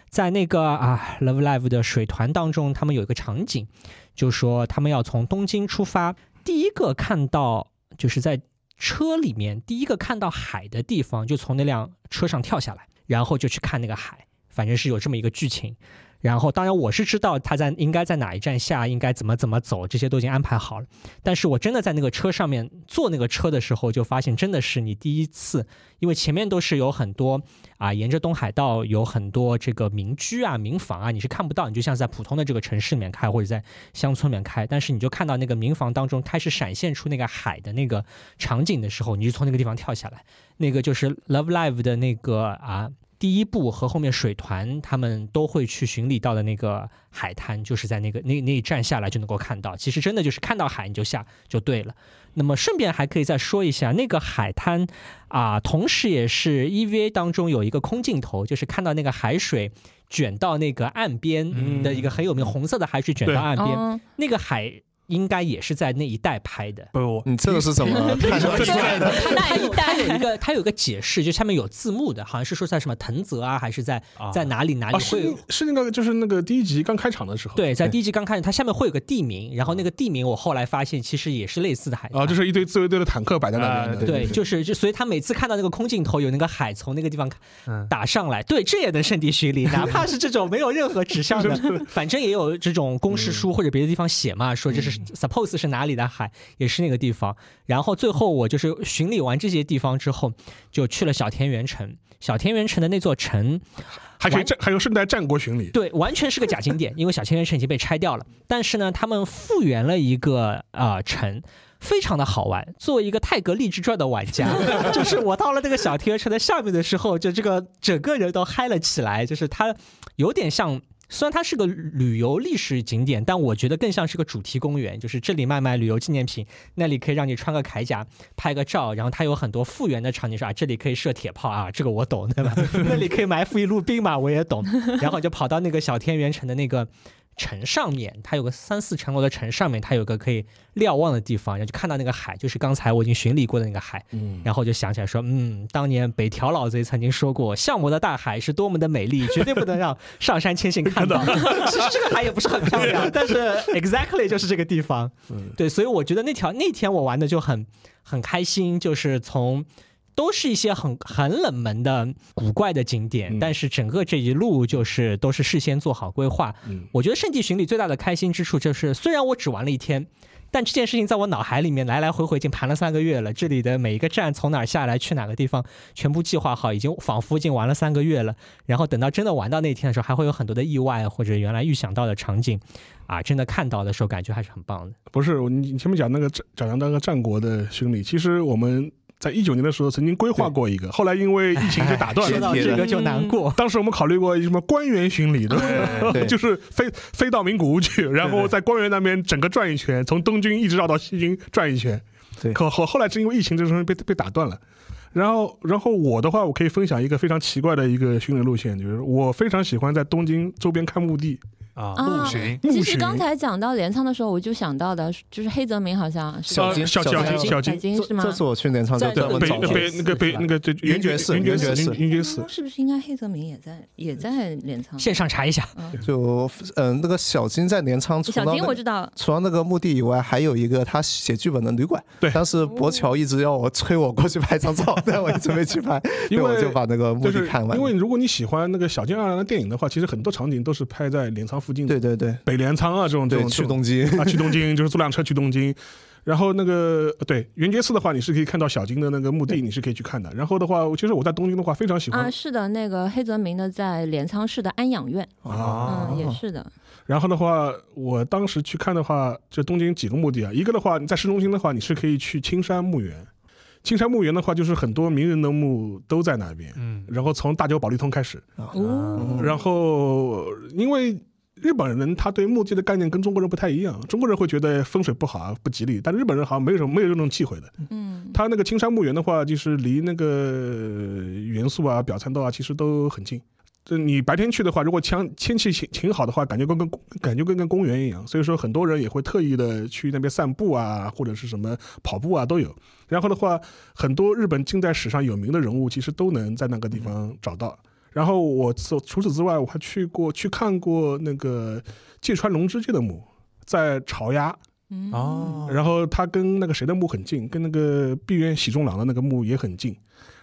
S4: 在那个啊 Love Live 的水团当中，他们有一个场景，就说他们要从东京出发，第一个看到就是在车里面第一个看到海的地方，就从那辆车上跳下来，然后就去看那个海，反正是有这么一个剧情。然后，当然我是知道他在应该在哪一站下，应该怎么怎么走，这些都已经安排好了。但是我真的在那个车上面坐那个车的时候，就发现真的是你第一次，因为前面都是有很多啊，沿着东海道有很多这个民居啊、民房啊，你是看不到，你就像是在普通的这个城市里面开或者在乡村里面开，但是你就看到那个民房当中开始闪现出那个海的那个场景的时候，你就从那个地方跳下来，那个就是 Love Live 的那个啊。第一部和后面水团他们都会去巡礼到的那个海滩，就是在那个那那一站下来就能够看到。其实真的就是看到海你就下就对了。那么顺便还可以再说一下，那个海滩啊，同时也是 EVA 当中有一个空镜头，就是看到那个海水卷到那个岸边的一个很有名红色的海水卷到岸边，
S2: 嗯，
S4: 那个海应该也是在那一带拍的。
S3: 不不，
S5: 你这个是 怎么看出来的？
S2: 那一
S4: 它有一
S2: 代
S4: 个，它有一个解释，就下面有字幕的，好像是说在什么藤泽啊，还是在
S3: 啊
S4: 在哪里哪里
S1: 啊，
S4: 会
S1: 是
S4: 有
S1: 那是那个就是那个第一集刚开场的时候，
S4: 对，在第一季刚开始，它下面会有个地名，然后那个地名我后来发现其实也是类似的海滩
S1: 啊，就是一堆自卫队的坦克摆在那边
S3: 啊
S1: 的，
S3: 对
S4: 对，就是就所以他每次看到那个空镜头有那个海从那个地方看
S3: 嗯
S4: 打上来，对，这也能圣地巡礼，哪怕是这种没有任何指向 的，反正也有这种公
S3: 嗯
S4: 示书或者别的地方写嘛，说这是 suppose 是哪里的海，也是那个地方。然后最后我就是巡礼完这些地方之后，就去了小田园城。小田园城的那座城，
S1: 还可以
S4: 完
S1: 战，还有顺带战国巡礼，
S4: 对，完全是个假景点，因为小千元城已经被拆掉了。但是呢，他们复原了一个啊、呃城，非常的好玩。作为一个泰格励志传的玩家， 就是我到了那个小田园城的下面的时候，就这个整个人都嗨了起来。就是它有点像，虽然它是个旅游历史景点，但我觉得更像是个主题公园，就是这里卖卖旅游纪念品，那里可以让你穿个铠甲拍个照，然后它有很多复原的场景，说啊这里可以射铁炮啊，这个我懂，对吧？ 那里可以埋伏一路兵马，我也懂。然后就跑到那个小田园城的那个城上面，它有个三四层楼的城上面，它有个可以瞭望的地方，然后就看到那个海，就是刚才我已经巡礼过的那个海。
S1: 嗯，
S4: 然后就想起来说，嗯，当年北条老贼曾经说过，向我的大海是多么的美丽，绝对不能让上山千信 看到。其实这个海也不是很漂亮，但是 exactly 就是这个地方。
S1: 嗯
S4: 对，所以我觉得那条那天我玩的就很很开心，就是从。都是一些很很冷门的古怪的景点，
S1: 嗯
S4: 但是整个这一路就是都是事先做好规划。
S1: 嗯
S4: 我觉得圣地巡礼最大的开心之处就是，虽然我只玩了一天，但这件事情在我脑海里面来来回回已经盘了三个月了。这里的每一个站从哪儿下来去哪个地方，全部计划好，已经仿佛已经玩了三个月了。然后等到真的玩到那天的时候，还会有很多的意外或者原来预想到的场景，啊，真的看到的时候，感觉还是很棒的。
S1: 不是，我你你前面讲那个战讲到那个战国的巡礼，其实我们在一九年的时候曾经规划过一个，后来因为疫情就打断
S4: 说
S1: 了。
S4: 到这个就难过。
S1: 当时我们考虑过什么官员巡礼的，
S5: 嗯对
S1: 就是飞飞到名古屋去，然后在官员那边整个转一圈，从东京一直绕到西京转一圈。
S5: 对
S1: 可后后来是因为疫情这东西被被打断了。然后，然后我的话，我可以分享一个非常奇怪的一个巡礼路线，就是我非常喜欢在东京周边看墓地。
S3: 啊，
S2: 啊
S3: 陆巡
S1: 墓
S2: 其
S1: 群
S2: 实刚才讲到镰仓的时候，我就想到的，就是黑泽明好像是
S5: 小金
S1: 小
S5: 小
S1: 金
S5: 金
S1: 小
S2: 北
S1: 金，
S2: 京是吗？
S5: 这次我去镰仓就
S4: 在
S5: 专门
S1: 北
S5: 找
S1: 那
S5: 过
S1: 北那个北那个对圆觉
S5: 圆觉寺
S1: 圆觉寺
S5: 圆觉寺
S1: 圆觉寺
S2: 嗯是不是应该黑泽明也在也在镰仓？
S4: 线上查一下，
S2: 嗯
S5: 就嗯，那个小金在镰仓除
S2: 小
S5: 了
S2: 金
S5: 那
S2: 我知道，
S5: 除了那个墓地以外，还有一个他写剧本的旅馆。
S1: 对
S5: 当时博乔一直要我催我过去拍张 照，但我一直没去拍，
S1: 因为
S5: 所以我就把那个墓
S1: 就
S5: 地
S1: 是
S5: 看完
S1: 因。为如果你喜欢那个小金二郎的电影的话，其实很多场景都是拍在镰仓附近的，
S5: 对对对
S1: 北镰仓啊这种这
S5: 对，
S1: 种
S5: 去
S1: 这种
S5: 东京。
S1: 啊去东京，就是坐辆车去东京。然后那个呃对圆觉寺的话，你是可以看到小金的那个墓地，你是可以去看的。然后的话，我其实我在东京的话非常喜
S2: 啊，
S1: 欢
S2: 是的，那个黑泽明的在镰仓市的安养院，
S1: 啊
S2: 嗯，也是的，
S1: 然后的话，我当时去看的话，就东京几个目的啊，一个的话，你在市中心的话，你是可以去青山墓园。青山墓园的话，就是很多名人的墓都在那边，
S3: 嗯，
S1: 然后从大久保利通开始，
S2: 哦，
S1: 然后因为日本人他对墓地的概念跟中国人不太一样，中国人会觉得风水不好啊，不吉利，但日本人好像没有什么没有这种忌讳的。
S2: 嗯，
S1: 他那个青山墓园的话，就是离那个元素啊、表参道啊，其实都很近。这你白天去的话，如果天天气晴晴好的话，感觉跟跟感觉跟跟公园一样，所以说很多人也会特意的去那边散步啊，或者是什么跑步啊都有。然后的话，很多日本近代史上有名的人物，其实都能在那个地方找到。然后我除除此之外，我还去过去看过那个芥川龙之介的墓，在巢鸭，
S2: 嗯
S3: 哦，
S1: 然后他跟那个谁的墓很近，跟那个闭园喜中郎的那个墓也很近。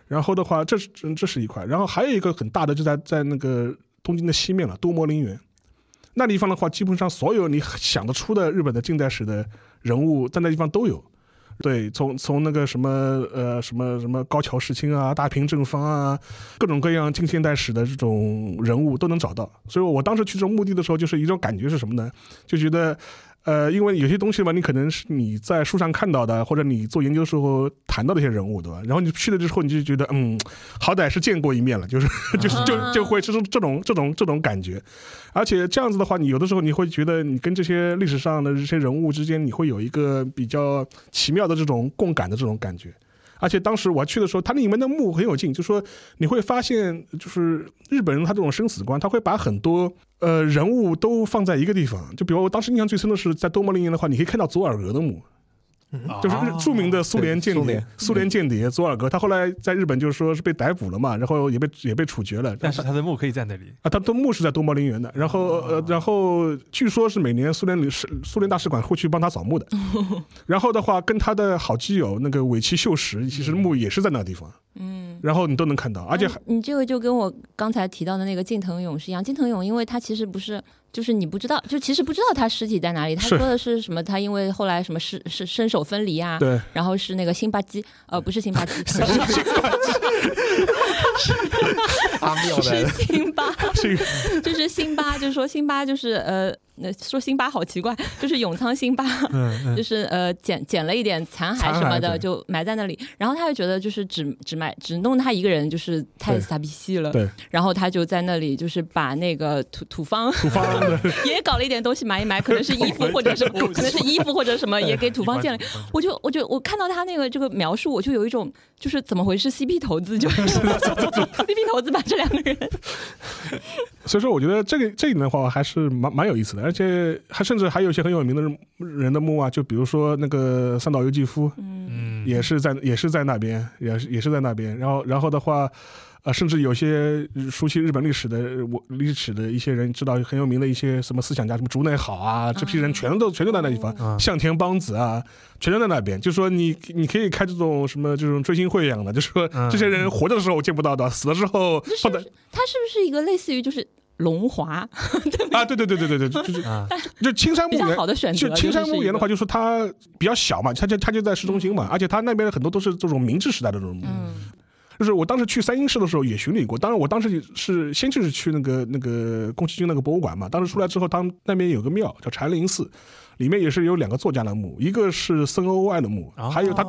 S1: 然后的话，这是嗯这是一块，然后还有一个很大的就在在那个东京的西面了，多摩陵园。那地方的话，基本上所有你想得出的日本的近代史的人物，在那地方都有。对，从从那个什么呃什么什么高桥世卿啊、大平正方啊，各种各样近现代史的这种人物都能找到。所以我当时去这种墓地的时候，就是一种感觉是什么呢？就觉得呃，因为有些东西嘛，你可能是你在书上看到的，或者你做研究的时候谈到的一些人物，对吧？然后你去了之后，你就觉得，嗯，好歹是见过一面了，就是 就是就就会是这种这种这种感觉。而且这样子的话，你有的时候你会觉得，你跟这些历史上的这些人物之间，你会有一个比较奇妙的这种共感的这种感觉。而且当时我去的时候，它离你们的墓很有近，就说你会发现，就是日本人他这种生死观，他会把很多呃人物都放在一个地方。就比如我当时印象最深的是，在多摩陵园的话，你可以看到佐尔格的墓，就是日著名的苏联间
S5: 哦对苏
S1: 谍
S5: 联，
S1: 苏联间谍佐尔格，他后来在日本就是说是被逮捕了嘛，然后也被也被处决了。
S3: 但是他的墓可以在那里，
S1: 啊，他的墓是在多摩陵园的，然后
S5: 哦
S1: 呃，然后据说是每年苏联领事苏联大使馆会去帮他扫墓 的，然后的话，跟他的好基友那个尾崎秀实，其实墓也是在那个地方，嗯，然后你都能看到，而且
S2: 哎
S1: 还
S2: 你这个就跟我刚才提到的那个近藤勇是一样。近藤勇，因为他其实不是，就是你不知道，就其实不知道他尸体在哪里。他
S1: 是
S2: 说的是什么？他因为后来什么是是身手分离
S5: 嗯
S2: 啊，
S1: 对，
S2: 然后是那个辛巴基，呃，不是 辛巴基，是
S5: 阿妙
S2: 是
S5: 的，
S2: 辛巴，
S1: 是一个
S2: 就是辛巴，就是说辛巴就是呃，那说辛巴好奇怪，就是永仓辛巴，
S3: 嗯
S2: 就是呃捡捡了一点残骸
S1: 残骸
S2: 什么的，
S1: 对
S2: 就埋在那里。然后他就觉得就是只只埋只弄他一个人，就是太
S1: 对
S2: 傻逼戏了。
S1: 对
S2: 然后他就在那里就是把那个土 土方
S1: 土方的，
S2: 也搞了一点东西埋一埋，可能是衣服或 者什么，可能是衣服或者什么也给土方建了。我就我就我看到他那个这个描述，我就有一种就是怎么回事？CP 投资 就是 CP 投资把这两个人
S1: 所以说我觉得这个这一点的话还是蛮蛮有意思的，而且还甚至还有一些很有名的人人的墓啊，就比如说那个三岛由纪夫，
S3: 嗯
S1: 也是在也是在那边，也是也是在那边。然后然后的话，呃，甚至有些熟悉日本历史的呃我历史的一些人知道很有名的一些什么思想家，什么竹内好啊，这批人全都全都在那地方，
S3: 嗯
S1: 向田邦子啊，全都在那边。就说你你可以开这种什么这种追星会一样的，就说
S3: 嗯
S1: 这些人活着的时候见不到的，死了之后
S2: 这是
S1: 放
S2: 不
S1: 在
S2: 是他是不是一个类似于就是 龙华
S1: 啊，对对对对对对，就就
S3: 啊，
S1: 就青山
S2: 比
S1: 墓
S2: 较
S1: 园
S2: 好的选择？
S1: 就青山墓园的话，
S2: 就
S1: 就是它比较小嘛，它就它就在市中心嘛，而且它那边很多都是这种明治时代的这种墓
S2: 是一个，嗯
S1: 就是我当时去三英市的时候也巡礼过，当然我当时也是先就是去那个那个宫崎骏那个博物馆嘛，当时出来之后，他们那边有个庙叫禅林寺，里面也是有两个作家的墓，一个是森欧爱的墓，
S3: 哦
S1: 还有他、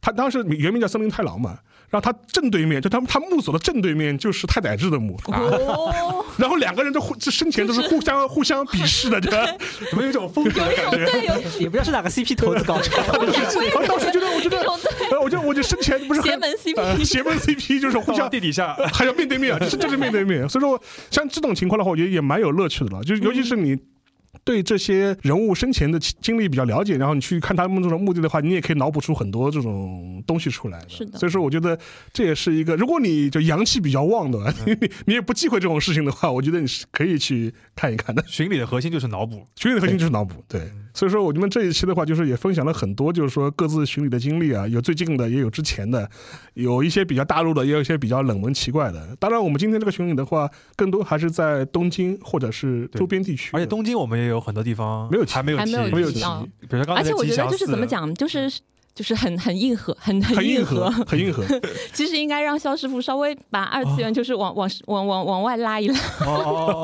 S1: 他当时原名叫森林太郎嘛，然后他正对面就他们他墓所的正对面就是太宰治的墓，
S3: 啊
S2: 哦，
S1: 然后两个人就互这生前都是互相互相鄙视的，对吧？怎 么有一种风格的 感觉？
S2: 对，有一
S4: 也不知道是哪个 CP 投资搞出来的。
S1: 我当时觉得，我觉得，
S2: 种
S1: 呃我就我就生前不是
S2: 邪
S1: 很
S2: 门 CP
S1: 呃。 邪门 CP 就是互
S3: 互
S1: 相
S3: 相地底下，
S1: 还要面对 面啊，就是就是面对面。所以说，像这种情况的话，我觉得也蛮有乐趣的了。就是尤其是你对这些人物生前的经经历比较了解，然后你去看他们这种目的的话，你也可以脑补出很多这种东西出来的。
S2: 是的
S1: 所以说，我觉得这也是一个，如果你就阳气比较旺的话，你你也不忌讳这种事情的话，我觉得你是可以去看一看的。
S3: 巡礼的核心就是脑补，
S1: 巡礼的核心就是脑补，对。所以说，我们这一期的话，就是也分享了很多，就是说各自巡礼的经历啊，有最近的，也有之前的，有一些比较大陆的，也有一些比较冷门奇怪的。当然，我们今天这个巡礼的话，更多还是在东京或者是周边地区，
S2: 哦
S3: 而且东京我们也有很多地方
S1: 没有提
S3: 还没有
S2: 还没有
S3: 提
S1: 没有提
S2: 到
S3: 比如说
S1: 呃
S3: 刚才
S2: 而且我觉得
S3: 吉祥
S2: 就是
S3: 寺
S2: 怎么，讲，就是就是很很硬核，很
S1: 嗯很
S2: 硬
S1: 硬核，很硬核。
S2: 其实应该让肖师傅稍微把二次元就是往、往往往往外拉一拉，
S3: 哦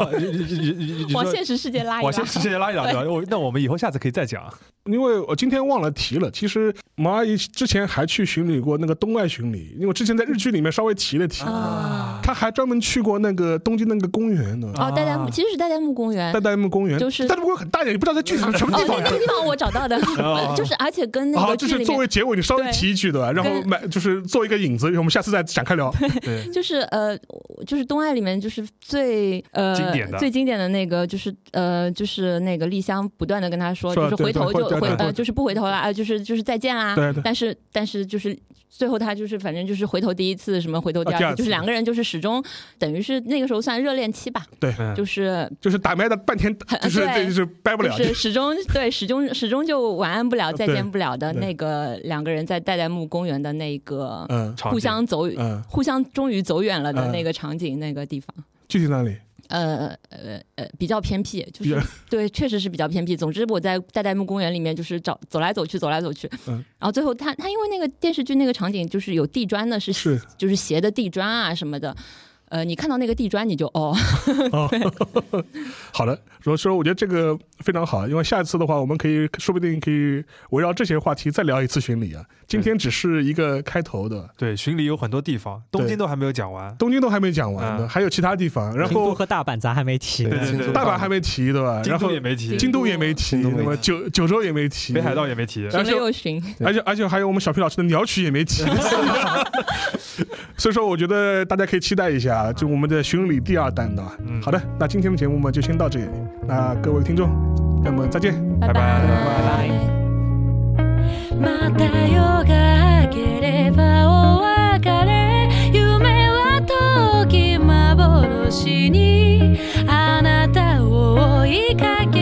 S3: 哦哦，你你你你你你
S2: 往
S3: 说
S2: 现实世界拉一
S3: 往
S2: 拉
S3: 现。实世界拉一拉，对吧？我那我们以后下次可以再讲。
S1: 因为我今天忘了提了，其实毛阿姨之前还去巡礼过那个东外巡礼，因为之前在日剧里面稍微提了提，
S2: 啊
S1: 她还专门去过那个东京那个公园呢，
S2: 哦，代代木
S3: 啊
S2: 其实是代代木公园
S1: 代。代木公园，
S2: 就是
S1: 代代木公园很大一点，也不知道在具体是什么
S2: 哦，
S1: 地
S2: 对，
S1: 方
S2: 那个地方我找到 的，
S3: 哦
S2: 就是而且跟那
S1: 啊，
S2: 个
S1: 就
S2: 剧
S1: 是
S2: 里
S1: 作
S2: 面，
S1: 为结尾你稍微提一句对吧？然后
S2: 对
S1: 买就是做一个引子，我们下次再展开 聊。
S3: 对，
S2: 就是呃，我就是东爱里面就是最呃
S3: 经典的
S2: 最经典的那个，就是呃就是那个丽香不断的跟他说，
S1: 是吧
S2: 就是
S1: 对
S2: 回头
S1: 对
S2: 就
S1: 对
S2: 回
S1: 对
S2: 呃就是不回头了啊，就是就是再见啊，
S1: 对对
S2: 但是但是就是最后他就是反正就是回头第一次，什么回头第
S1: 啊第二
S2: 二次，就
S1: 次
S2: 是两个人就是始终等于是那个时候算热恋期吧，
S3: 嗯
S2: 就是
S1: 就是打麦的半 天，就是
S2: 对
S1: 就是掰不
S2: 就
S1: 了，哦
S2: 是始终对始终始终就晚安不了，再见不了的
S1: 对
S2: 那个两个人在代代木公园的那个
S1: 嗯
S3: 场
S2: 互
S3: 景
S2: 相走
S1: 嗯，
S2: 互相终于走远了的
S1: 嗯
S2: 那个场景那个地方。
S1: 具体哪里？
S2: 呃呃呃，比较偏僻，就
S1: 比较
S2: 是对，确实是比较偏僻。总之，我在代代木公园里面就是找走来走去，走来走去，
S1: 嗯
S2: 然后最后他他因为那个电视剧那个场景就是有地砖的，是
S1: 是
S2: 就是斜的地砖啊什么的。呃，你看到那个地砖你就哦，
S1: 哦，好的，所以说我觉得这个非常好，因为下一次的话，我们可以说不定可以围绕这些话题再聊一次巡礼啊。今天只是一个开头的，
S3: 对，巡礼有很多地方，东
S1: 对
S3: 京都还没有讲完。
S1: 东京都还没讲完呢，
S3: 嗯
S1: 还有其他地方，然
S4: 京都
S1: 后
S4: 和大阪咱还没提
S5: 对
S4: 呢
S3: 对，
S5: 京
S3: 对
S5: 都
S1: 大阪还没提，对吧？
S3: 京
S1: 然
S3: 都
S1: 后
S3: 也没提，
S1: 京都也没提，
S5: 京都没
S1: 那
S5: 提
S1: 么九九州也没提，
S3: 北海道也没提。
S1: 而
S2: 没
S1: 且
S2: 有寻，
S1: 而且而且还有我们小皮老师的鸟曲也没提，所以说我觉得大家可以期待一下，啊就我们的巡礼第二弹的。啊
S3: 嗯
S1: 好的，那今天的节目我们就先到这里，那各位听众，那么再见。
S3: 拜
S2: 拜
S3: 拜
S2: 拜
S6: また夜が明ければお別れ夢は遠き幻にあなたを追いかけ